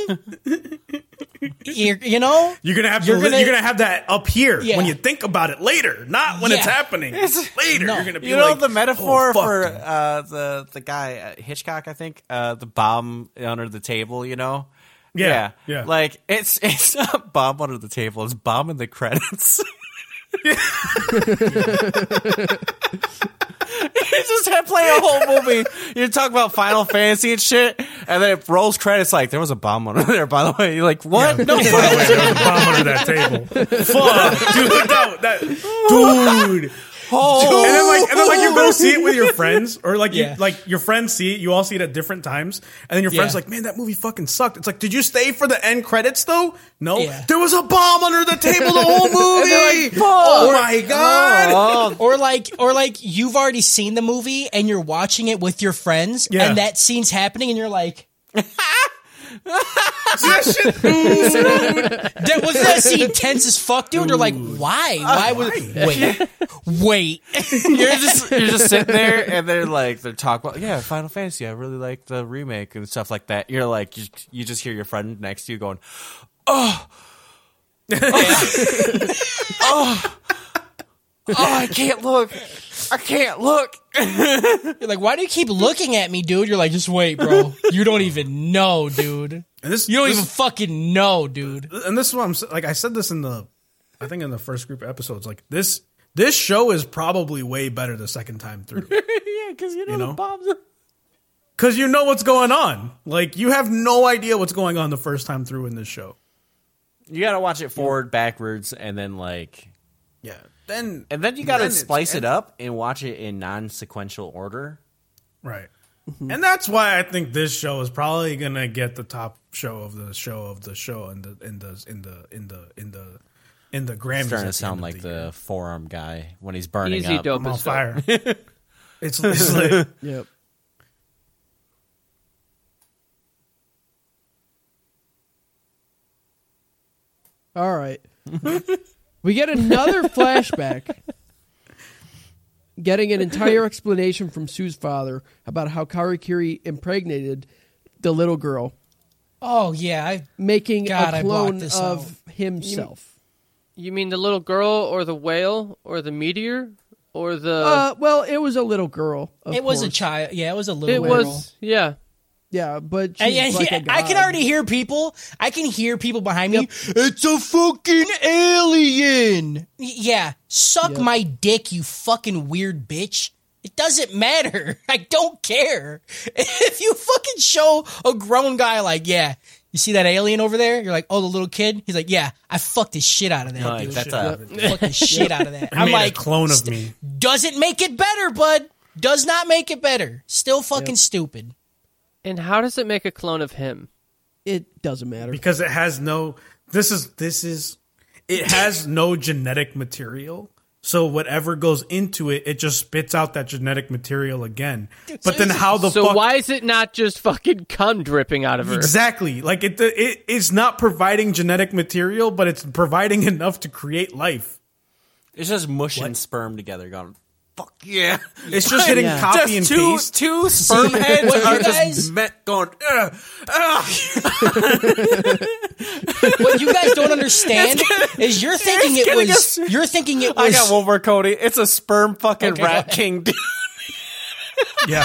you you know? You're gonna have You're to. gonna- Gonna, you're gonna have that up here Yeah. when you think about it later, not when it's Yeah. [laughs] happening. later, No. you're gonna be You know like, the metaphor "Oh, fuck, for dude." uh, the the guy uh, Hitchcock, I think, uh, the bomb under the table. You know, Yeah, yeah. Like it's [laughs] it's not bomb under the table; it's bomb in the credits. [laughs] you just had play a whole movie. You talk about Final Fantasy and shit, and then it rolls credits like there was a bomb under there. By the way, you're like, what? No, By the way, there was a bomb under that table. Fuck, dude, that, that, dude. oh, And then like, and then like, you go see it with your friends, or like, Yeah. you, like your friends see it. You all see it at different times, and then your friends Yeah. like, man, that movie fucking sucked. It's like, did you stay for the end credits though? No, Yeah. there was a bomb under the table the whole movie. oh my god. Or like or like you've already seen the movie and you're watching it with your friends Yeah. and that scene's happening and you're like [laughs] That shit- that was that scene tense as fuck, dude. You're like, why? Why was [laughs] wait, wait? You're just you're just sitting there, and they're like they're talking about yeah, Final Fantasy. I really like the remake and stuff like that. You're like you, you just hear your friend next to you going, oh, oh, oh, I can't look, I can't look. You're like, why do you keep looking at me, dude? You're like, just wait, bro. You don't even know, dude. And this, You don't this- even fucking know, dude. and this is what I'm s- like. I said this in the, I think in the first group of episodes. Like this, this show is probably way better the second time through Yeah, because you know, know? the bombs. because you know what's going on. Like you have no idea what's going on the first time through in this show. You gotta watch it forward, backwards, and then like, Yeah. Then and then you gotta Then it's- splice it up and watch it in non-sequential order. right, and that's why I think this show is probably gonna get the top show of the show of the show in the in the in the in the in the in the Grammys. at starting to the sound end of like year. the forearm guy when he's burning Easy up. dope I'm on [laughs] as fuck. fire. it's, it's lit. Yep. [laughs] All right. we get another flashback. Getting an entire explanation from Sue's father about how Karikiri impregnated the little girl, Oh yeah, I, making God, a I blocked clone this of himself. You mean the little girl or the whale or the meteor or the Uh, well, it was a little girl. of it was a course. child. Yeah, it was a little. It girl. was yeah. Yeah, but she's And- and like yeah, a I can god. already hear people. I can hear people behind me. It's a fucking alien. Y- Yeah, suck Yep. my dick, you fucking weird bitch. It doesn't matter. [laughs] I don't care. [laughs] If you fucking show a grown guy like, yeah, you see that alien over there? You're like, oh, the little kid. He's like, yeah, I fucked the shit out of that. Like, dude. that's a, Fuck the shit out of that. I I'm made like, a clone of me. doesn't make it better, bud. Does not make it better. Still fucking stupid. And how does it make a clone of him? It doesn't matter. because it has no this is this is it has no genetic material so whatever goes into it it just spits out that genetic material again but then how the So fuck why is it not just fucking cum dripping out of her? exactly like it, it it's not providing genetic material but it's providing [laughs] enough to create life It's just mushing sperm together, going, fuck yeah. it's just hitting Yeah. [laughs] copy and two, [laughs] paste [laughs] Two sperm heads What, are you guys- just met going, "Ugh, ugh." [laughs] What you guys don't understand is you're thinking it getting was you're thinking it I [laughs] got was one more, Cody. It's a sperm fucking Okay, rat go ahead. king. dude. yeah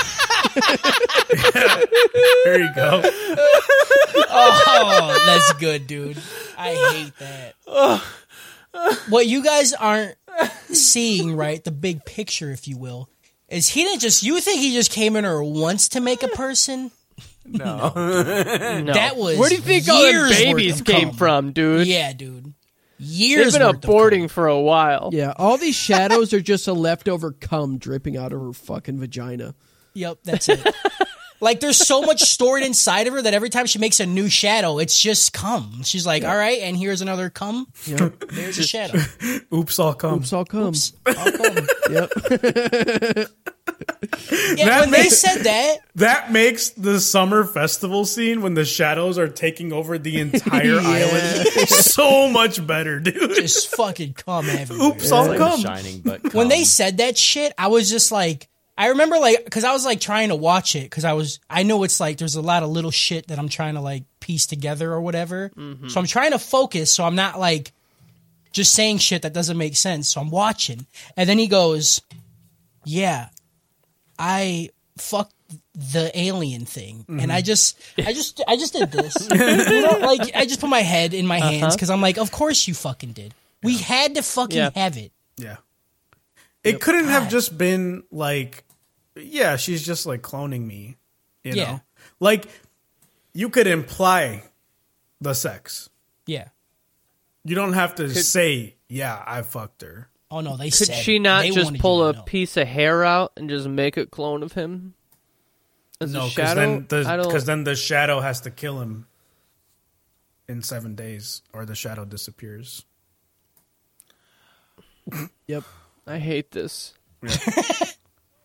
there you go oh that's good, dude. I hate that. What you guys aren't seeing, right? The big picture, if you will, is he didn't just you think he just came in her once to make a person? [laughs] No, that was Where do you think all years the worth babies of came cum. from, dude? Yeah, dude. They've Years been worth of cum. aborting for a while. Yeah, all these shadows are just a leftover cum dripping out of her fucking vagina. Yep, that's it. [laughs] like there's so much stored inside of her that every time she makes a new shadow, it's just cum. She's like, all right, and here's another cum. There's a shadow. oops all It's comes all cum. All [laughs] cum. [laughs] Yep. Yeah, That when they makes- said that, That makes the summer festival scene when the shadows are taking over the entire island [laughs] so much better, dude. just fucking cum everywhere. Oops, all like come. [laughs] shining, but When they said that shit, I was just like, I remember like because I was like trying to watch it because I was I know it's like there's a lot of little shit that I'm trying to like piece together or whatever. So I'm trying to focus so I'm not like just saying shit that doesn't make sense. So I'm watching, and then he goes, "Yeah, I fucked the alien thing," and I just I just I just did this. You know, like I just put my head in my hands because I'm like, of course you fucking did. We had to fucking Yeah. have it. Yeah. It couldn't have just been like, yeah, she's just like cloning me, you Yeah. know? Like, you could imply the sex. Yeah. You don't have to say, yeah, I fucked her. Oh no, they Could said she it. not They just wanted pull you to a know. piece of hair out and just make a clone of him? As a No, because shadow? then, I the, don't- 'cause then the shadow has to kill him in seven days or the shadow disappears. Yep. I hate this.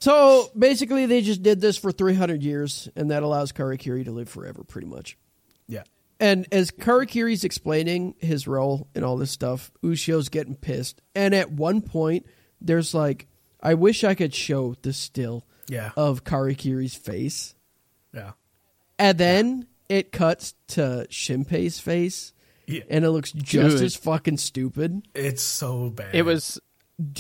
So basically, they just did this for 300 years, and that allows Karakiri to live forever, pretty much. Yeah. And as Karakiri's explaining his role and all this stuff, Ushio's getting pissed. And at one point, there's like, I wish I could show the still Yeah. of Karakiri's face. Yeah. And then it cuts to Shinpei's face, Yeah. and it looks just Dude. as fucking stupid. It's so bad. It was.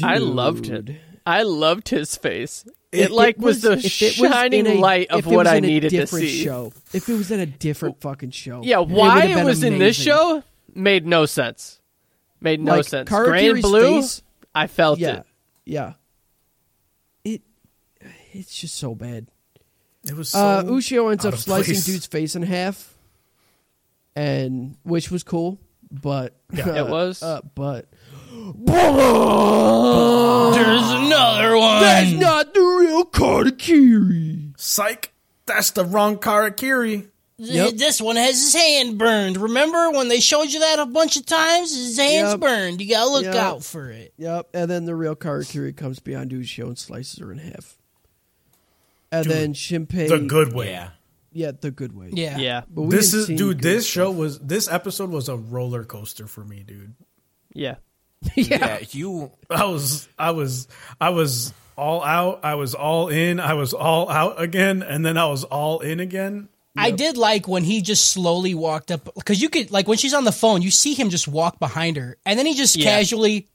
I loved it. Dude. I loved his face. It, If like was the if it was shining in a- light of if it what was I in a needed to different see. Show. If it was in a different fucking show, Yeah, it why would've it been was in this amazing. show made no sense. Made no Like, sense. Karakiri's Gray and blue, face- I felt Yeah, it. yeah. It, it's just so bad. It was so. Uh, Ushio ends up out of slicing place. dude's face in half, and which was cool, but It [laughs] was. Uh, but um, There's another one. that's not the real Karakiri. Psych. That's the wrong Karakiri. Yep. This one has his hand burned. Remember when they showed you that a bunch of times? His hand's Yep. burned. You gotta look Yep. out for it. Yep, and then the real Karakiri comes behind Ushio and slices her in half. And then Shinpei, The good way. Yeah. yeah, the good way, Yeah. yeah, But we This hadn't is seen dude. good- This show was this episode was a roller coaster for me, dude. [laughs] yeah. Yeah, you. I was I was I was all out. I was all in. I was all out again, and then I was all in again. I did like when he just slowly walked up because you could like when she's on the phone, you see him just walk behind her, and then he just casually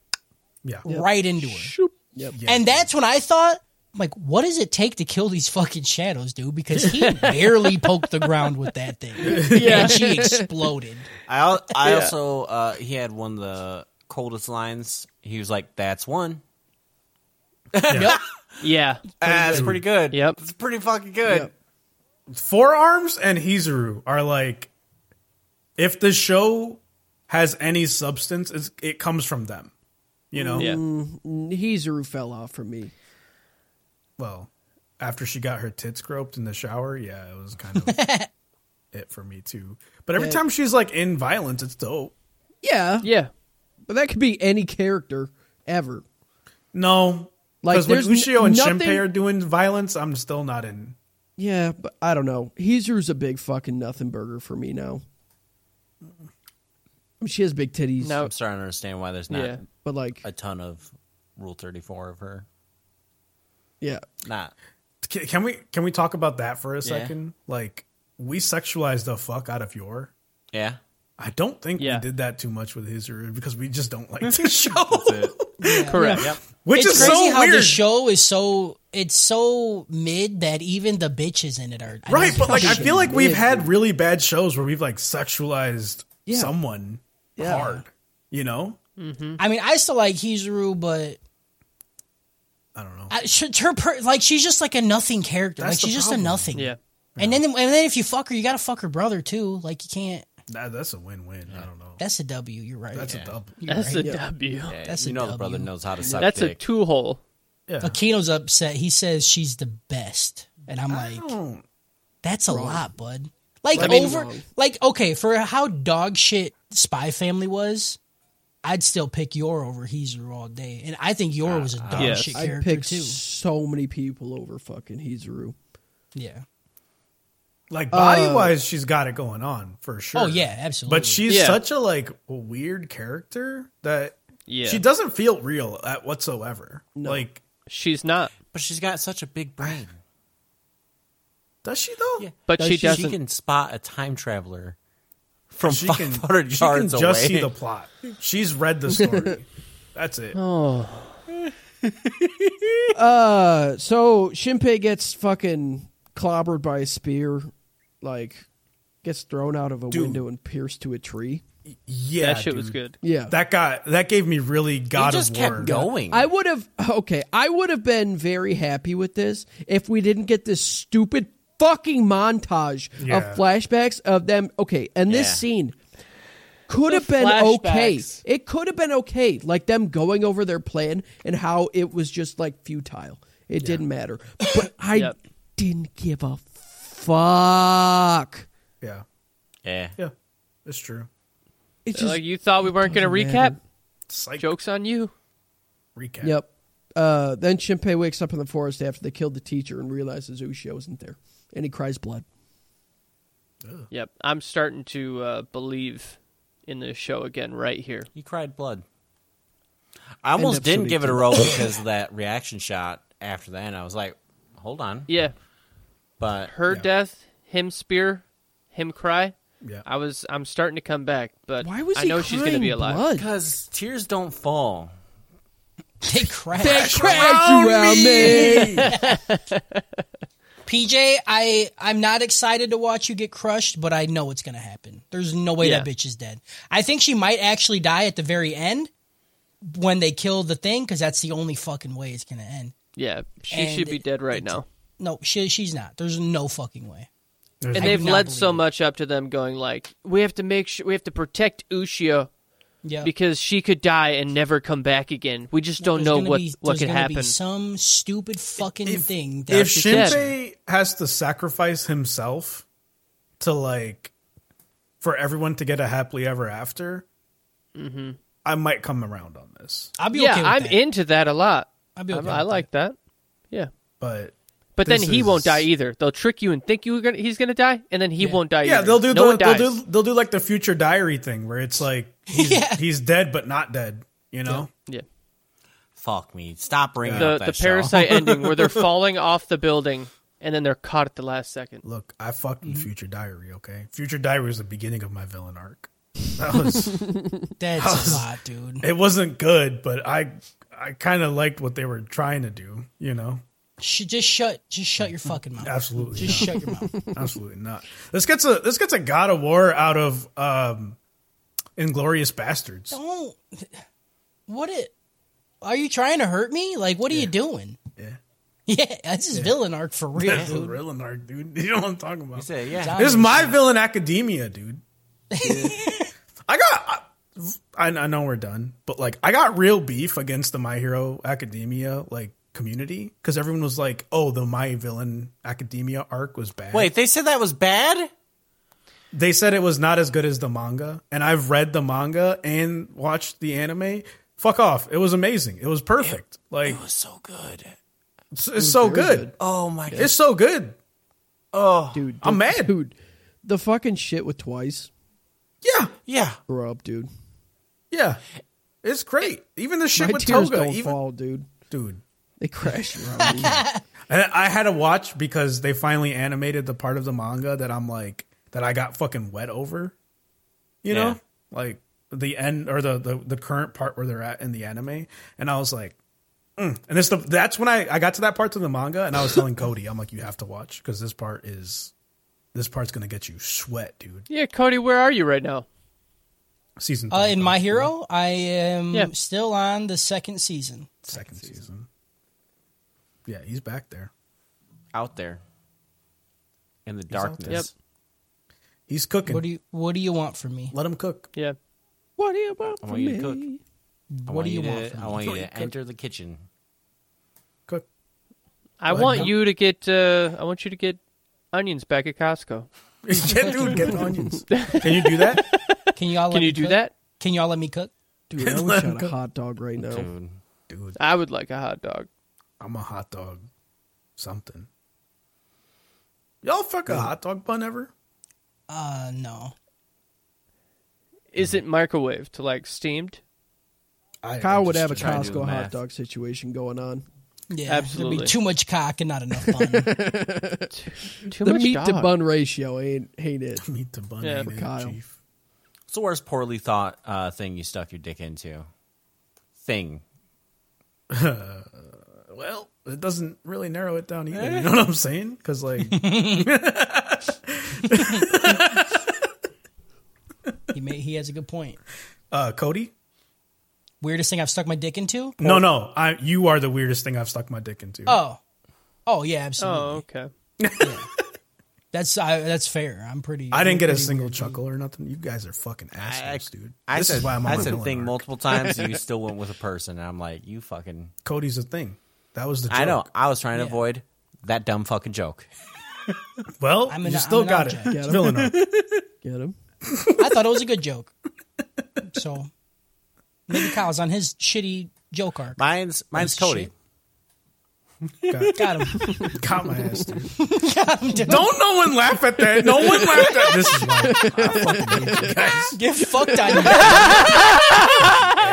Yeah, right into her. And that's when I thought, I'm like, what does it take to kill these fucking shadows, dude? Because [laughs] he barely poked the ground with that thing, and she exploded. I al- I also uh, he had one of the coldest lines. He was like, "That's one." Yep. Yeah. Ah, That's pretty good. Yep. it's pretty fucking good. Yep. forearms and Hizuru are like, if the show has any substance, it's, it comes from them. You know. Yeah. Hizuru fell off for me. Well, after she got her tits groped in the shower, yeah, it was kind of it for me too. But every time she's like in violence, it's dope. Yeah, Yeah. but that could be any character ever. No. Like, Because when there's n- Ushio and nothing- Shinpei are doing violence, I'm still not in. Yeah, but I don't know. Hizuru's a big fucking nothing burger for me now. I mean, she has big titties, No. I'm starting to understand why there's not Yeah. but like, a ton of Rule Thirty Four of her. yeah, Not Can, can we can we talk about that for a Yeah. second? Like we sexualized the fuck out of your. yeah. I don't think Yeah. we did that too much with Hizuru because we just don't like the show, Correct. which it's is crazy so how weird. the show is so it's so mid that even the bitches in it are I right, don't but like I appreciate feel it. like we've had really bad shows where we've like sexualized Yeah. someone Yeah. hard. You know, I mean I still like Hizuru, but I don't know. I, should her per, like she's just like a nothing character. That's like the she's just a problem. nothing. Yeah. And then and then if you fuck her, you gotta fuck her brother too. Like you can't. That, that's a win-win. I don't know. That's a W. You're right. That's a double. You're That's right. a W. That's you a know the W. brother knows how to suck That's a dick. two hole. Yeah. Aquino's upset. He says she's the best, and I'm like, don't- that's a lot, bud. Like mean, over, wrong. like okay, for how dog shit Spy Family was, I'd still pick Yor over Hizuru all day, and I think Yor was a dog Ah, yes. shit I character picked too. so many people over fucking Hizuru. Yeah. Like body wise, she's got it going on for sure. Oh yeah, absolutely. But she's Yeah. such a like weird character that Yeah. she doesn't feel real at whatsoever. Like She's not. But she's got such a big brain. Does she though? Yeah. But No, she She doesn't- can spot a time traveler from She can, 500 she can yards just away. [laughs] see the plot. Oh. She's read the [laughs] story. That's it. Uh, so Shinpei gets fucking clobbered by a spear, like gets thrown out of a window and pierced to a tree. Yeah, that shit was dude. good. Yeah, That got that gave me really He God just of War. kept going. I would have [laughs] okay. I would have been very happy with this if we didn't get this stupid fucking montage Yeah. of flashbacks of them. Okay, and this Yeah. scene could have been okay. flashbacks. It could have been okay, like them going over their plan and how it was just like futile. It didn't matter, but [coughs] I Yep. didn't give a fuck. Yeah, yeah. yeah, it's true. It's just Like you thought we weren't going to recap? Psych Jokes on you. recap. Yep. Uh, then Shinpei wakes up in the forest after they killed the teacher and realizes Ushio isn't there. And he cries blood. Yep, I'm starting to uh, believe in the show again right here. He cried blood. I almost up didn't shooting give it a roll because of that reaction shot after that. And I was like, hold on. Yeah, But her death, him spear, him cry. Yeah. I was I'm starting to come back, but Why was I he know she's going to crying be alive. blood? because tears don't fall. They crash. Crash around me. PJ, I I'm not excited to watch you get crushed, but I know it's gonna happen. There's no way that Yeah. bitch is dead. I think she might actually die at the very end when they kill the thing, because that's the only fucking way it's gonna end. Yeah, she And should be dead right it's- now. No, she she's not. There's no fucking way. There's And I they've do not led believe so it. much up to them going like, we have to make sure we have to protect Ushio Yeah. because she could die and never come back again. We just don't There's know gonna what be- what there's could gonna happen. Be some stupid fucking thing. That if she Shinpei said. has to sacrifice himself to like for everyone to get a happily ever after, Mm-hmm. I might come around on this. I'll be yeah, okay with I'm that. into that a lot. I'll be I'm- okay I with like that. Yeah. But But then This he won't is- die either. They'll trick you and think you were gonna, he's going to die, and then he won't die. yeah, either. they'll do no the, one they'll dies. do they'll do like the future diary thing where it's like [laughs] he's, he's dead but not dead. You know, yeah. Fuck me. Stop bringing the up that the show. parasite ending where they're falling off the building and then they're caught at the last second. look, I fucked Mm-hmm. with future diary. Okay, future diary was the beginning of my villain arc. [laughs] That was [laughs] That's a lot, dude. it wasn't good, but I I kind of liked what they were trying to do. You know, Sh- just shut, just shut your fucking mouth. absolutely. Just shut your [laughs] mouth. Absolutely not. This gets a this gets a God of War out of um Inglorious Bastards. Don't. What it? Are you trying to hurt me? Like, what are you doing? Yeah. [laughs] Yeah, that's his villain arc for real, That's a dude. real narc, dude. [laughs] You know what I'm talking about. He said, yeah. this is my villain academia, dude. I got I, I know we're done, but like I got real beef against the My Hero Academia like community because everyone was like, "Oh, the My Villain Academia arc was bad." Wait, they said that was bad? they said it was not as good as the manga, and I've read the manga and watched the anime. Fuck off! It was amazing. It was perfect. Like So good. it's, it's so good. Oh my god. It's so good. Dude, I'm dude, mad. Dude, the fucking shit with Twice. Yeah, Yeah. Grow up, dude. yeah. It's great. Even the shit My with tears Toga, don't even fall, dude. dude. They crash around me. And I had to watch because they finally animated the part of the manga that I'm like that I got fucking wet over. You know, Yeah. like the end or the, the the current part where they're at in the anime, and I was like, mm. and it's the that's when I I got to that part to the manga, and I was telling Cody, I'm like, you have to watch because this part is this part's gonna get you sweat, dude. Yeah, Cody, where are you right now? Season Uh, three, in My Hero, I am Yeah. still on the second season. second season. Yeah, he's back there. Out there. In the darkness. He's cooking. What do you What do you want from me? Let him cook. Yeah. what do you want I from want you to cook. me? I What do you to- want from I me? want you Cook, to cook. enter the kitchen. Cook. [laughs] I Well, want no. you to get uh, I want you to get onions back at Costco. yeah, dude, [laughs] get the onions. Can you do that? Can y'all let Can me you do cook? that? Can y'all let me cook? Dude, I wish I had a hot dog right now. Dude. Dude, I would like a hot dog. I'm a hot dog something. Y'all fuck a hot dog bun ever? Uh, no. Is it microwave to like steamed? I, Kyle would have a trying to do the Costco hot math. dog situation going on. Yeah, Absolutely. There'd be too much cock and not enough [laughs] bun. Too The much meat to dog. bun ratio ain't ain't it. Meet the bunny, Yeah, ain't it, Kyle. Chief. What's the worst poorly thought uh, thing you stuck your dick into? Thing. Well, it doesn't really narrow it down [laughs] either. You know what I'm saying? Because like, he may, he has a good point. uh, Cody. Weirdest thing I've stuck my dick into? No, no, I. You are the weirdest thing I've stuck my dick into. Oh, oh yeah, absolutely. Oh, okay. That's I, that's fair. I'm pretty. I didn't get a single chuckle or nothing. You guys are fucking assholes, dude. I this said, is why I'm I on said the thing thing. multiple times, [laughs] and you still went with a person. And I'm like, you fucking. Cody's a thing. That was the. Joke. I know. I was trying to avoid that dumb fucking joke. Well, I'm you an- I'm still an got object. it. Villain arc. Get him. I thought it was a good joke. So maybe Kyle's on his shitty joke arc. Mine's mine's Nice [laughs] Cody. shit. Got him. Caught [laughs] my ass, dude. Got him. dude. Don't no one laugh at that. No one laughed at this. Is why I fucking hate you guys, [laughs] get fucked on. You.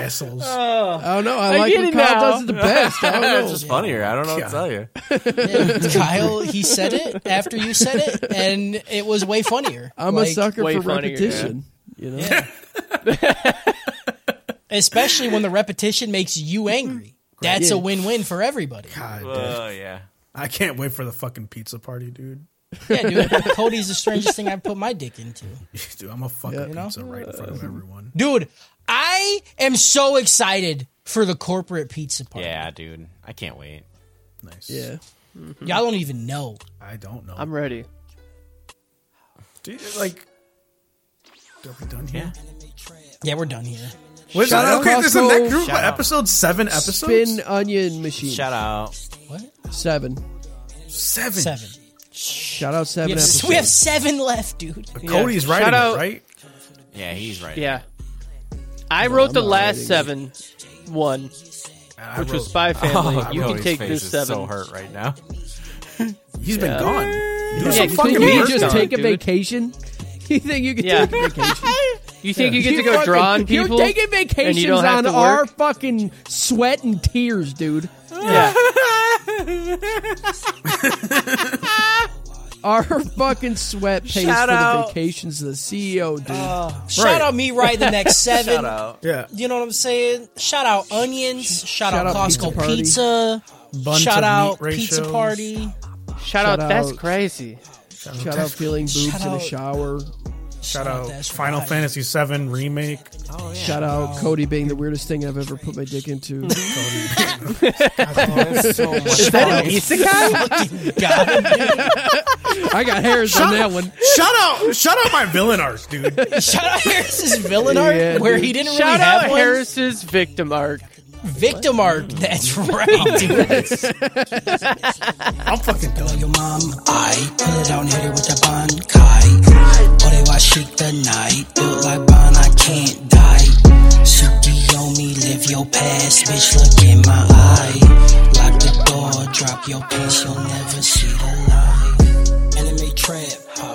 assholes. I don't know. I, like get when it Kyle now. does it the best. I don't know. [laughs] It's just funnier. I don't know what Oh, God. to tell you. Yeah, Kyle, he said it after you said it, and it was way funnier. I'm Like, a sucker way for funnier, repetition. You know. especially when the repetition makes you angry. That's a Yeah. win-win for everybody. God, dude. Oh yeah. I can't wait for the fucking pizza party, dude. [laughs] Yeah, dude. Cody's the strangest thing I've put my dick into. Dude, I'm a fucking Yeah. pizza You know? right in front of everyone. Dude, I am so excited for the corporate pizza party. Yeah, dude. I can't wait. Nice. Yeah. Y'all don't even know. I don't know. I'm ready. Dude, like, are we done here? Yeah, we're done here. Wait, Shout out okay, this is the Costco. next group. Shout out. Episode seven. Episodes Spin onion machine. Shout out. What? Seven. seven. Seven. Shout out seven We have, episodes. we have seven left, dude. Cody's Shout writing it, out- right? Yeah, he's right. Yeah. I wrote the not last ready. seven one, I which was wrote- [laughs] Spy Family. Oh, you can Cody's take face this is seven. So hurt right now. [laughs] He's been gone. Do Yeah, some you fucking Can you work just on it, take a dude. vacation? [laughs] You think you can Yeah. take a vacation? You think [laughs] you get to You go fucking- draw on people? You're taking and vacations you don't have on to work? our fucking sweat and tears, dude. Yeah. Our [laughs] fucking sweat pays Shout for out. the vacations of the CEO, dude. Oh, Shout out me right the next seven. Shout out. Yeah. You know what I'm saying? Shout out onions. Shout, Shout out out Costco Pizza Party. Pizza. Bunch of shout meat out Pizza ratios. Party. Shout Shout out. That's out. crazy. Shout out feeling boobs Shout in the out. shower. Shout out That's Final right. Fantasy VII remake. Shout out Cody being the weirdest thing I've ever put my dick [laughs] into. Oh, Is that an [laughs] isekai? Got him. I got hairs on that one. Shout out! Shout out my villain arc, dude. Shout out Harris's villain art, Yeah, where dude. he didn't really Shout have out one. Harris's victim arc. Victim art. [laughs] That's [laughs] right, dude. I'm fucking done. Blow your mom, I pull it down, hit it with a bankai. Oh, they watch shake the night. Built like Bond, I can't die. Suki on me, live your past, bitch. Look in my eye. Lock the door, drop your pants, you'll never see the light. Anime trap house.